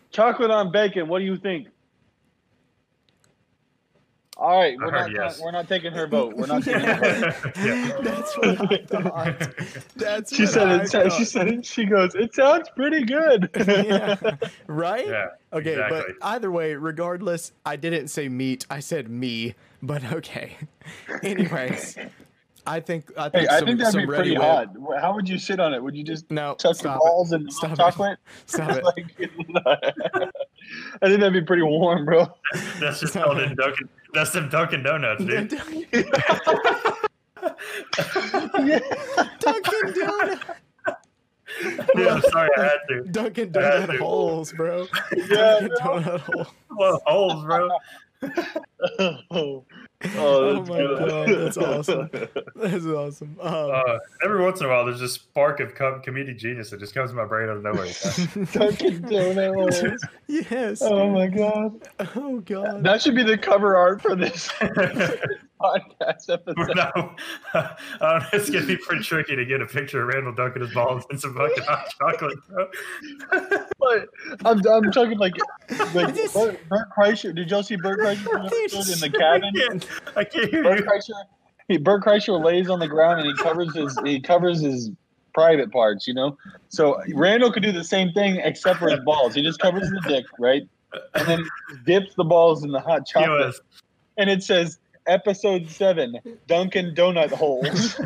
[SPEAKER 2] Chocolate on bacon, what do you think? All right,
[SPEAKER 3] I
[SPEAKER 2] we're
[SPEAKER 3] heard
[SPEAKER 2] not
[SPEAKER 3] yes.
[SPEAKER 2] we're not taking her vote. We're not taking her
[SPEAKER 1] *laughs*
[SPEAKER 2] vote.
[SPEAKER 3] *laughs*
[SPEAKER 2] *laughs*
[SPEAKER 3] Yeah.
[SPEAKER 1] That's what I thought. That's
[SPEAKER 2] She
[SPEAKER 1] what
[SPEAKER 2] said
[SPEAKER 1] I
[SPEAKER 2] it sa- she *laughs*
[SPEAKER 1] thought.
[SPEAKER 2] said it, she goes, It sounds pretty good.
[SPEAKER 1] *laughs* Yeah, right?
[SPEAKER 3] Yeah,
[SPEAKER 1] okay,
[SPEAKER 3] exactly.
[SPEAKER 1] but either way, regardless, I didn't say meat. I said me. But okay. *laughs* Anyways, I think I think
[SPEAKER 2] Hey, I
[SPEAKER 1] some,
[SPEAKER 2] think that'd
[SPEAKER 1] some
[SPEAKER 2] be
[SPEAKER 1] ready
[SPEAKER 2] pretty
[SPEAKER 1] whip-
[SPEAKER 2] odd. Wh- How would you sit on it? Would you just
[SPEAKER 1] No,
[SPEAKER 2] chuck your
[SPEAKER 1] stop
[SPEAKER 2] balls in
[SPEAKER 1] Stop
[SPEAKER 2] hot
[SPEAKER 1] it. *laughs*
[SPEAKER 2] chocolate?
[SPEAKER 1] it. Stop it.
[SPEAKER 2] *laughs* Like, I think that'd be pretty warm, bro. *laughs*
[SPEAKER 3] *laughs* That's just called in Dunkin'. That's them Dunkin' Donuts,
[SPEAKER 2] *laughs*
[SPEAKER 3] dude.
[SPEAKER 1] Dunkin' Donut.
[SPEAKER 3] Dude, I'm sorry, I had
[SPEAKER 1] *laughs*
[SPEAKER 3] to.
[SPEAKER 1] Dunkin'
[SPEAKER 3] I had
[SPEAKER 1] Donut
[SPEAKER 3] to.
[SPEAKER 1] holes, bro.
[SPEAKER 2] Yeah,
[SPEAKER 1] Dunkin' Donut hole.
[SPEAKER 3] Well, holes, bro.
[SPEAKER 2] oh,
[SPEAKER 1] Oh
[SPEAKER 2] that's
[SPEAKER 1] my
[SPEAKER 2] good.
[SPEAKER 1] God, that's awesome. This is awesome. Um,
[SPEAKER 3] Uh, every once in a while, there's this spark of com- comedic genius that just comes to my brain out of
[SPEAKER 2] *laughs*
[SPEAKER 3] nowhere. *laughs*
[SPEAKER 2] Dunkin'
[SPEAKER 1] *laughs*
[SPEAKER 2] Donut holes.
[SPEAKER 1] yes.
[SPEAKER 2] Oh
[SPEAKER 1] dude.
[SPEAKER 2] my god.
[SPEAKER 1] Oh god.
[SPEAKER 2] That should be the cover art for this *laughs*
[SPEAKER 3] We're
[SPEAKER 2] podcast
[SPEAKER 1] *laughs*
[SPEAKER 2] episode.
[SPEAKER 3] not- *laughs* um, it's gonna be pretty tricky to get a picture of Randall dunking his balls in some fucking hot chocolate, bro.
[SPEAKER 2] But I'm, I'm talking like,
[SPEAKER 1] I
[SPEAKER 2] like
[SPEAKER 1] just-
[SPEAKER 2] Bert, Bert Kreischer. Did y'all see
[SPEAKER 1] *laughs*
[SPEAKER 2] Bert Kreischer
[SPEAKER 1] Dude, sorry.
[SPEAKER 2] in the cabin?
[SPEAKER 3] I can't, I can't hear
[SPEAKER 2] Bert
[SPEAKER 3] you.
[SPEAKER 2] Kreischer, he, Bert Kreischer lays on the ground and he covers his he covers his private parts, you know. So Randall could do the same thing except for his balls. He just covers the dick, right? And then dips the balls in the hot
[SPEAKER 3] Give
[SPEAKER 2] chocolate,
[SPEAKER 3] us-
[SPEAKER 2] and it says episode seven, Dunkin' Donut holes.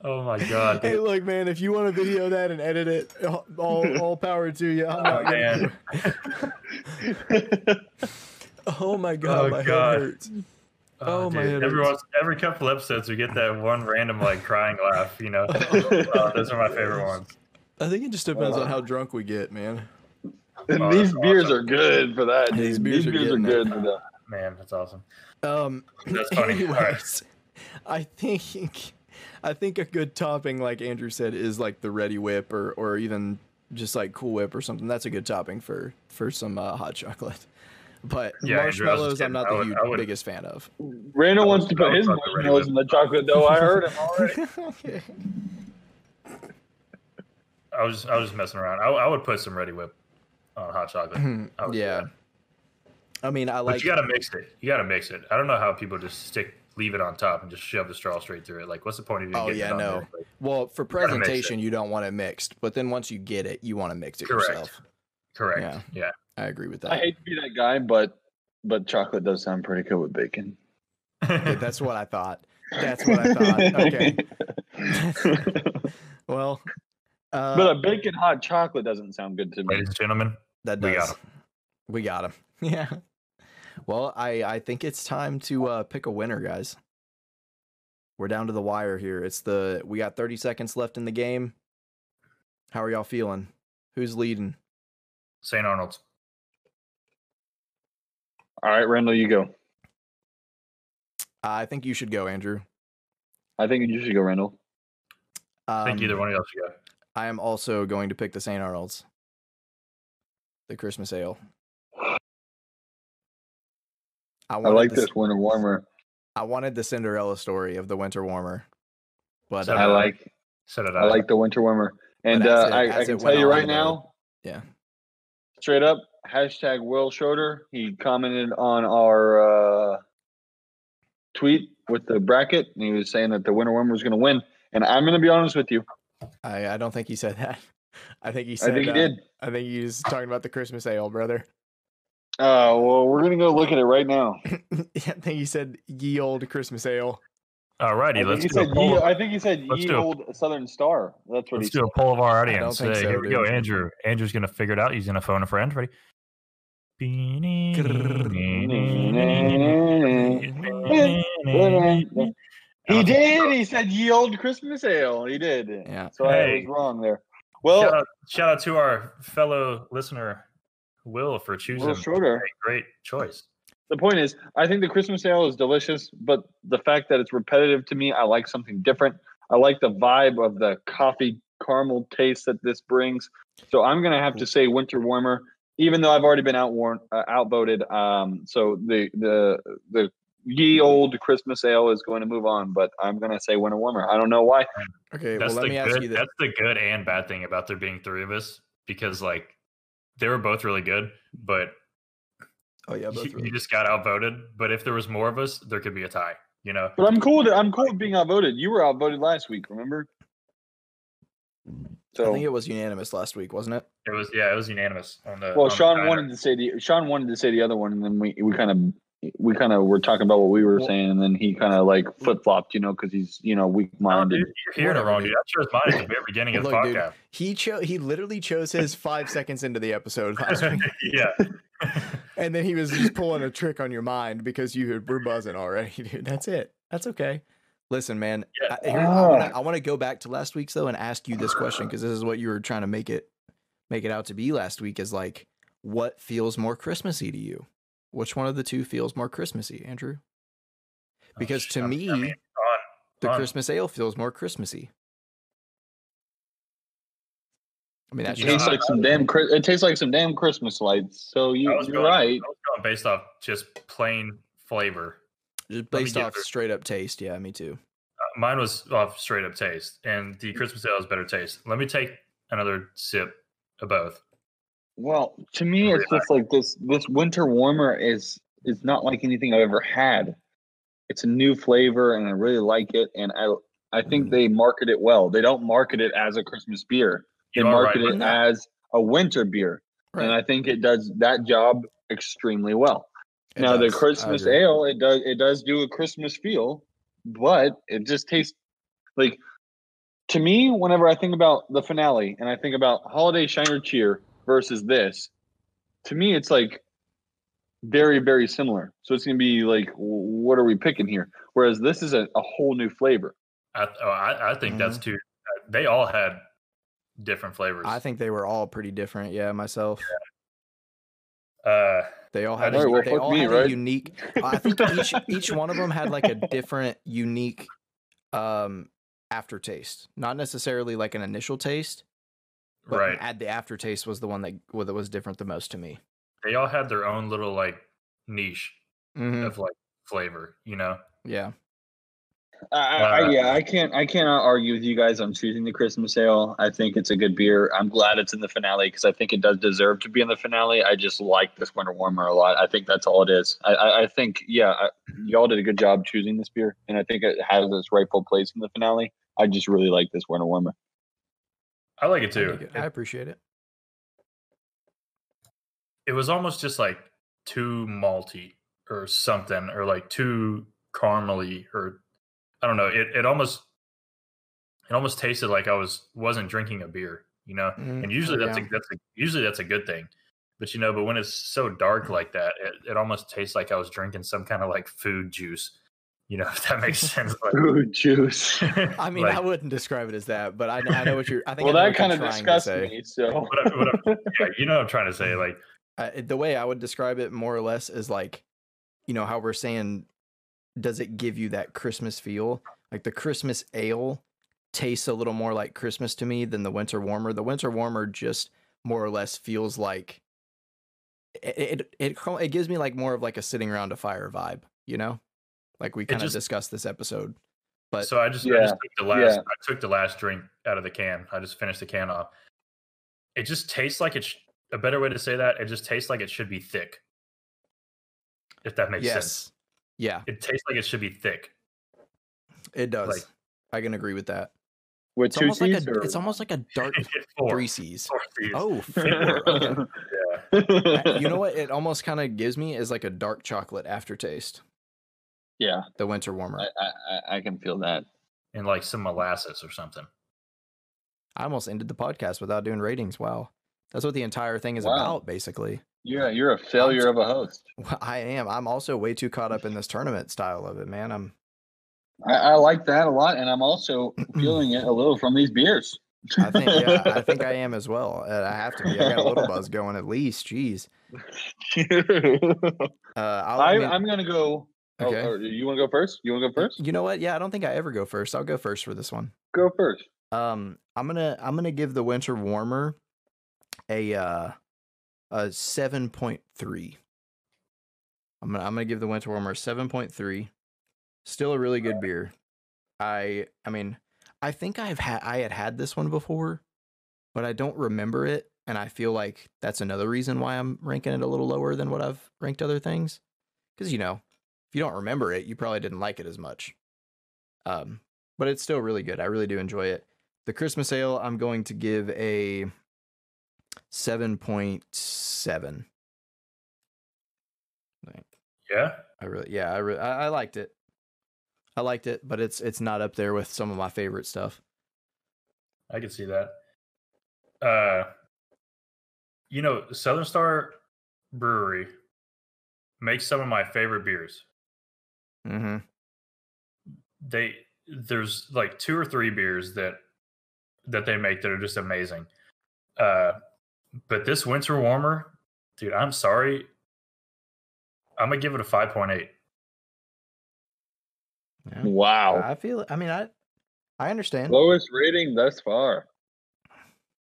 [SPEAKER 3] Oh my god.
[SPEAKER 1] Hey, look, man. If you want to video that and edit it, all
[SPEAKER 2] *laughs*
[SPEAKER 1] all, all power to you. I'm
[SPEAKER 3] Oh,
[SPEAKER 1] not gonna
[SPEAKER 3] man.
[SPEAKER 1] do it. *laughs* oh my god,
[SPEAKER 3] Oh,
[SPEAKER 1] my
[SPEAKER 3] God.
[SPEAKER 1] head hurts.
[SPEAKER 3] Oh,
[SPEAKER 1] Oh, my
[SPEAKER 3] dude,
[SPEAKER 1] head
[SPEAKER 3] Every
[SPEAKER 1] hurts.
[SPEAKER 3] once, every couple episodes, we get that one random like crying laugh. You know, Uh, those are my favorite ones.
[SPEAKER 1] I think it just depends on how drunk we get, man.
[SPEAKER 2] And these beers are good for that. dude. These beers, are,
[SPEAKER 1] getting
[SPEAKER 2] good
[SPEAKER 1] it.
[SPEAKER 2] for that.
[SPEAKER 3] Man, that's awesome.
[SPEAKER 1] Um, *laughs*
[SPEAKER 3] That's funny. All right.
[SPEAKER 1] anyways, I think I think a good topping, like Andrew said, is like the Ready Whip or or even just like Cool Whip or something. That's a good topping for for some uh, hot chocolate. But
[SPEAKER 3] Yeah, Andrew, I was
[SPEAKER 1] marshmallows,
[SPEAKER 3] just
[SPEAKER 1] I'm not the
[SPEAKER 3] kidding. I would-
[SPEAKER 1] huge,
[SPEAKER 3] I would-
[SPEAKER 1] biggest fan of.
[SPEAKER 2] Randall wants to put his
[SPEAKER 3] That was not the
[SPEAKER 2] nose in the chocolate dough. I heard him already.
[SPEAKER 1] *laughs* Okay.
[SPEAKER 3] I was I was just messing around. I, I would put some Ready Whip on hot chocolate. I would do
[SPEAKER 1] yeah.
[SPEAKER 3] that.
[SPEAKER 1] I mean, I
[SPEAKER 3] but
[SPEAKER 1] Mm-hmm. like
[SPEAKER 3] you gotta mix it. You gotta mix it. I don't know how people just stick leave it on top and just shove the straw straight through it. Like, what's the point of even
[SPEAKER 1] Oh,
[SPEAKER 3] getting
[SPEAKER 1] yeah,
[SPEAKER 3] it on
[SPEAKER 1] no.
[SPEAKER 3] there? Like,
[SPEAKER 1] well for
[SPEAKER 3] gotta mix
[SPEAKER 1] presentation. You don't want it mixed, but then once you get it, you want to mix it
[SPEAKER 3] Correct.
[SPEAKER 1] yourself.
[SPEAKER 3] correct. Yeah.
[SPEAKER 1] I agree with that.
[SPEAKER 2] *laughs* I hate to be that guy, but but chocolate does sound pretty good with bacon.
[SPEAKER 1] Yeah, that's what I thought. That's what I thought.
[SPEAKER 2] *laughs*
[SPEAKER 1] Okay. Well, uh,
[SPEAKER 2] but a bacon hot chocolate doesn't sound good to me.
[SPEAKER 3] *laughs* Ladies and gentlemen,
[SPEAKER 1] That
[SPEAKER 3] We got
[SPEAKER 1] does. We got him. *laughs* Yeah. Well, I I think it's time to uh, pick a winner, guys. We're down to the wire here. It's the we got 30 seconds left in the game. How are y'all feeling? Who's leading?
[SPEAKER 3] St. Arnold's.
[SPEAKER 2] All right, Randall, you go.
[SPEAKER 1] I think you should go, Andrew.
[SPEAKER 2] I think you should go, Randall.
[SPEAKER 1] Um,
[SPEAKER 3] I think either one of y'all should go.
[SPEAKER 1] I am also going to pick the St. Arnold's, the Christmas ale.
[SPEAKER 2] I
[SPEAKER 1] wanted
[SPEAKER 2] like
[SPEAKER 1] the-
[SPEAKER 2] this winter warmer.
[SPEAKER 1] I wanted the Cinderella story of the winter warmer, but
[SPEAKER 3] So
[SPEAKER 1] uh,
[SPEAKER 2] I like
[SPEAKER 3] Set it
[SPEAKER 2] I
[SPEAKER 3] up.
[SPEAKER 2] like the winter warmer. And
[SPEAKER 1] But as
[SPEAKER 2] uh,
[SPEAKER 1] it-
[SPEAKER 2] I,
[SPEAKER 1] as
[SPEAKER 2] I
[SPEAKER 1] it
[SPEAKER 2] can tell
[SPEAKER 1] went
[SPEAKER 2] you
[SPEAKER 1] on,
[SPEAKER 2] right
[SPEAKER 1] though-
[SPEAKER 2] now.
[SPEAKER 1] yeah.
[SPEAKER 2] Straight up, hashtag Will Schroeder. He commented on our uh, tweet with the bracket, and he was saying that the winter warmer was going to win. And I'm going to be honest with you.
[SPEAKER 1] I, I don't think he said that. *laughs* I think he
[SPEAKER 2] I
[SPEAKER 1] said
[SPEAKER 2] think he
[SPEAKER 1] uh,
[SPEAKER 2] did.
[SPEAKER 1] I think he was talking about the Christmas ale, brother. *laughs*
[SPEAKER 2] Uh, well, we're going to go look at it right now.
[SPEAKER 1] I think he said ye old Christmas ale.
[SPEAKER 3] All righty,
[SPEAKER 2] I think
[SPEAKER 3] let's
[SPEAKER 2] he
[SPEAKER 3] do a
[SPEAKER 2] said
[SPEAKER 3] poll.
[SPEAKER 2] ye, I think he said
[SPEAKER 3] Let's
[SPEAKER 2] ye
[SPEAKER 3] do a-
[SPEAKER 2] old Southern Star. That's what
[SPEAKER 3] Let's
[SPEAKER 2] he said.
[SPEAKER 3] do a poll of our
[SPEAKER 1] I don't
[SPEAKER 3] audience.
[SPEAKER 1] think
[SPEAKER 3] Uh,
[SPEAKER 1] so,
[SPEAKER 3] here we go,
[SPEAKER 1] dude.
[SPEAKER 3] Andrew. Andrew's gonna figure it out. He's gonna phone a friend. Ready? *laughs*
[SPEAKER 2] He did. He said ye old Christmas ale. He did.
[SPEAKER 1] Yeah.
[SPEAKER 2] So
[SPEAKER 3] Hey.
[SPEAKER 2] I was wrong there.
[SPEAKER 1] Oh.
[SPEAKER 3] shout,
[SPEAKER 2] Well,
[SPEAKER 3] out, shout out to our fellow listener, Will, for choosing
[SPEAKER 2] Will
[SPEAKER 3] a
[SPEAKER 2] Schroeder.
[SPEAKER 3] great choice.
[SPEAKER 2] The point is, I think the Christmas ale is delicious, but the fact that it's repetitive to me, I like something different. I like the vibe of the coffee caramel taste that this brings. So I'm gonna have to say winter warmer, even though I've already been outworn, uh, outvoted. Um, so the the the ye old Christmas ale is going to move on, but I'm gonna say winter warmer. I don't know why.
[SPEAKER 1] Okay,
[SPEAKER 3] That's
[SPEAKER 1] well let
[SPEAKER 3] the
[SPEAKER 1] me
[SPEAKER 3] good.
[SPEAKER 1] ask you this.
[SPEAKER 3] That's the good and bad thing about there being three of us because like they were both really good, but
[SPEAKER 1] Oh yeah, both
[SPEAKER 3] you,
[SPEAKER 1] really.
[SPEAKER 3] you just got outvoted. But if there was more of us, there could be a tie. You know,
[SPEAKER 2] But I'm cool. To, I'm cool with being outvoted. You were outvoted last week, remember?
[SPEAKER 1] I
[SPEAKER 2] So
[SPEAKER 1] think it was unanimous last week, wasn't it?
[SPEAKER 3] it was yeah, it was unanimous on the.
[SPEAKER 2] well,
[SPEAKER 3] on the
[SPEAKER 2] Sean
[SPEAKER 3] diner.
[SPEAKER 2] wanted to say the Sean wanted to say the other one, and then we we kind of we kind of were talking about what we were
[SPEAKER 1] Well-
[SPEAKER 2] saying, and then he kind of like flip flopped, you know, because he's you know weak
[SPEAKER 3] No, dude,
[SPEAKER 2] minded.
[SPEAKER 3] you're hearing it
[SPEAKER 1] Whatever,
[SPEAKER 3] wrong,
[SPEAKER 1] dude.
[SPEAKER 3] dude. I chose mine at the very beginning of the
[SPEAKER 1] Look, dude,
[SPEAKER 3] podcast.
[SPEAKER 1] He chose. He literally chose his five seconds into the episode
[SPEAKER 3] *laughs*
[SPEAKER 1] last week,
[SPEAKER 3] yeah.
[SPEAKER 1] and then he *laughs* was just pulling a trick on your mind because you had- were buzzing already, dude. That's it. That's okay. Listen, man,
[SPEAKER 3] Yeah.
[SPEAKER 1] I, here- I wanna- I want to go back to last week's though and ask you this question because this is what you were trying to make it make it out to be last week is like what feels more Christmassy to you? Which one of the two feels more Christmassy, Andrew? Because to
[SPEAKER 3] I'm-
[SPEAKER 1] me,
[SPEAKER 3] Oh, I mean, on,
[SPEAKER 1] the
[SPEAKER 3] Fun.
[SPEAKER 1] Christmas ale feels more Christmassy. I mean, that's
[SPEAKER 2] It
[SPEAKER 3] Yeah.
[SPEAKER 1] just
[SPEAKER 2] tastes like some damn. Chris- It tastes like some damn Christmas lights. So you,
[SPEAKER 3] I was
[SPEAKER 2] you're
[SPEAKER 3] going-
[SPEAKER 2] right.
[SPEAKER 3] I was going based off just plain flavor.
[SPEAKER 1] just
[SPEAKER 3] let me
[SPEAKER 1] based
[SPEAKER 3] get
[SPEAKER 1] off
[SPEAKER 3] there.
[SPEAKER 1] straight up taste. Yeah, me too.
[SPEAKER 3] Uh, Mine was off straight up taste, and
[SPEAKER 1] Mm.
[SPEAKER 3] the Christmas ale is better taste. Let me take another sip of both.
[SPEAKER 2] Well, to me, it's just like this. This winter warmer is is not like anything I've ever had. It's a new flavor, and I really like it. And I I
[SPEAKER 3] Mm.
[SPEAKER 2] think they market it well. They don't market it as a Christmas beer. They
[SPEAKER 3] You are right.
[SPEAKER 2] market it
[SPEAKER 1] No.
[SPEAKER 2] as a winter beer, and I think it does that job extremely well.
[SPEAKER 1] It
[SPEAKER 2] now
[SPEAKER 1] does.
[SPEAKER 2] the
[SPEAKER 1] I
[SPEAKER 2] Christmas
[SPEAKER 1] agree.
[SPEAKER 2] ale, it does it does do a Christmas feel, but it just tastes like to me, whenever I think about the finale and I think about holiday shiner cheer versus this, to me it's like very, very similar. So it's gonna be like, w- what are we picking here? Whereas this is a, a whole new flavor.
[SPEAKER 3] I, oh, I, I think that's too. uh, They all had different flavors.
[SPEAKER 1] Mm-hmm. I think they were all pretty different. Yeah, myself.
[SPEAKER 3] Uh,
[SPEAKER 1] They all
[SPEAKER 3] I
[SPEAKER 1] had.
[SPEAKER 3] know,
[SPEAKER 1] A,
[SPEAKER 2] well,
[SPEAKER 1] they
[SPEAKER 2] fuck
[SPEAKER 1] all
[SPEAKER 2] me,
[SPEAKER 1] had a
[SPEAKER 2] right? *laughs*
[SPEAKER 1] unique. I think each each one of them had like a different, unique, um, aftertaste. Not necessarily like an initial taste, but
[SPEAKER 3] right.
[SPEAKER 1] Add the aftertaste was the one that well, that was different the most to me.
[SPEAKER 3] They all had their own little like niche
[SPEAKER 1] Mhm,
[SPEAKER 3] of like flavor. You know.
[SPEAKER 1] Yeah,
[SPEAKER 2] I, I,
[SPEAKER 3] Uh,
[SPEAKER 2] I, yeah, I can't. I cannot argue with you guys on choosing the Christmas ale. I think it's a good beer. I'm glad it's in the finale because I think it does deserve to be in the finale. I just like this winter warmer a lot. I think that's all it is. I, I, I think yeah, I, y'all did a good job choosing this beer, and I think it has its rightful place in the finale. I just really like this winter warmer.
[SPEAKER 3] I like it
[SPEAKER 1] I
[SPEAKER 3] too.
[SPEAKER 1] dig it. I
[SPEAKER 3] It,
[SPEAKER 1] appreciate it.
[SPEAKER 3] it was almost just like too malty or something, or like too caramely, or I don't know. It it almost it almost tasted like I was wasn't drinking a beer. You know.
[SPEAKER 1] Mhm.
[SPEAKER 3] and usually that's
[SPEAKER 1] Yeah.
[SPEAKER 3] a, that's a, usually that's a good thing but you know but when it's so
[SPEAKER 1] Mm.
[SPEAKER 3] dark like that it, it almost tastes like i was drinking some kind of like food juice you know *laughs* if
[SPEAKER 1] *laughs*
[SPEAKER 3] that makes sense
[SPEAKER 2] *laughs*
[SPEAKER 3] like,
[SPEAKER 2] Ooh, juice.
[SPEAKER 1] I mean, I wouldn't describe it as that, but I, I know what
[SPEAKER 2] *laughs*
[SPEAKER 1] you're. I think
[SPEAKER 2] Well,
[SPEAKER 1] I know
[SPEAKER 2] that
[SPEAKER 1] what you're
[SPEAKER 2] kind of
[SPEAKER 1] trying to
[SPEAKER 2] disgusts
[SPEAKER 1] say.
[SPEAKER 2] me. So
[SPEAKER 3] what I- what
[SPEAKER 1] *laughs*
[SPEAKER 3] I- yeah, you know what i'm trying to say like
[SPEAKER 1] uh, the way I would describe it more or less is like, you know, how we're saying, does it give you that Christmas feel? Like the Christmas ale tastes a little more like Christmas to me than the winter warmer. The winter warmer just more or less feels like it it it, co- it gives me like more of like a sitting around a fire vibe, you know? Like we kind of
[SPEAKER 3] just-
[SPEAKER 1] discussed this episode. But
[SPEAKER 3] so i just, I
[SPEAKER 2] Yeah,
[SPEAKER 3] just took the last i took the last drink out of the can i just finished the can off it just tastes like it's a better way to say that it just tastes like it should be thick if that makes
[SPEAKER 1] yes.
[SPEAKER 3] sense
[SPEAKER 1] Yeah,
[SPEAKER 3] it tastes like it should be thick *laughs*
[SPEAKER 1] it does.
[SPEAKER 3] Like-
[SPEAKER 1] I can agree with that.
[SPEAKER 2] *laughs* with
[SPEAKER 1] It's
[SPEAKER 2] two
[SPEAKER 1] almost like
[SPEAKER 2] C's
[SPEAKER 1] a
[SPEAKER 2] or-
[SPEAKER 1] it's
[SPEAKER 2] *laughs*
[SPEAKER 1] almost like a dark
[SPEAKER 3] *laughs* Four.
[SPEAKER 1] three C's.
[SPEAKER 3] Four Cs.
[SPEAKER 1] Oh, four. Okay.
[SPEAKER 3] yeah
[SPEAKER 1] I- you know what it almost kind of gives me is like a dark chocolate aftertaste
[SPEAKER 2] Yeah,
[SPEAKER 1] the winter warmer
[SPEAKER 2] I, I, I- I can feel that.
[SPEAKER 3] and like some molasses or something
[SPEAKER 1] i almost ended the podcast without doing ratings wow that's what the entire thing is
[SPEAKER 2] Wow.
[SPEAKER 1] about basically *laughs*
[SPEAKER 2] Yeah, you're a failure of a host.
[SPEAKER 1] i am i'm also way too caught up in this tournament style of it man
[SPEAKER 2] *laughs*
[SPEAKER 1] i'm
[SPEAKER 2] I, I like that a lot, and
[SPEAKER 1] *clears throat*
[SPEAKER 2] I'm also feeling it a little from these
[SPEAKER 3] *laughs*
[SPEAKER 2] beers.
[SPEAKER 1] i think yeah i think i am as well Uh, i have to be i got a little buzz going at least jeez Oh, uh I'll,
[SPEAKER 2] I,
[SPEAKER 1] mean,
[SPEAKER 2] I'm gonna go. oh,
[SPEAKER 1] Okay.
[SPEAKER 2] or you want to go first? You want to go first?
[SPEAKER 1] you know what yeah i don't think i ever go first i'll go first for this one
[SPEAKER 2] Go first.
[SPEAKER 1] Um, I'm gonna I'm gonna give the winter warmer a uh a seven point three. I'm gonna I'm gonna give the winter warmer seven point three. Still a really good beer. I I mean I think I've had I had had this one before, but I don't remember it, and I feel like that's another reason why I'm ranking it a little lower than what I've ranked other things. Because you know, if you don't remember it, you probably didn't like it as much. Um, but it's still really good. I really do enjoy it. The Christmas ale, I'm going to give a seven point seven.
[SPEAKER 3] yeah
[SPEAKER 1] I really, yeah, I, re- I I liked it. I liked it, but it's it's not up there with some of my favorite stuff.
[SPEAKER 3] I can see that. Uh, you know, Southern Star Brewery makes some of my favorite beers.
[SPEAKER 1] Mm-hmm.
[SPEAKER 3] They there's like two or three beers that that they make that are just amazing. Uh, but this winter warmer, dude, I'm sorry. I'm gonna give it a five point eight.
[SPEAKER 1] Yeah.
[SPEAKER 2] Wow.
[SPEAKER 1] I feel. I mean, I I understand.
[SPEAKER 2] Lowest rating thus far.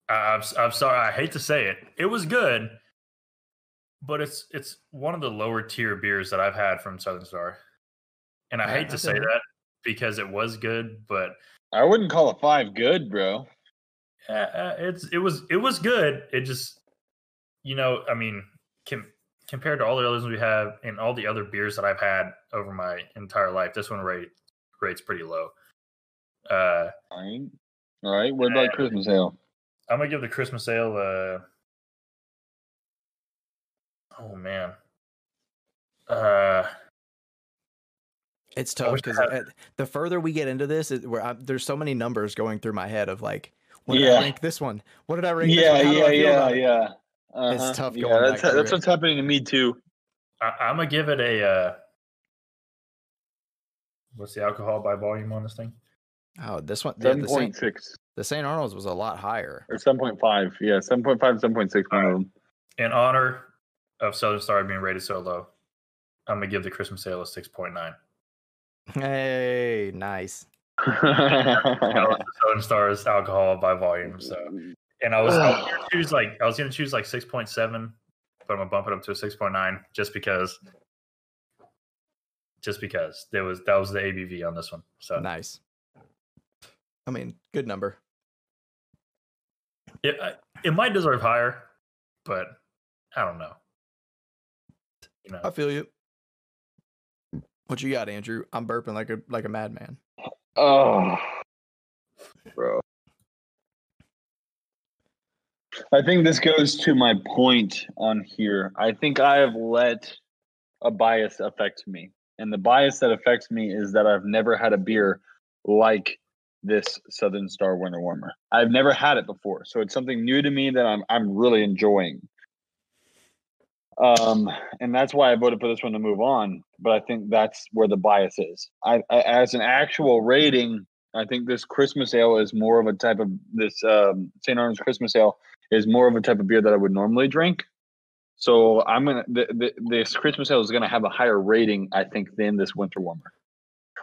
[SPEAKER 3] I'm s- I'm sorry. I hate to say it. It was good, but it's it's one of the lower tier beers that I've had from Southern Star, and I
[SPEAKER 1] Yeah,
[SPEAKER 3] hate
[SPEAKER 1] I
[SPEAKER 3] to say
[SPEAKER 1] feel
[SPEAKER 3] that because it was good, but
[SPEAKER 2] I wouldn't call a five good, bro.
[SPEAKER 3] uh, uh, it's it was it was good. It just you know I mean com- compared to all the others we have and all the other beers that I've had over my entire life, this one rate rates pretty low. Uh,
[SPEAKER 2] All right. All right. What about Christmas ale?
[SPEAKER 3] I'm gonna give the Christmas ale uh oh man. Uh
[SPEAKER 1] It's tough
[SPEAKER 3] wish I
[SPEAKER 1] because
[SPEAKER 3] had-
[SPEAKER 1] the further we get into this, it, where I, there's so many numbers going through my head of like, what did
[SPEAKER 2] Yeah.
[SPEAKER 1] I rank this one? What did I rank? this
[SPEAKER 2] Yeah,
[SPEAKER 1] one? How do
[SPEAKER 2] yeah,
[SPEAKER 1] I feel
[SPEAKER 2] yeah,
[SPEAKER 1] about it?
[SPEAKER 2] yeah. Uh-huh.
[SPEAKER 1] It's tough
[SPEAKER 2] Yeah,
[SPEAKER 1] going
[SPEAKER 2] that's
[SPEAKER 1] back
[SPEAKER 2] that's
[SPEAKER 1] through
[SPEAKER 2] what's happening to me too.
[SPEAKER 3] I, I'm gonna give it a uh what's the alcohol by volume on this thing?
[SPEAKER 1] Oh, this one. yeah,
[SPEAKER 2] Seven
[SPEAKER 1] the,
[SPEAKER 2] point
[SPEAKER 1] Saint,
[SPEAKER 2] six
[SPEAKER 1] the St. Arnold's was a lot higher.
[SPEAKER 2] or seven point five. Yeah, seven point five, seven point six. One of them. *laughs*
[SPEAKER 3] In honor of Southern Star being rated so low, I'm gonna give the Christmas ale a six point nine.
[SPEAKER 1] Hey, nice.
[SPEAKER 3] Southern Star's alcohol by volume. So and I was, I was gonna choose like I was gonna choose like six point seven, but I'm gonna bump it up to a six point nine just because. Just because there was that was the ABV on this one. So
[SPEAKER 1] Nice. I mean, good number.
[SPEAKER 3] it I- it might deserve higher, but I don't know. You know,
[SPEAKER 1] I feel you. What you got, Andrew? I'm burping like a like a madman.
[SPEAKER 2] oh, bro. I think this goes to my point on here. I think I have let a bias affect me, and the bias that affects me is that I've never had a beer like this Southern Star Winter Warmer. I've never had it before, so it's something new to me that I'm I'm really enjoying. Um, and that's why I voted for this one to move on. But I think that's where the bias is. I, I as an actual rating, I think this Christmas ale is more of a type of this um, St. Arnold's Christmas ale is more of a type of beer that I would normally drink. So I'm gonna th- th- this Christmas ale is gonna have a higher rating, I think, than this winter warmer,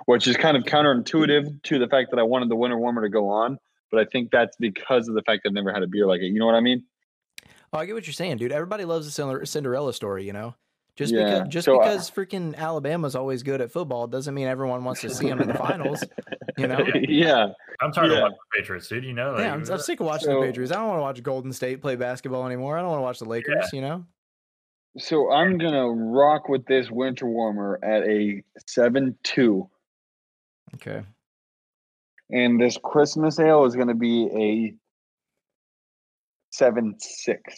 [SPEAKER 2] which is kind of counterintuitive to the fact that I wanted the winter warmer to go on. But I think that's because of the fact I've never had a beer like it. You know what I mean?
[SPEAKER 1] Oh, I get what you're saying, dude. Everybody loves the Cinder- Cinderella story, you know. Just
[SPEAKER 2] Yeah,
[SPEAKER 1] because just
[SPEAKER 2] so I-
[SPEAKER 1] because freaking Alabama's always good at football doesn't mean everyone wants to see them in the
[SPEAKER 2] *laughs*
[SPEAKER 1] finals. You know.
[SPEAKER 2] yeah.
[SPEAKER 3] I'm tired
[SPEAKER 2] yeah.
[SPEAKER 3] of watching the Patriots, dude. You know, like,
[SPEAKER 1] Yeah, I'm, I'm sick of watching
[SPEAKER 2] So-
[SPEAKER 1] the Patriots. I don't want to watch Golden State play basketball anymore. I don't want to watch the Lakers. You know.
[SPEAKER 2] So I'm gonna rock with this winter warmer at a seven two,
[SPEAKER 1] Okay.
[SPEAKER 2] and this Christmas ale is gonna be a seven six.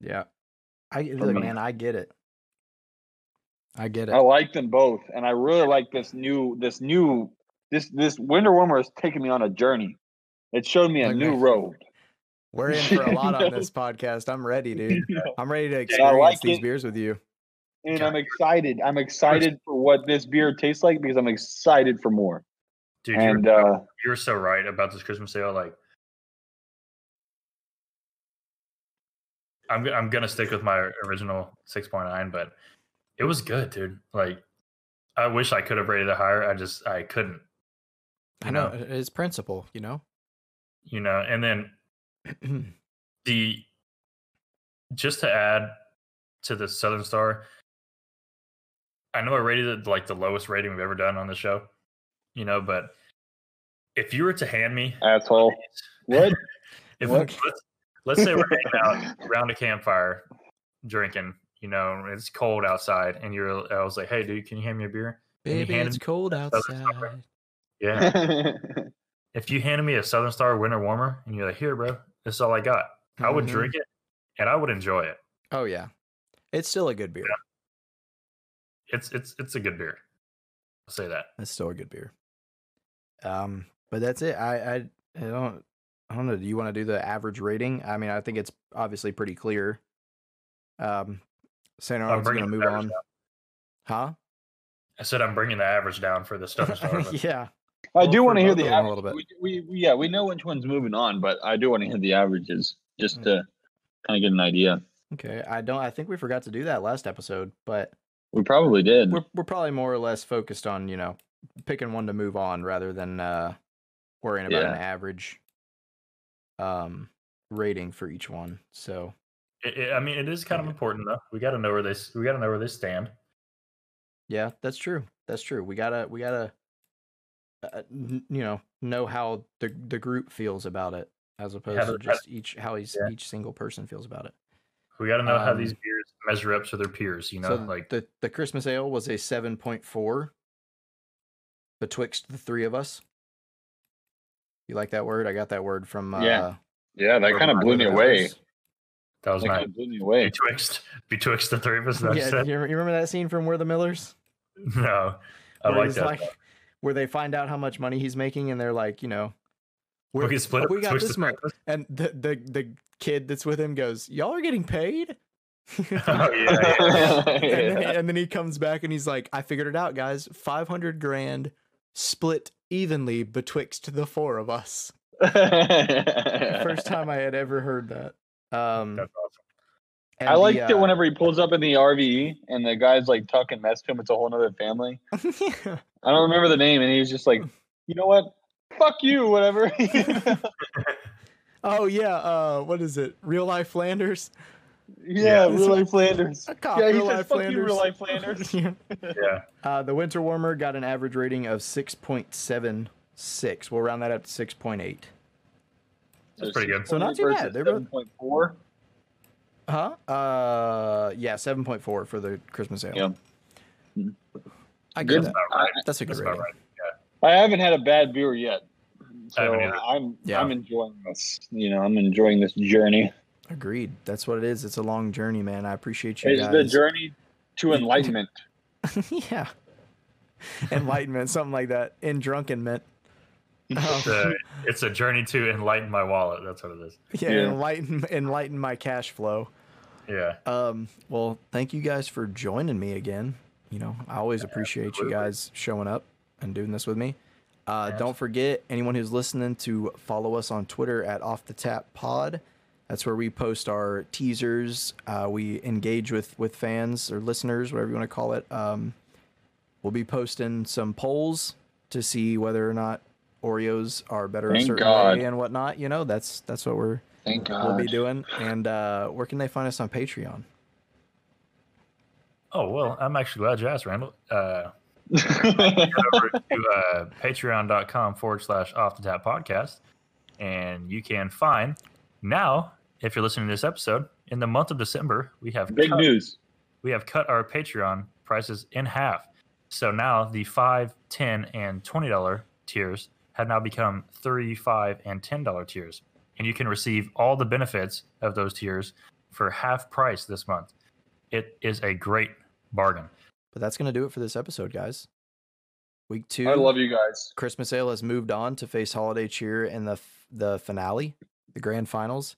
[SPEAKER 1] Yeah. I
[SPEAKER 2] For
[SPEAKER 1] look,
[SPEAKER 2] me.
[SPEAKER 1] man. I get it. I get it.
[SPEAKER 2] I like them both, and I really like this new this new this this winter warmer has taken me on a journey. It showed me a
[SPEAKER 1] Like
[SPEAKER 2] new
[SPEAKER 1] that.
[SPEAKER 2] road.
[SPEAKER 1] We're in
[SPEAKER 3] *laughs*
[SPEAKER 1] for a lot
[SPEAKER 2] No.
[SPEAKER 1] on this podcast. I'm ready, dude. I'm ready to
[SPEAKER 2] I
[SPEAKER 1] experience
[SPEAKER 2] like
[SPEAKER 1] these
[SPEAKER 2] it.
[SPEAKER 1] beers with you.
[SPEAKER 2] And I'm excited. I'm excited for what this beer tastes like because I'm excited for more.
[SPEAKER 3] dude, you're,
[SPEAKER 2] And uh
[SPEAKER 3] you're so right about this Christmas ale. Like, I'm go- I'm gonna stick with my original six point nine, but it was good, dude. Like, I wish I could have rated it higher. I just I couldn't.
[SPEAKER 1] I know it's principle. You know. *clears throat*
[SPEAKER 3] you know and then the just to add to the southern star i know i rated it like the lowest rating we've ever done on the show you know but if you were to hand me
[SPEAKER 2] asshole.
[SPEAKER 3] *laughs*
[SPEAKER 2] What?
[SPEAKER 3] if
[SPEAKER 1] What?
[SPEAKER 3] let's, let's say we're hanging out around a campfire drinking you know it's cold outside and you're i was like hey dude can you hand me a beer And he
[SPEAKER 1] Baby,
[SPEAKER 3] handed
[SPEAKER 1] it's
[SPEAKER 3] me
[SPEAKER 1] cold
[SPEAKER 3] Southern Star.
[SPEAKER 1] outside. *laughs*
[SPEAKER 3] yeah
[SPEAKER 2] *laughs*
[SPEAKER 3] if you handed me a southern star winter warmer and you're like here bro this is all i got i would
[SPEAKER 1] Mhm.
[SPEAKER 3] drink it and i would enjoy it
[SPEAKER 1] Oh yeah, it's still a good beer.
[SPEAKER 3] it's it's it's a good beer. I'll say that.
[SPEAKER 1] It's still a good beer. Um, but that's it. I I, I don't I don't know. Do you want to do the average rating? I mean, I think it's obviously pretty clear. Um, Saint Arnold's
[SPEAKER 3] bringing
[SPEAKER 1] gonna
[SPEAKER 3] the
[SPEAKER 1] move
[SPEAKER 3] average
[SPEAKER 1] on, huh? *laughs*
[SPEAKER 3] I said I'm bringing the average down for the stuff.
[SPEAKER 1] yeah,
[SPEAKER 2] I do
[SPEAKER 1] Well,
[SPEAKER 2] want to
[SPEAKER 1] for both
[SPEAKER 2] hear the
[SPEAKER 1] of them a
[SPEAKER 2] average.
[SPEAKER 1] little bit.
[SPEAKER 2] We, we, we- yeah, we know which one's moving on, but I do want to hear the averages just
[SPEAKER 1] Mm.
[SPEAKER 2] to kind of get an idea.
[SPEAKER 1] Okay, I don't. I think we forgot to do that last episode, but
[SPEAKER 2] We probably did.
[SPEAKER 1] we're we're probably more or less focused on you know picking one to move on rather than uh, worrying about an average um rating for each one. So
[SPEAKER 3] It, it- I mean, it is kind of
[SPEAKER 1] Yeah.
[SPEAKER 3] important though. We got to know where they s- we got to know where they stand.
[SPEAKER 1] yeah, that's true. That's true. We gotta we gotta uh, n- you know know how the the group feels about it as opposed to
[SPEAKER 3] they're trying
[SPEAKER 1] just each how each,
[SPEAKER 3] Yeah.
[SPEAKER 1] each single person feels about it.
[SPEAKER 3] We got to know how these
[SPEAKER 1] Um,
[SPEAKER 3] beers measure up to their peers. You know,
[SPEAKER 1] so
[SPEAKER 3] like
[SPEAKER 1] the the Christmas ale was a seven point four betwixt the three of us. You like that word? I got that word from uh,
[SPEAKER 2] Yeah, yeah, that kind of blew me away.
[SPEAKER 3] that was
[SPEAKER 2] That
[SPEAKER 3] my
[SPEAKER 2] kind of blew me *laughs* away.
[SPEAKER 3] betwixt betwixt the three of us. That I
[SPEAKER 1] Yeah,
[SPEAKER 3] said.
[SPEAKER 1] you, you remember that scene from Where the Millers?
[SPEAKER 3] *laughs* No, I
[SPEAKER 1] Where
[SPEAKER 3] like
[SPEAKER 1] he's
[SPEAKER 3] that.
[SPEAKER 1] where they find out how much money he's making, and they're like, you know,
[SPEAKER 3] we
[SPEAKER 1] "We're-
[SPEAKER 3] can Oh, split it.
[SPEAKER 1] we got
[SPEAKER 3] betwixt
[SPEAKER 1] this
[SPEAKER 3] the three *laughs*
[SPEAKER 1] much,
[SPEAKER 3] of us.
[SPEAKER 1] and the the the kid that's with him goes, "Y'all are getting
[SPEAKER 3] *laughs*
[SPEAKER 1] paid." *laughs*
[SPEAKER 3] Oh yeah, yeah.
[SPEAKER 1] and, then,
[SPEAKER 2] *laughs* Yeah.
[SPEAKER 1] and then he comes back and he's like, I figured it out, guys. 500 grand split evenly betwixt the four of us. The
[SPEAKER 2] *laughs*
[SPEAKER 1] First time I had ever heard that. Um,
[SPEAKER 3] That's awesome.
[SPEAKER 1] and
[SPEAKER 2] I
[SPEAKER 1] the,
[SPEAKER 2] liked it
[SPEAKER 1] uh,
[SPEAKER 2] whenever he pulls up in the RVE and the guy's like talking mess to him. It's a whole other family.
[SPEAKER 1] yeah.
[SPEAKER 2] I don't remember the name, and he was just like, "You know what? Fuck you,
[SPEAKER 1] *laughs*
[SPEAKER 2] whatever." *laughs* yeah,
[SPEAKER 1] *laughs* Oh, yeah. Uh, what is it? Real Life Flanders?
[SPEAKER 3] Yeah.
[SPEAKER 2] real life Flanders.
[SPEAKER 1] A cop,
[SPEAKER 2] Yeah, he
[SPEAKER 1] real,
[SPEAKER 2] said,
[SPEAKER 1] life
[SPEAKER 2] "Fuck you, real
[SPEAKER 1] *laughs*
[SPEAKER 2] life
[SPEAKER 1] Flanders.
[SPEAKER 2] Flanders."
[SPEAKER 1] Yeah.
[SPEAKER 3] Yeah,
[SPEAKER 1] uh, the Winter Warmer got an average rating of 6.76. We'll round that up to 6.8.
[SPEAKER 3] that's pretty good.
[SPEAKER 1] So not too bad. They're both-
[SPEAKER 2] Seven point four.
[SPEAKER 1] Huh? Uh, yeah, 7.4 for the Christmas ale.
[SPEAKER 2] Yeah. Mhm.
[SPEAKER 1] I get
[SPEAKER 2] Good.
[SPEAKER 1] that.
[SPEAKER 2] I,
[SPEAKER 1] That's a good
[SPEAKER 3] that's
[SPEAKER 1] rating.
[SPEAKER 3] about right.
[SPEAKER 2] I haven't had a bad beer yet, so
[SPEAKER 3] haven't either.
[SPEAKER 2] I'm
[SPEAKER 1] Yeah.
[SPEAKER 2] I'm enjoying this. You know, I'm enjoying this journey.
[SPEAKER 1] Agreed. That's what it is. It's a long journey, man. I appreciate you
[SPEAKER 2] It's
[SPEAKER 1] guys.
[SPEAKER 2] the journey to enlightenment.
[SPEAKER 1] *laughs* yeah. Enlightenment, something like that. In
[SPEAKER 3] *laughs*
[SPEAKER 1] drunkenment. Um,
[SPEAKER 3] It's a, it's a journey to enlighten my wallet. That's what it is.
[SPEAKER 1] yeah,
[SPEAKER 2] Yeah.
[SPEAKER 1] enlighten enlighten my cash flow.
[SPEAKER 3] Yeah,
[SPEAKER 1] Um, well, thank you guys for joining me again. You know, I always appreciate
[SPEAKER 3] Absolutely.
[SPEAKER 1] you guys showing up and doing this with me. Uh,
[SPEAKER 3] Abs-
[SPEAKER 1] don't forget, anyone who's listening, to follow us on Twitter at Off the Tap Pod. That's where we post our teasers. Uh, we engage with with fans or listeners, whatever you want to call it. Um, we'll be posting some polls to see whether or not Oreos are better a
[SPEAKER 2] Thank
[SPEAKER 1] certain
[SPEAKER 2] God.
[SPEAKER 1] way and whatnot. You know, that's that's what we're
[SPEAKER 2] Thank God.
[SPEAKER 1] we'll be doing. And uh, where can they find us on Patreon?
[SPEAKER 3] Oh well, I'm actually glad you asked, Randall. Uh,
[SPEAKER 2] *laughs*
[SPEAKER 3] head
[SPEAKER 1] *laughs*
[SPEAKER 3] over to uh, patreon.com forward slash off the tap podcast and you can find now if you're listening to this episode in the month of december we have
[SPEAKER 2] Big
[SPEAKER 3] cut,
[SPEAKER 2] news.
[SPEAKER 3] we have cut our patreon prices in half so now the 5 10 and 20 dollar tiers have now become 3 5 and 10 dollar tiers and you can receive all the benefits of those tiers for half price this month it is a great bargain
[SPEAKER 1] But that's going to do it for this episode, guys. Week two.
[SPEAKER 2] I love you guys.
[SPEAKER 1] Christmas Ale has moved on to face holiday cheer in the f- the finale, the grand finals.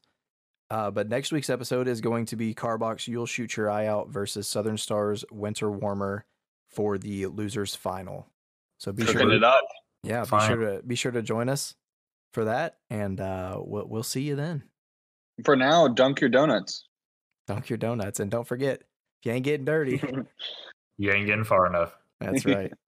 [SPEAKER 1] Uh, but next week's episode is going to be Carbox You'll Shoot Your Eye Out versus Southern Stars Winter Warmer for the losers final. So be
[SPEAKER 2] Cooking
[SPEAKER 1] sure,
[SPEAKER 2] it up.
[SPEAKER 1] yeah, be
[SPEAKER 3] Fine.
[SPEAKER 1] sure to be sure to join us for that, and uh, we'll, we'll see you then.
[SPEAKER 2] For now, dunk your donuts.
[SPEAKER 1] Dunk your donuts, and don't forget if you ain't getting dirty.
[SPEAKER 3] you ain't getting far enough
[SPEAKER 2] *laughs*
[SPEAKER 1] That's right.